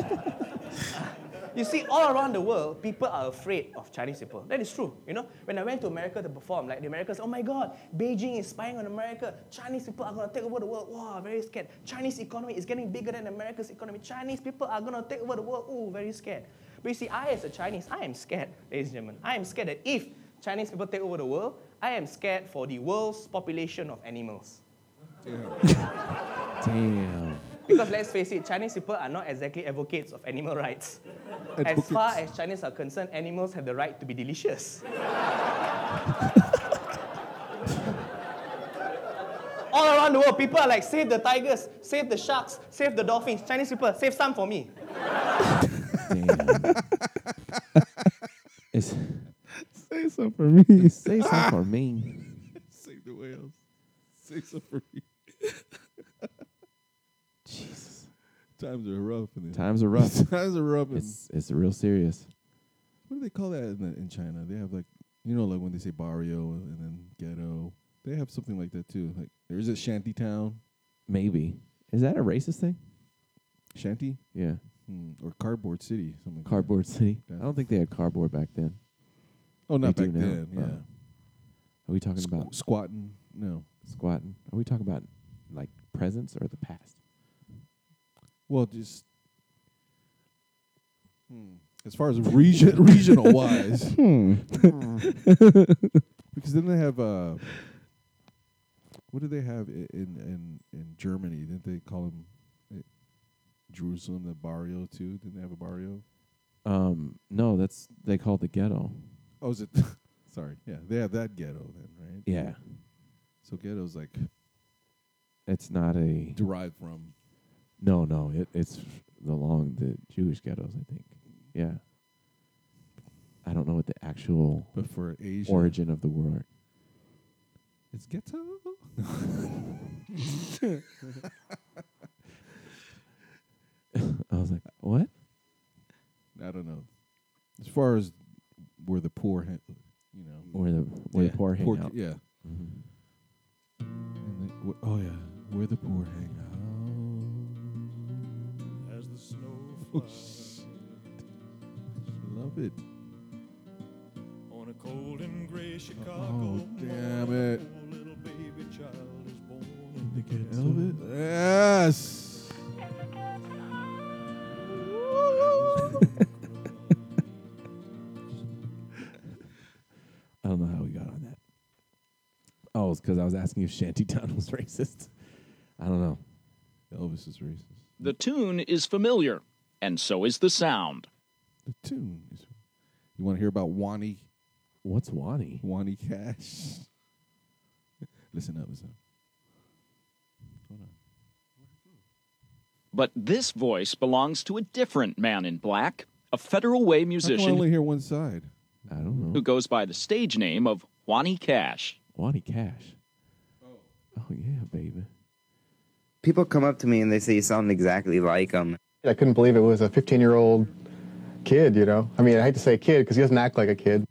Speaker 21: you see, all around the world, people are afraid of Chinese people. That is true. You know, when I went to America to perform, like the Americans, oh my God, Beijing is spying on America. Chinese people are going to take over the world. Wow, very scared. Chinese economy is getting bigger than America's economy. Chinese people are going to take over the world. Ooh, very scared. But you see, I as a Chinese, I am scared, ladies and gentlemen. I am scared that if Chinese people take over the world, I am scared for the world's population of animals.
Speaker 2: Damn.
Speaker 21: Because let's face it, Chinese people are not exactly advocates of animal rights. As far as Chinese are concerned, animals have the right to be delicious. all around the world, people are like, save the tigers, save the sharks, save the dolphins, Chinese people, save some for me.
Speaker 2: It's,
Speaker 18: Say something for me.
Speaker 2: say something for me.
Speaker 1: Save the whales. Say something for me. Jesus. Times are rough. In the-
Speaker 2: Times are rough.
Speaker 1: Times are rough. in-
Speaker 2: It's it's real serious.
Speaker 1: what do they call that in, the, in China? They have like you know like when they say barrio and then ghetto, they have something like that too. Like there's a shanty town,
Speaker 2: Maybe is that a racist thing?
Speaker 1: shanty,
Speaker 2: Yeah,
Speaker 1: Hmm, or cardboard city, something. Like
Speaker 2: cardboard city. I don't think they had cardboard back then.
Speaker 1: That. Oh, not
Speaker 2: They
Speaker 1: back
Speaker 2: do now.
Speaker 1: then. Yeah,
Speaker 2: Uh, Are we talking about
Speaker 1: squatting. No.
Speaker 2: squatting? Are we talking about like presence or the past?
Speaker 1: Well, just hmm, as far as region regional wise,
Speaker 18: Hmm.
Speaker 1: because then they have uh, what do they have i- in in in Germany? Didn't they call them Jerusalem the barrio too? Didn't they have a barrio?
Speaker 2: Um, no, that's they call it the ghetto.
Speaker 1: Oh, is it? sorry, yeah, they have that ghetto then, right?
Speaker 2: Yeah,
Speaker 1: So ghetto's like
Speaker 2: it's not a
Speaker 1: derived from
Speaker 2: no, no. It, it's along the Jewish ghettos, I think. Yeah, I don't know what the actual
Speaker 1: But for Asia-
Speaker 2: origin of the word
Speaker 1: it's ghetto.
Speaker 2: I was like, what?
Speaker 1: I don't know. As far as where the poor, ha- you know,
Speaker 2: Where the where
Speaker 1: Yeah,
Speaker 2: the poor hang
Speaker 1: poor-
Speaker 2: out. Mm-hmm.
Speaker 1: yeah. And the, wh- oh yeah, where the poor hang out. As the snow flies. Oh, Love it.
Speaker 22: On a cold and gray Chicago.
Speaker 1: Oh damn it!
Speaker 22: morning, a Little baby child is born.
Speaker 1: Love it. Yes.
Speaker 2: I don't know how we got on that. Oh, it's because I was asking if Shantytown was racist. I don't know.
Speaker 1: Elvis is racist.
Speaker 24: The tune is familiar, and so is the sound.
Speaker 1: The tune is. You want to hear about Wani?
Speaker 2: What's Wani?
Speaker 1: Wani Cash. listen up, listen.
Speaker 24: But this voice belongs to a different man in black, a Federal
Speaker 1: Up.
Speaker 24: Way
Speaker 1: How come I
Speaker 24: musician
Speaker 1: only hear one side.
Speaker 2: I don't know.
Speaker 24: who goes by the stage name of Juani Cash.
Speaker 2: Wani Cash. Oh. yeah, baby.
Speaker 23: People come up to me and they say you sound exactly like him.
Speaker 16: I couldn't believe it was a 15 year old kid, you know? I mean, I hate to say kid because he doesn't act like a kid.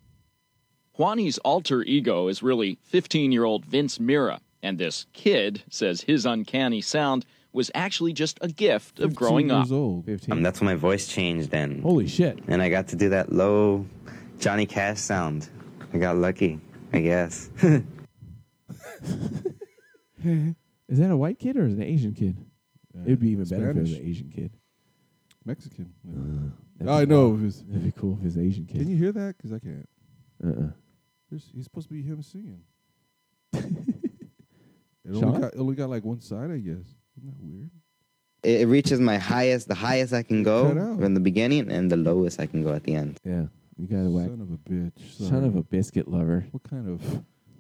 Speaker 24: Juani's alter ego is really 15 year old Vince Mira, and this kid says his uncanny sound was actually just a gift of growing up.
Speaker 1: old.
Speaker 23: Um, that's when my voice changed and
Speaker 2: holy shit!
Speaker 23: And I got to do that low Johnny Cash sound. I got lucky, I guess.
Speaker 2: is that a white kid or is it an Asian kid? it would be even better if it was an
Speaker 1: Uh, Spanish.
Speaker 2: Asian kid.
Speaker 1: Mexican.
Speaker 2: That'd
Speaker 1: I
Speaker 2: be
Speaker 1: know.
Speaker 2: wild. That'd be cool if it was an Asian kid.
Speaker 1: Can you hear that? Because I can't.
Speaker 2: Uh-uh.
Speaker 1: There's, he's supposed to be him singing. it
Speaker 23: Sean?
Speaker 1: only got, it only got like one side, I guess. Isn't that weird?
Speaker 23: it, it reaches my highest, the highest I can
Speaker 1: cut
Speaker 23: go
Speaker 1: out.
Speaker 23: from the beginning and the lowest I can go at the end.
Speaker 2: Yeah. You gotta whack.
Speaker 1: Son of a bitch.
Speaker 2: Son
Speaker 1: sorry.
Speaker 2: of a biscuit lover.
Speaker 1: What kind of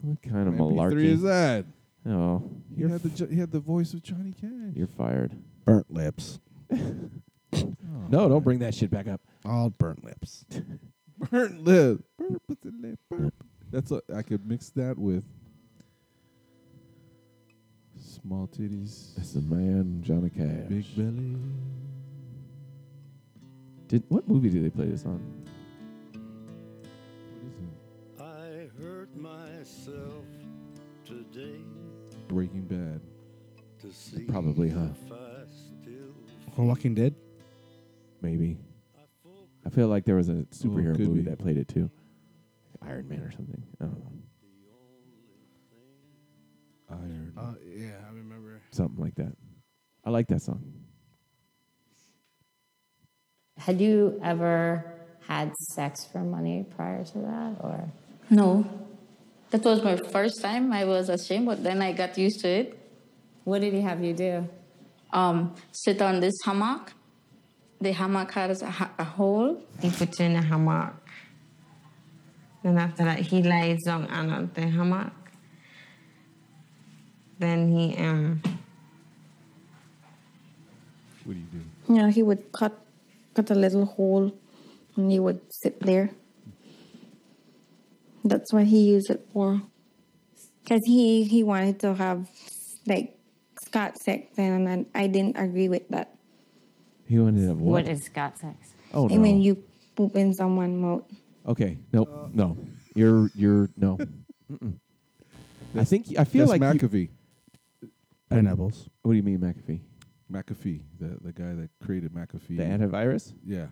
Speaker 2: What kind of
Speaker 1: MP3
Speaker 2: malarkey
Speaker 1: is that?
Speaker 2: Oh,
Speaker 1: He
Speaker 2: you're
Speaker 1: had the jo- he had the voice of Johnny Cash.
Speaker 2: You're fired.
Speaker 18: Burnt lips.
Speaker 2: no, don't bring that shit back up.
Speaker 18: All burnt lips.
Speaker 1: Burnt lip. Burnt with the lip. Burnt. That's what I could mix that with. Small titties.
Speaker 2: That's the man, Johnny Cash.
Speaker 1: Big belly.
Speaker 2: Did what movie did they play this on?
Speaker 22: I hurt myself today
Speaker 1: Breaking Bad.
Speaker 22: to see
Speaker 2: Probably, huh?
Speaker 22: if I still
Speaker 18: From Walking Dead?
Speaker 2: Maybe. I feel like there was a superhero
Speaker 1: could
Speaker 2: movie
Speaker 1: be.
Speaker 2: that played it too, Iron Man or something. I don't know,
Speaker 1: Iron.
Speaker 18: Uh, yeah, I remember.
Speaker 2: something like that. I like that song.
Speaker 17: Had you ever had sex for money prior to that, or
Speaker 25: No. That was my first time. I was ashamed, but then I got used to it.
Speaker 17: what did he have you do?
Speaker 25: Um, sit on this hammock. The hammock has a, ha- a hole.
Speaker 26: He put you in a hammock. Then after that, he lies down and on the hammock.
Speaker 4: then he um
Speaker 1: What do you do?
Speaker 4: you know he would cut cut a little hole and he would sit there. That's what he used it for. Cause he he wanted to have like Scott sex and I, I didn't agree with that.
Speaker 2: He wanted to have what?
Speaker 4: What is Scott sex?
Speaker 2: Oh,
Speaker 4: And when
Speaker 2: no.
Speaker 4: you poop in someone's mouth.
Speaker 2: Okay. Nope. no. You're you're no. Mm-mm. I
Speaker 1: That's-
Speaker 2: think I feel
Speaker 1: that's
Speaker 2: like you-
Speaker 1: McAfee.
Speaker 18: Pineapples.
Speaker 2: What do you mean McAfee?
Speaker 1: McAfee, the the guy that created McAfee,
Speaker 2: The antivirus?
Speaker 1: Yeah,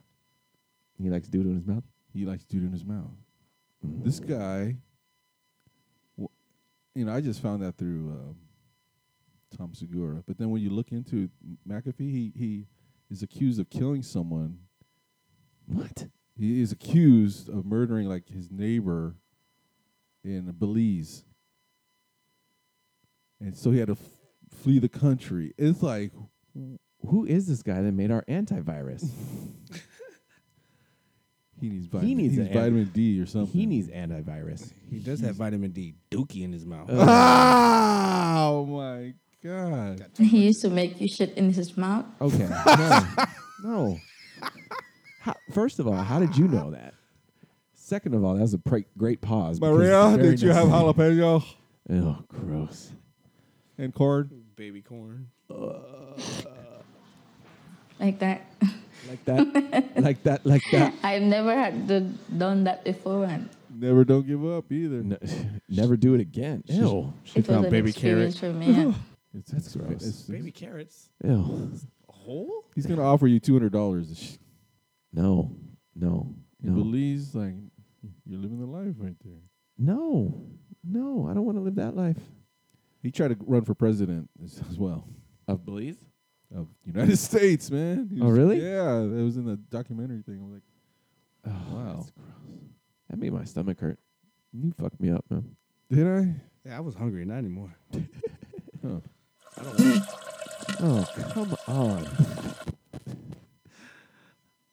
Speaker 2: He likes doodle in his mouth. Mm-hmm.
Speaker 1: he likes dude in his mouth. This guy, wh- you know, I just found that through um, Tom Segura. But then when you look into McAfee, he he is accused of killing someone.
Speaker 2: What?
Speaker 1: He is accused of murdering like his neighbor in Belize, and so he had to f- flee the country. It's like
Speaker 2: Who is this guy that made our antivirus?
Speaker 1: he needs vitamin. He
Speaker 18: needs
Speaker 1: needs,
Speaker 18: an anti-
Speaker 1: vitamin D or something.
Speaker 2: He needs antivirus.
Speaker 18: He does have vitamin D dookie in his mouth.
Speaker 1: Oh my god.
Speaker 25: He used to make you shit in his mouth.
Speaker 2: Okay. No. no. How, first of all, how did you know that? Second of all, that was a pre- great pause. because the very next-
Speaker 1: jalapeno
Speaker 2: Oh, gross.
Speaker 1: and corn?
Speaker 18: Baby corn.
Speaker 2: Uh,
Speaker 25: Like that.
Speaker 2: Like that. like that. Like that.
Speaker 25: I've never had to, done that before. And
Speaker 1: Never don't give up either.
Speaker 2: Never do it again. Ew.
Speaker 25: it was an experience for me. and
Speaker 1: It's, That's
Speaker 2: gross.
Speaker 18: Baby carrots.
Speaker 2: Ew.
Speaker 18: A hole?
Speaker 1: He's gonna offer you two hundred dollars.
Speaker 2: No. No.
Speaker 1: In
Speaker 2: No.
Speaker 1: Belize, like you're living the life right there.
Speaker 2: No. No. I don't want to live that life.
Speaker 1: He tried to run for president as, as well
Speaker 2: Of Belize?
Speaker 1: of United States, man. He
Speaker 2: Oh,
Speaker 1: was-
Speaker 2: really?
Speaker 1: Yeah, that was in the documentary thing. I'm like, wow,
Speaker 2: Oh, That's gross. That made my stomach hurt. You fucked me up, man.
Speaker 1: did I?
Speaker 18: Yeah, I was hungry, not anymore.
Speaker 1: Huh.
Speaker 2: Oh, come on.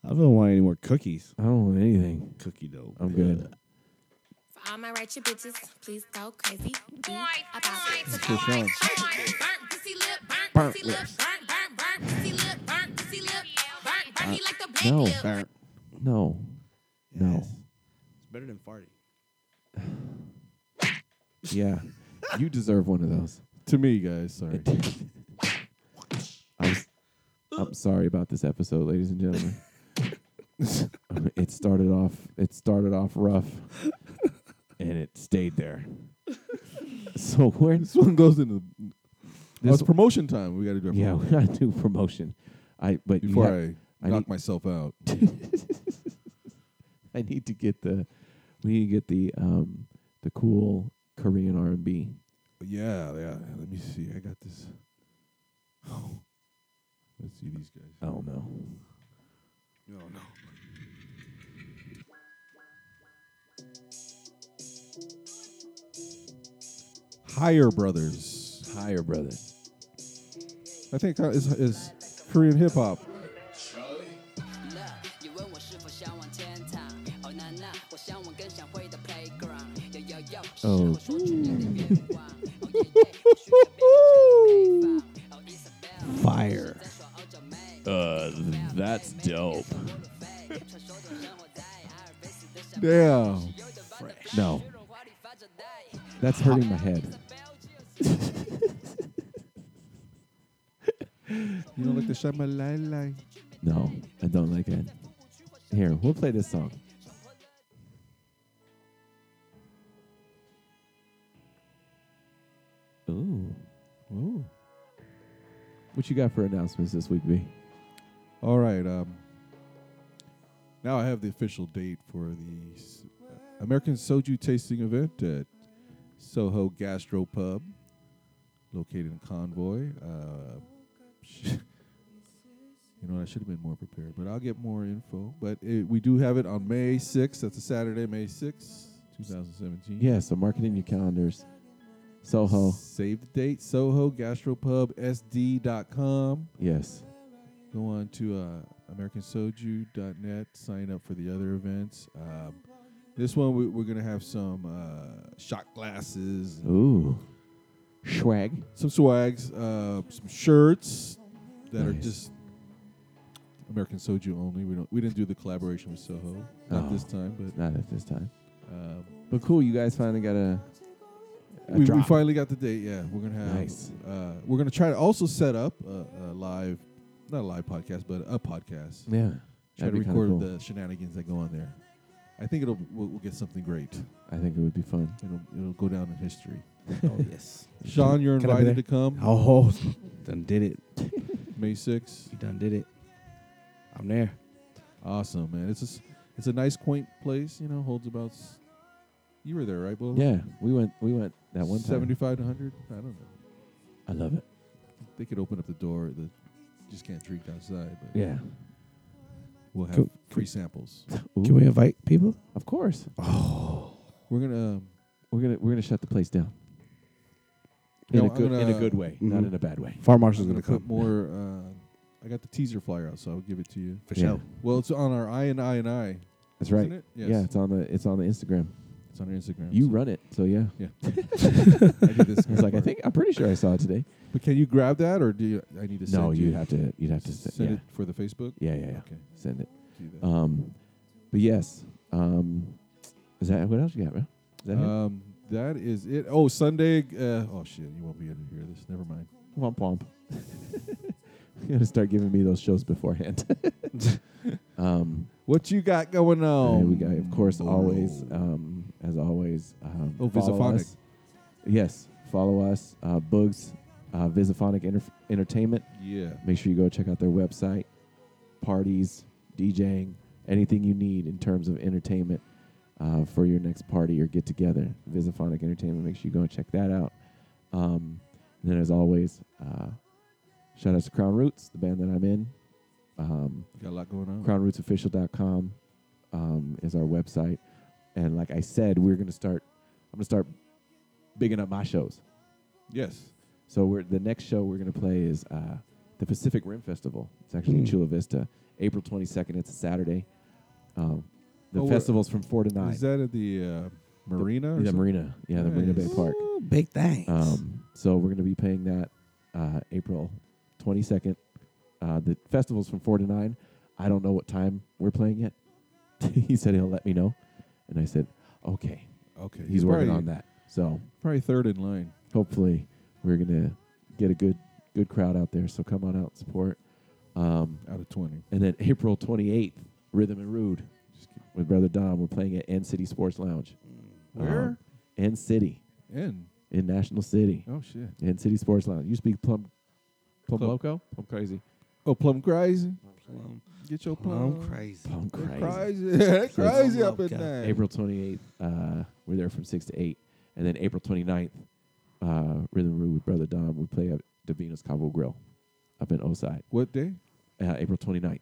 Speaker 18: I don't want any more cookies.
Speaker 2: I don't want anything.
Speaker 18: Cookie dough.
Speaker 2: I'm good.
Speaker 6: For all my righteous bitches, please go crazy. Be about it.
Speaker 1: That's your song.
Speaker 6: Burn, pussy lip, burn,
Speaker 1: Burn
Speaker 6: pussy lip,
Speaker 1: lips.
Speaker 6: burn, burn, burn, pussy lip, burn, pussy lip, burn, burn me like the black
Speaker 2: No.
Speaker 6: lip.
Speaker 2: No. No.
Speaker 18: It's better than farting.
Speaker 2: Yeah. You deserve one of those.
Speaker 1: To me, guys, sorry.
Speaker 2: I was, I'm sorry about this episode, ladies and gentlemen. Um, it started off it started off rough and it stayed there. So where
Speaker 1: this one goes into.
Speaker 2: This
Speaker 1: oh, it's promotion time. We got to do. Our
Speaker 2: Yeah,
Speaker 1: promo-
Speaker 2: we gotta do promotion. I but you
Speaker 1: Before
Speaker 2: ha-
Speaker 1: I, knock
Speaker 2: need-
Speaker 1: myself out.
Speaker 2: I need to get the we need to get the um the cool Korean R and B.
Speaker 1: Yeah, yeah. Let me see. I got this. Let's see these guys.
Speaker 2: Oh no.
Speaker 18: No, no.
Speaker 1: Higher Brothers.
Speaker 2: Higher brother.
Speaker 1: I think that is, is Korean hip hop.
Speaker 2: Oh.
Speaker 18: Fire.
Speaker 13: Uh, that's dope.
Speaker 1: Damn.
Speaker 2: No. That's hurting my head.
Speaker 1: You don't like the Shamalala.
Speaker 2: No, I don't like it. Here, we'll play this song. Ooh. Ooh. What you got for announcements this week, B?
Speaker 1: All right. Um, now I have the official date for the s- American Soju tasting event at Soho Gastro Pub, located in Convoy. Uh, you know, I should have been more prepared, but I'll get more info. But it, we do have it on May 6th. That's a Saturday, May 6th, 2017.
Speaker 2: Yeah, so mark it in your calendars. Soho.
Speaker 1: Save the date, Soho Gastropub SD.com.
Speaker 2: Yes.
Speaker 1: Go on to uh, AmericanSoju.net, sign up for the other events. Um, this one, we, we're going to have some uh, shot glasses, and
Speaker 2: Ooh. Swag.
Speaker 1: Some swags, uh, some shirts that are just American Soju only. We don't we didn't do the collaboration with Soho. Not
Speaker 2: Oh,
Speaker 1: this time, but
Speaker 2: not at this time.
Speaker 1: Um,
Speaker 2: but cool, you guys finally got a. a
Speaker 1: we, we
Speaker 2: drop.
Speaker 1: finally got the date. Yeah, we're gonna have.
Speaker 2: Nice.
Speaker 1: Uh, we're gonna try to also set up a, a uh, live, not a live podcast, but a podcast.
Speaker 2: Yeah,
Speaker 1: try
Speaker 2: that'd
Speaker 1: to
Speaker 2: be kinda
Speaker 1: record
Speaker 2: cool.
Speaker 1: the shenanigans that go on there. I think it'll we'll, we'll get something great.
Speaker 2: I think it would be fun.
Speaker 1: It'll it'll go down in history.
Speaker 18: Oh yes,
Speaker 1: Sean, you're
Speaker 18: Can I be
Speaker 1: invited to
Speaker 18: there?
Speaker 1: come.
Speaker 18: Oh, done did it.
Speaker 1: May 6th.
Speaker 18: You done did it. I'm there.
Speaker 1: Awesome, man. It's a s it's a nice quaint place. You know, holds about. s- You were there, right, Will?
Speaker 2: Yeah, we went. We went that one time.
Speaker 1: Seventy-five to hundred. I don't know.
Speaker 2: I love it.
Speaker 1: They could open up the door. The just can't drink outside. But
Speaker 2: Yeah.
Speaker 1: we'll have
Speaker 18: Cool.
Speaker 1: free samples.
Speaker 18: Can we invite people?
Speaker 2: Of course.
Speaker 1: We're gonna. Um,
Speaker 2: We're gonna we're gonna shut the place down.
Speaker 1: No,
Speaker 2: In a
Speaker 1: I'm
Speaker 2: good in a
Speaker 1: gonna-
Speaker 2: good way, not
Speaker 18: Mhm.
Speaker 2: in a bad way.
Speaker 18: Fire marshal's
Speaker 1: I'm
Speaker 18: gonna come.
Speaker 1: put more. Uh, I got the teaser flyer out, so I'll give it to you.
Speaker 18: For Yeah. sure.
Speaker 1: Well, it's on our I and I and I.
Speaker 2: That's
Speaker 1: isn't
Speaker 2: right.
Speaker 1: It?
Speaker 2: Yeah,
Speaker 1: Yes.
Speaker 2: it's on the it's on the Instagram.
Speaker 1: It's on our Instagram.
Speaker 2: You
Speaker 1: so-
Speaker 2: run it, so yeah.
Speaker 1: Yeah.
Speaker 2: I
Speaker 1: did this
Speaker 2: was like, I
Speaker 1: part.
Speaker 2: think I'm pretty sure I saw it today.
Speaker 1: But can you grab that, or do you, I need to? Send
Speaker 2: No,
Speaker 1: you
Speaker 2: you'd have to you'd have to se-
Speaker 1: send
Speaker 2: yeah.
Speaker 1: it for the Facebook.
Speaker 2: Yeah, yeah, yeah.
Speaker 1: Okay.
Speaker 2: Send it.
Speaker 1: Do that.
Speaker 2: Um, but yes. Um, is that what else you got, man? Is that it?
Speaker 1: Um, that is it. Oh, Sunday. Uh, oh shit, you won't be able to hear this. Never mind.
Speaker 2: Womp womp. You're gonna start giving me those shows beforehand. um,
Speaker 1: What you got going
Speaker 2: Uh,
Speaker 1: on?
Speaker 2: we got, of course, always, um, as always. Um,
Speaker 1: Oh,
Speaker 2: follow
Speaker 1: Visophonic.
Speaker 2: us. Yes, follow us, uh, Bugs, uh, Visophonic Enterf- Entertainment.
Speaker 1: Yeah.
Speaker 2: Make sure you go check out their website, parties, DJing, anything you need in terms of entertainment uh, for your next party or get together. Visophonic Entertainment. Make sure you go and check that out. Um, and then, as always, uh, shout out to Crown Roots, the band that I'm in. Um,
Speaker 1: Got a lot going on.
Speaker 2: crownrootsofficial.com um, is our website and like i said we're going to start i'm going to start bigging up my shows
Speaker 1: Yes.
Speaker 2: so we're the next show we're going to play is uh, the pacific rim festival it's actually
Speaker 1: Hmm.
Speaker 2: in
Speaker 18: Mm.
Speaker 2: chula vista april 22nd it's a saturday um, the
Speaker 1: Oh, we're-
Speaker 2: festival's from 4 to 9
Speaker 1: Is that at the uh, marina? or
Speaker 2: the
Speaker 1: something?
Speaker 2: marina yeah the marina bay
Speaker 1: Nice.
Speaker 2: park
Speaker 18: big thanks.
Speaker 2: um, so we're going to be playing that uh, april 22nd uh, the festival's from 4 to 9 i don't know what time we're playing yet he said he'll let me know and i said okay
Speaker 1: Okay.
Speaker 2: he's
Speaker 1: you're
Speaker 2: working
Speaker 1: probably-
Speaker 2: on that so
Speaker 1: Probably third in line.
Speaker 2: hopefully we're going to get a good good crowd out there so come on out and support um,
Speaker 1: Out of 20.
Speaker 2: and then april 28th rhythm and rude with brother dom we're playing at n city sports lounge
Speaker 1: Mm.
Speaker 2: Uh-huh.
Speaker 1: Where?
Speaker 2: n city
Speaker 1: In.
Speaker 2: in national city
Speaker 1: Oh shit.
Speaker 2: in City Sports Lounge. You speak plum, plum,
Speaker 1: Plum-
Speaker 2: loco, plum crazy,
Speaker 1: Oh, plum crazy. Get your plum.
Speaker 18: crazy.
Speaker 2: plum
Speaker 1: They're
Speaker 2: crazy,
Speaker 1: crazy. They're
Speaker 2: So it's
Speaker 1: crazy up in
Speaker 18: Loco.
Speaker 1: there.
Speaker 2: April 28th, uh, we're there from six to eight, and then April 29th, uh, Rhythm Rue with Brother Dom. We play at Davina's Cabo Grill up in Oside,
Speaker 1: What day?
Speaker 2: uh, April 29th.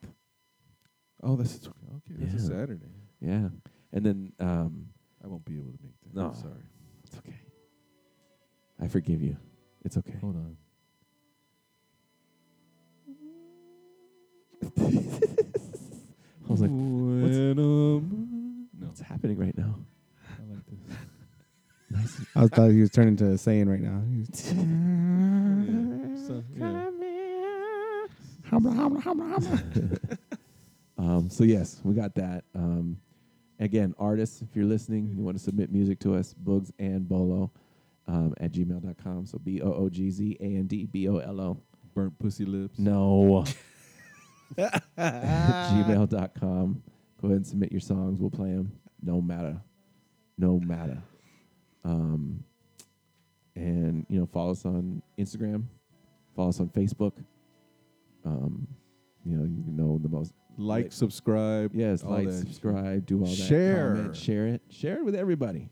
Speaker 1: Oh, that's a tw- okay. That's a
Speaker 2: Yeah.
Speaker 1: Saturday.
Speaker 2: Yeah, and then um,
Speaker 1: I won't be able to make that.
Speaker 2: No.
Speaker 1: Sorry.
Speaker 2: it's okay. I forgive you. It's okay.
Speaker 1: Hold on.
Speaker 2: I was like, what's,
Speaker 1: no,
Speaker 2: what's happening right now?
Speaker 1: I like this.
Speaker 2: Nice.
Speaker 18: I was thought he was turning to a saying right now. He was-
Speaker 1: Yeah. So, yeah.
Speaker 18: Humra, humra, humra, humra.
Speaker 2: Um, so yes, we got that. Um, again, artists, if you're listening, you want to submit music to us, Boogs and Bolo um, at gmail.com. So B O O G Z A N D B O L O.
Speaker 1: Burnt pussy lips.
Speaker 2: No. gmail.com. Go ahead and submit your songs. We'll play them. No matter. No matter. Um, and, you know, follow us on Instagram. Follow us on Facebook. Um, you know, you know the most
Speaker 1: Like, subscribe.
Speaker 2: Yes,
Speaker 1: all
Speaker 2: like,
Speaker 1: that.
Speaker 2: subscribe, do all that.
Speaker 1: Share.
Speaker 2: comment, share it, share it with everybody.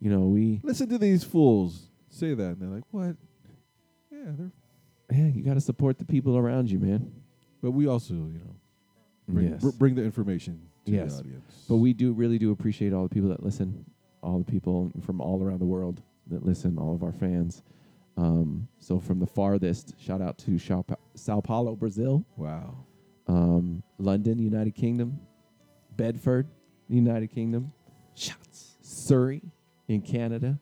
Speaker 2: You know, we
Speaker 1: Listen to these fools say that, and they're like, "What? Yeah, they're."
Speaker 2: yeah, you got to support the people around you, man.
Speaker 1: But we also, you know, bring,
Speaker 2: yes,
Speaker 1: br- bring the information to
Speaker 2: Yes.
Speaker 1: the audience.
Speaker 2: but we do really do appreciate all the people that listen, all the people from all around the world that listen, all of our fans. Um, so from the farthest, shout out to Sao Pa- Sao Paulo, Brazil,
Speaker 1: wow,
Speaker 2: um, London, United Kingdom, Bedford, United Kingdom,
Speaker 18: Shots.
Speaker 2: Surrey in Canada,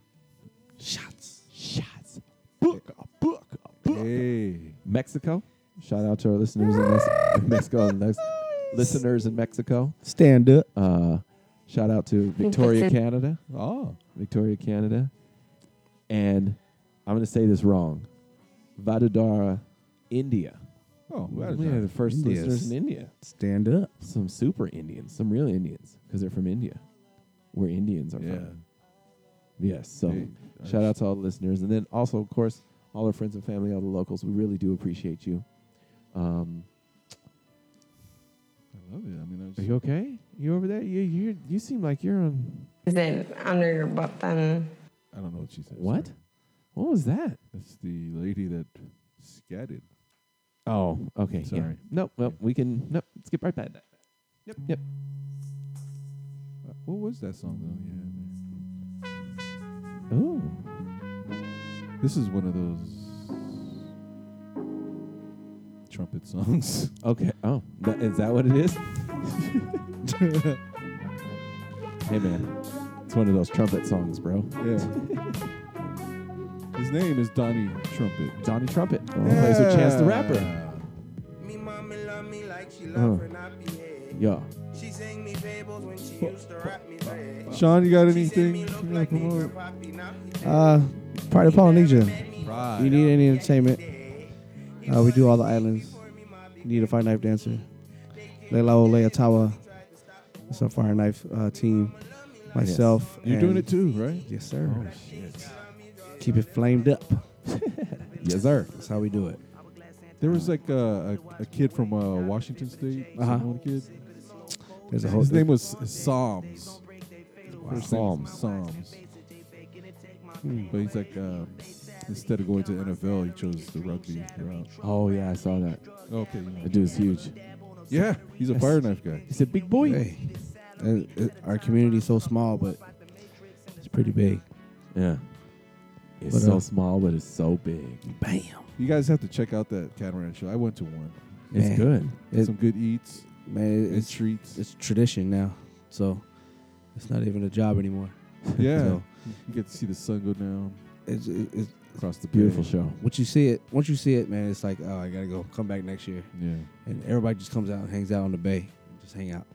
Speaker 18: Shots.
Speaker 2: shots Mexico. Shout out to our listeners in Mex- Mexico and Mex- listeners in Mexico.
Speaker 18: Stand up.
Speaker 2: Uh, shout out to Victoria,
Speaker 18: That's it.
Speaker 2: Canada. Oh, Victoria, Canada. And I'm going to say this wrong. Vadodara, India.
Speaker 1: Oh,
Speaker 2: we
Speaker 1: Vadodara,
Speaker 2: had the first
Speaker 1: India.
Speaker 2: listeners in India.
Speaker 18: Stand up.
Speaker 2: Some super Indians, some real Indians, because they're from India, where Indians are from. Yes. So
Speaker 1: Hey,
Speaker 2: shout out to all the listeners. And then also, of course, all our friends and family, all the locals. We really do appreciate you. Um,
Speaker 1: I love it. I mean, I
Speaker 2: are you okay? You over there? You you you seem like you're on.
Speaker 27: Is it under your button?
Speaker 1: I don't know what she said.
Speaker 2: What? What was that?
Speaker 1: That's the lady that scatted.
Speaker 2: Oh, okay. yeah.
Speaker 1: Sorry.
Speaker 2: Nope. Nope. We can. Nope. Skip right past that. Yep. Yep.
Speaker 1: Uh, What was that song though?
Speaker 2: Oh.
Speaker 1: Yeah. This is one of those trumpet songs.
Speaker 2: Okay. Oh, that, is that what it is? hey man, it's one of those trumpet songs, bro.
Speaker 1: Yeah. His name is Donnie Trumpet.
Speaker 2: Donnie Trumpet. Oh, Plays with Chance the Rapper. Uh, yeah.
Speaker 1: Sean, you got anything? you wanna promote?
Speaker 18: Uh, Pride of Polynesia.
Speaker 1: Pride.
Speaker 18: You need any entertainment? Uh, we do all the islands. You need a fire knife dancer. Leilao Leatawa. It's our fire knife uh, team. Myself.
Speaker 1: You're doing
Speaker 18: and-
Speaker 1: it too, right?
Speaker 18: Yes, sir.
Speaker 1: Oh shit.
Speaker 18: Keep it flamed up.
Speaker 2: yes, sir.
Speaker 18: That's how we do it.
Speaker 1: There was like a, a, a kid from uh, Washington State.
Speaker 18: Uh-huh.
Speaker 1: some One kid.
Speaker 18: There's a whole-
Speaker 1: His name was Psalms. First name was
Speaker 2: Psalms.
Speaker 1: Psalms.
Speaker 18: Hmm.
Speaker 1: But he's like, uh, instead of going to NFL, he chose the rugby route.
Speaker 2: Oh yeah, I saw that.
Speaker 1: Okay.
Speaker 2: That dude's huge.
Speaker 1: Yeah, he's a fire knife guy.
Speaker 2: He's a big boy.
Speaker 18: Hey, and, uh, our community is so small, but it's pretty big.
Speaker 2: Yeah. It's
Speaker 18: But,
Speaker 2: so
Speaker 18: uh,
Speaker 2: small, but it's so big.
Speaker 18: Bam.
Speaker 1: You guys have to check out that catamaran show. I went to one.
Speaker 2: It's
Speaker 18: Man.
Speaker 2: good.
Speaker 18: It-
Speaker 1: Some good eats.
Speaker 18: e- Man, it's
Speaker 1: treats.
Speaker 18: It's tradition now, so it's not even a job anymore.
Speaker 1: Yeah.
Speaker 18: So
Speaker 1: You get to see the sun go down
Speaker 18: it's, it- it's
Speaker 1: across the bay.
Speaker 2: Beautiful show.
Speaker 18: once you see it, once you see it, man, it's like, oh, I gotta go, come back next year,
Speaker 1: Yeah.
Speaker 18: and everybody just comes out and hangs out on the bay, just hang out.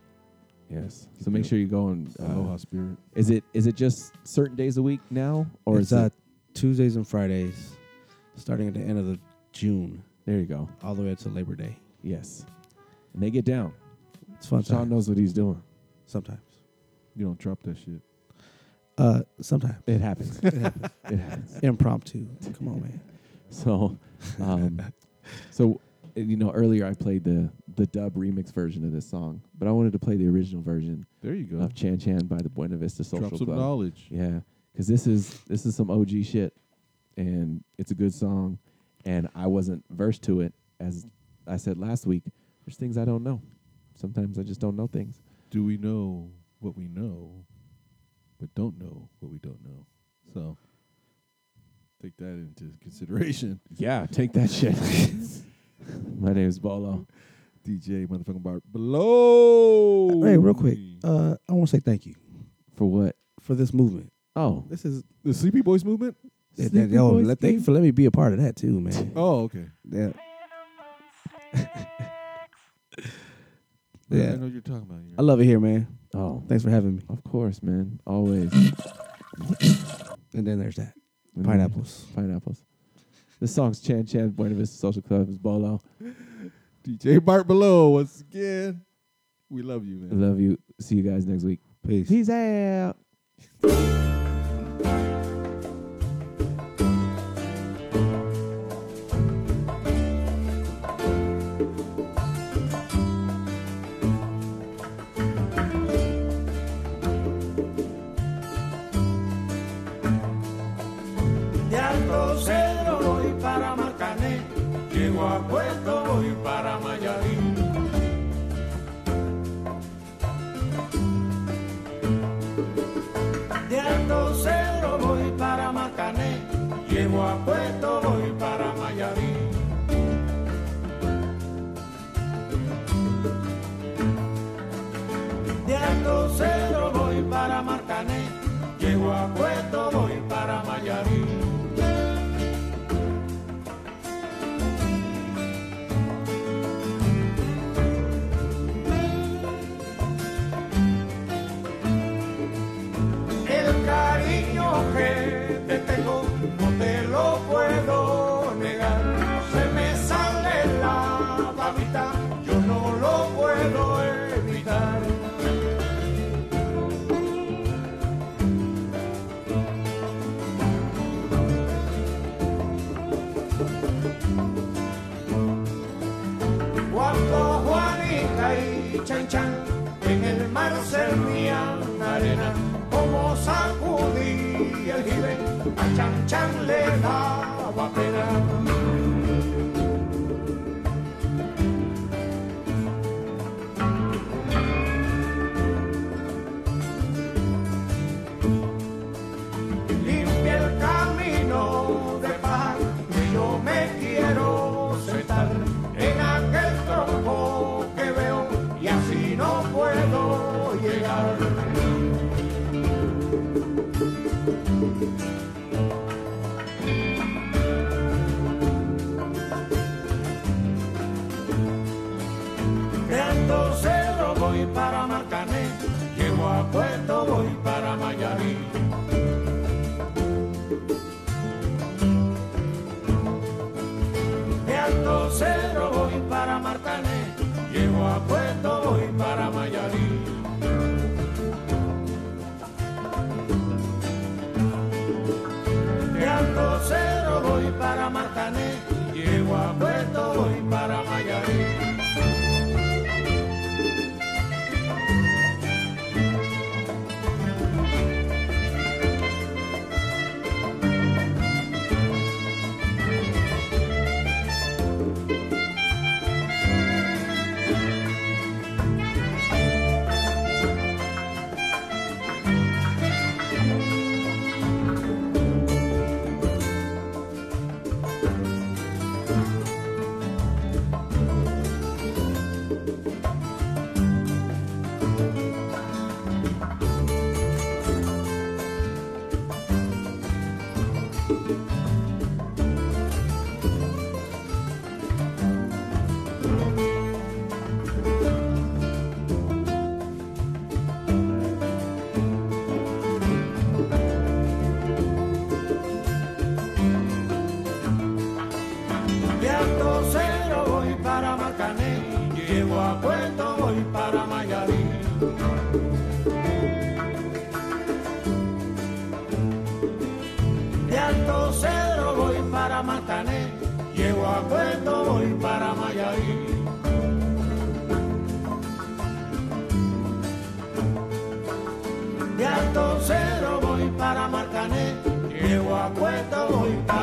Speaker 2: Yes. So make sure you go and uh,
Speaker 1: Aloha spirit.
Speaker 2: Is it is it just certain days a week now, or
Speaker 18: Or
Speaker 2: is
Speaker 18: it's
Speaker 2: that
Speaker 18: uh, Tuesdays and Fridays, starting at the end of the June,
Speaker 2: there you go?
Speaker 18: all the way up to Labor Day.
Speaker 2: Yes. And they get down.
Speaker 18: It's fun
Speaker 2: Sean
Speaker 18: time.
Speaker 2: knows what he's doing.
Speaker 18: Sometimes,
Speaker 1: You don't drop that shit.
Speaker 18: uh, sometimes
Speaker 2: It happens.
Speaker 18: it happens.
Speaker 2: it happens.
Speaker 18: Impromptu. Come on, man.
Speaker 2: So, um, so uh, you know, earlier I played the the dub remix version of this song, but I wanted to play the original version
Speaker 1: There you go.
Speaker 2: of Chan Chan by the Buena Vista Social
Speaker 1: Drop some
Speaker 2: Club.
Speaker 1: knowledge.
Speaker 2: Yeah, because this is this is some OG shit, and it's a good song, and I wasn't versed to it as I said last week. There's things I don't know. Sometimes I just don't know things.
Speaker 1: Do we know what we know, but don't know what we don't know? So take that into consideration.
Speaker 2: Yeah, take that shit. My name is Bolo.
Speaker 1: DJ motherfucking bar below.
Speaker 18: Hey, real quick, uh, I want to say thank you
Speaker 2: For what?
Speaker 18: for this movement.
Speaker 2: Oh,
Speaker 18: This is
Speaker 1: The Sleepy Boys movement?
Speaker 18: that,
Speaker 2: Sleepy
Speaker 18: that- oh,
Speaker 2: Boys
Speaker 18: let, thank you for letting me be a part of that too, man.
Speaker 1: Oh, okay.
Speaker 18: yeah,
Speaker 1: I-
Speaker 18: yeah.
Speaker 1: I know what you're talking about. You're
Speaker 18: I love it here, man.
Speaker 2: oh,
Speaker 18: Thanks for having me.
Speaker 2: of course, man. Always.
Speaker 18: And then there's that
Speaker 2: And then-
Speaker 18: pineapples.
Speaker 2: Pineapples. This song's Chan Chan, Buena Vista Social Club is Bolo.
Speaker 1: DJ Bart below once again. We love you, man.
Speaker 2: Love you. See you guys next week.
Speaker 18: Peace.
Speaker 2: Peace out.
Speaker 12: De Alto Cedro voy para Marcané, llego a Puerto, voy para Mayarín. De Alto Cedro voy para Marcané, llego a Puerto, voy para Mayarín. De Alto Cedro voy para Marcané, llego a Puerto, voy para Mayarín.
Speaker 22: Cuando Juanica y Chan Chan en el mar servían arena, como sacudía el jibe, a Chan Chan le daba pena. Limpia el camino de paz, que yo me quiero sentar en aquel tronco que veo y así no puedo llegar. Creando Cerro voy para Marcané, llego a Puerto voy para Mayarí. De Alto Cedro voy para Martané, llego a Puerto, voy para Mayarí. De Alto Cedro voy para Martané, llego a Puerto, voy para Mayarí. De Alto Cero voy para Marcané, llego a Puerto, voy para Mayarí. De Alto Cero voy para Marcané, llego a Puerto, voy para Mayarí. De Alto Cero voy para Marcané, llego a Puerto, voy para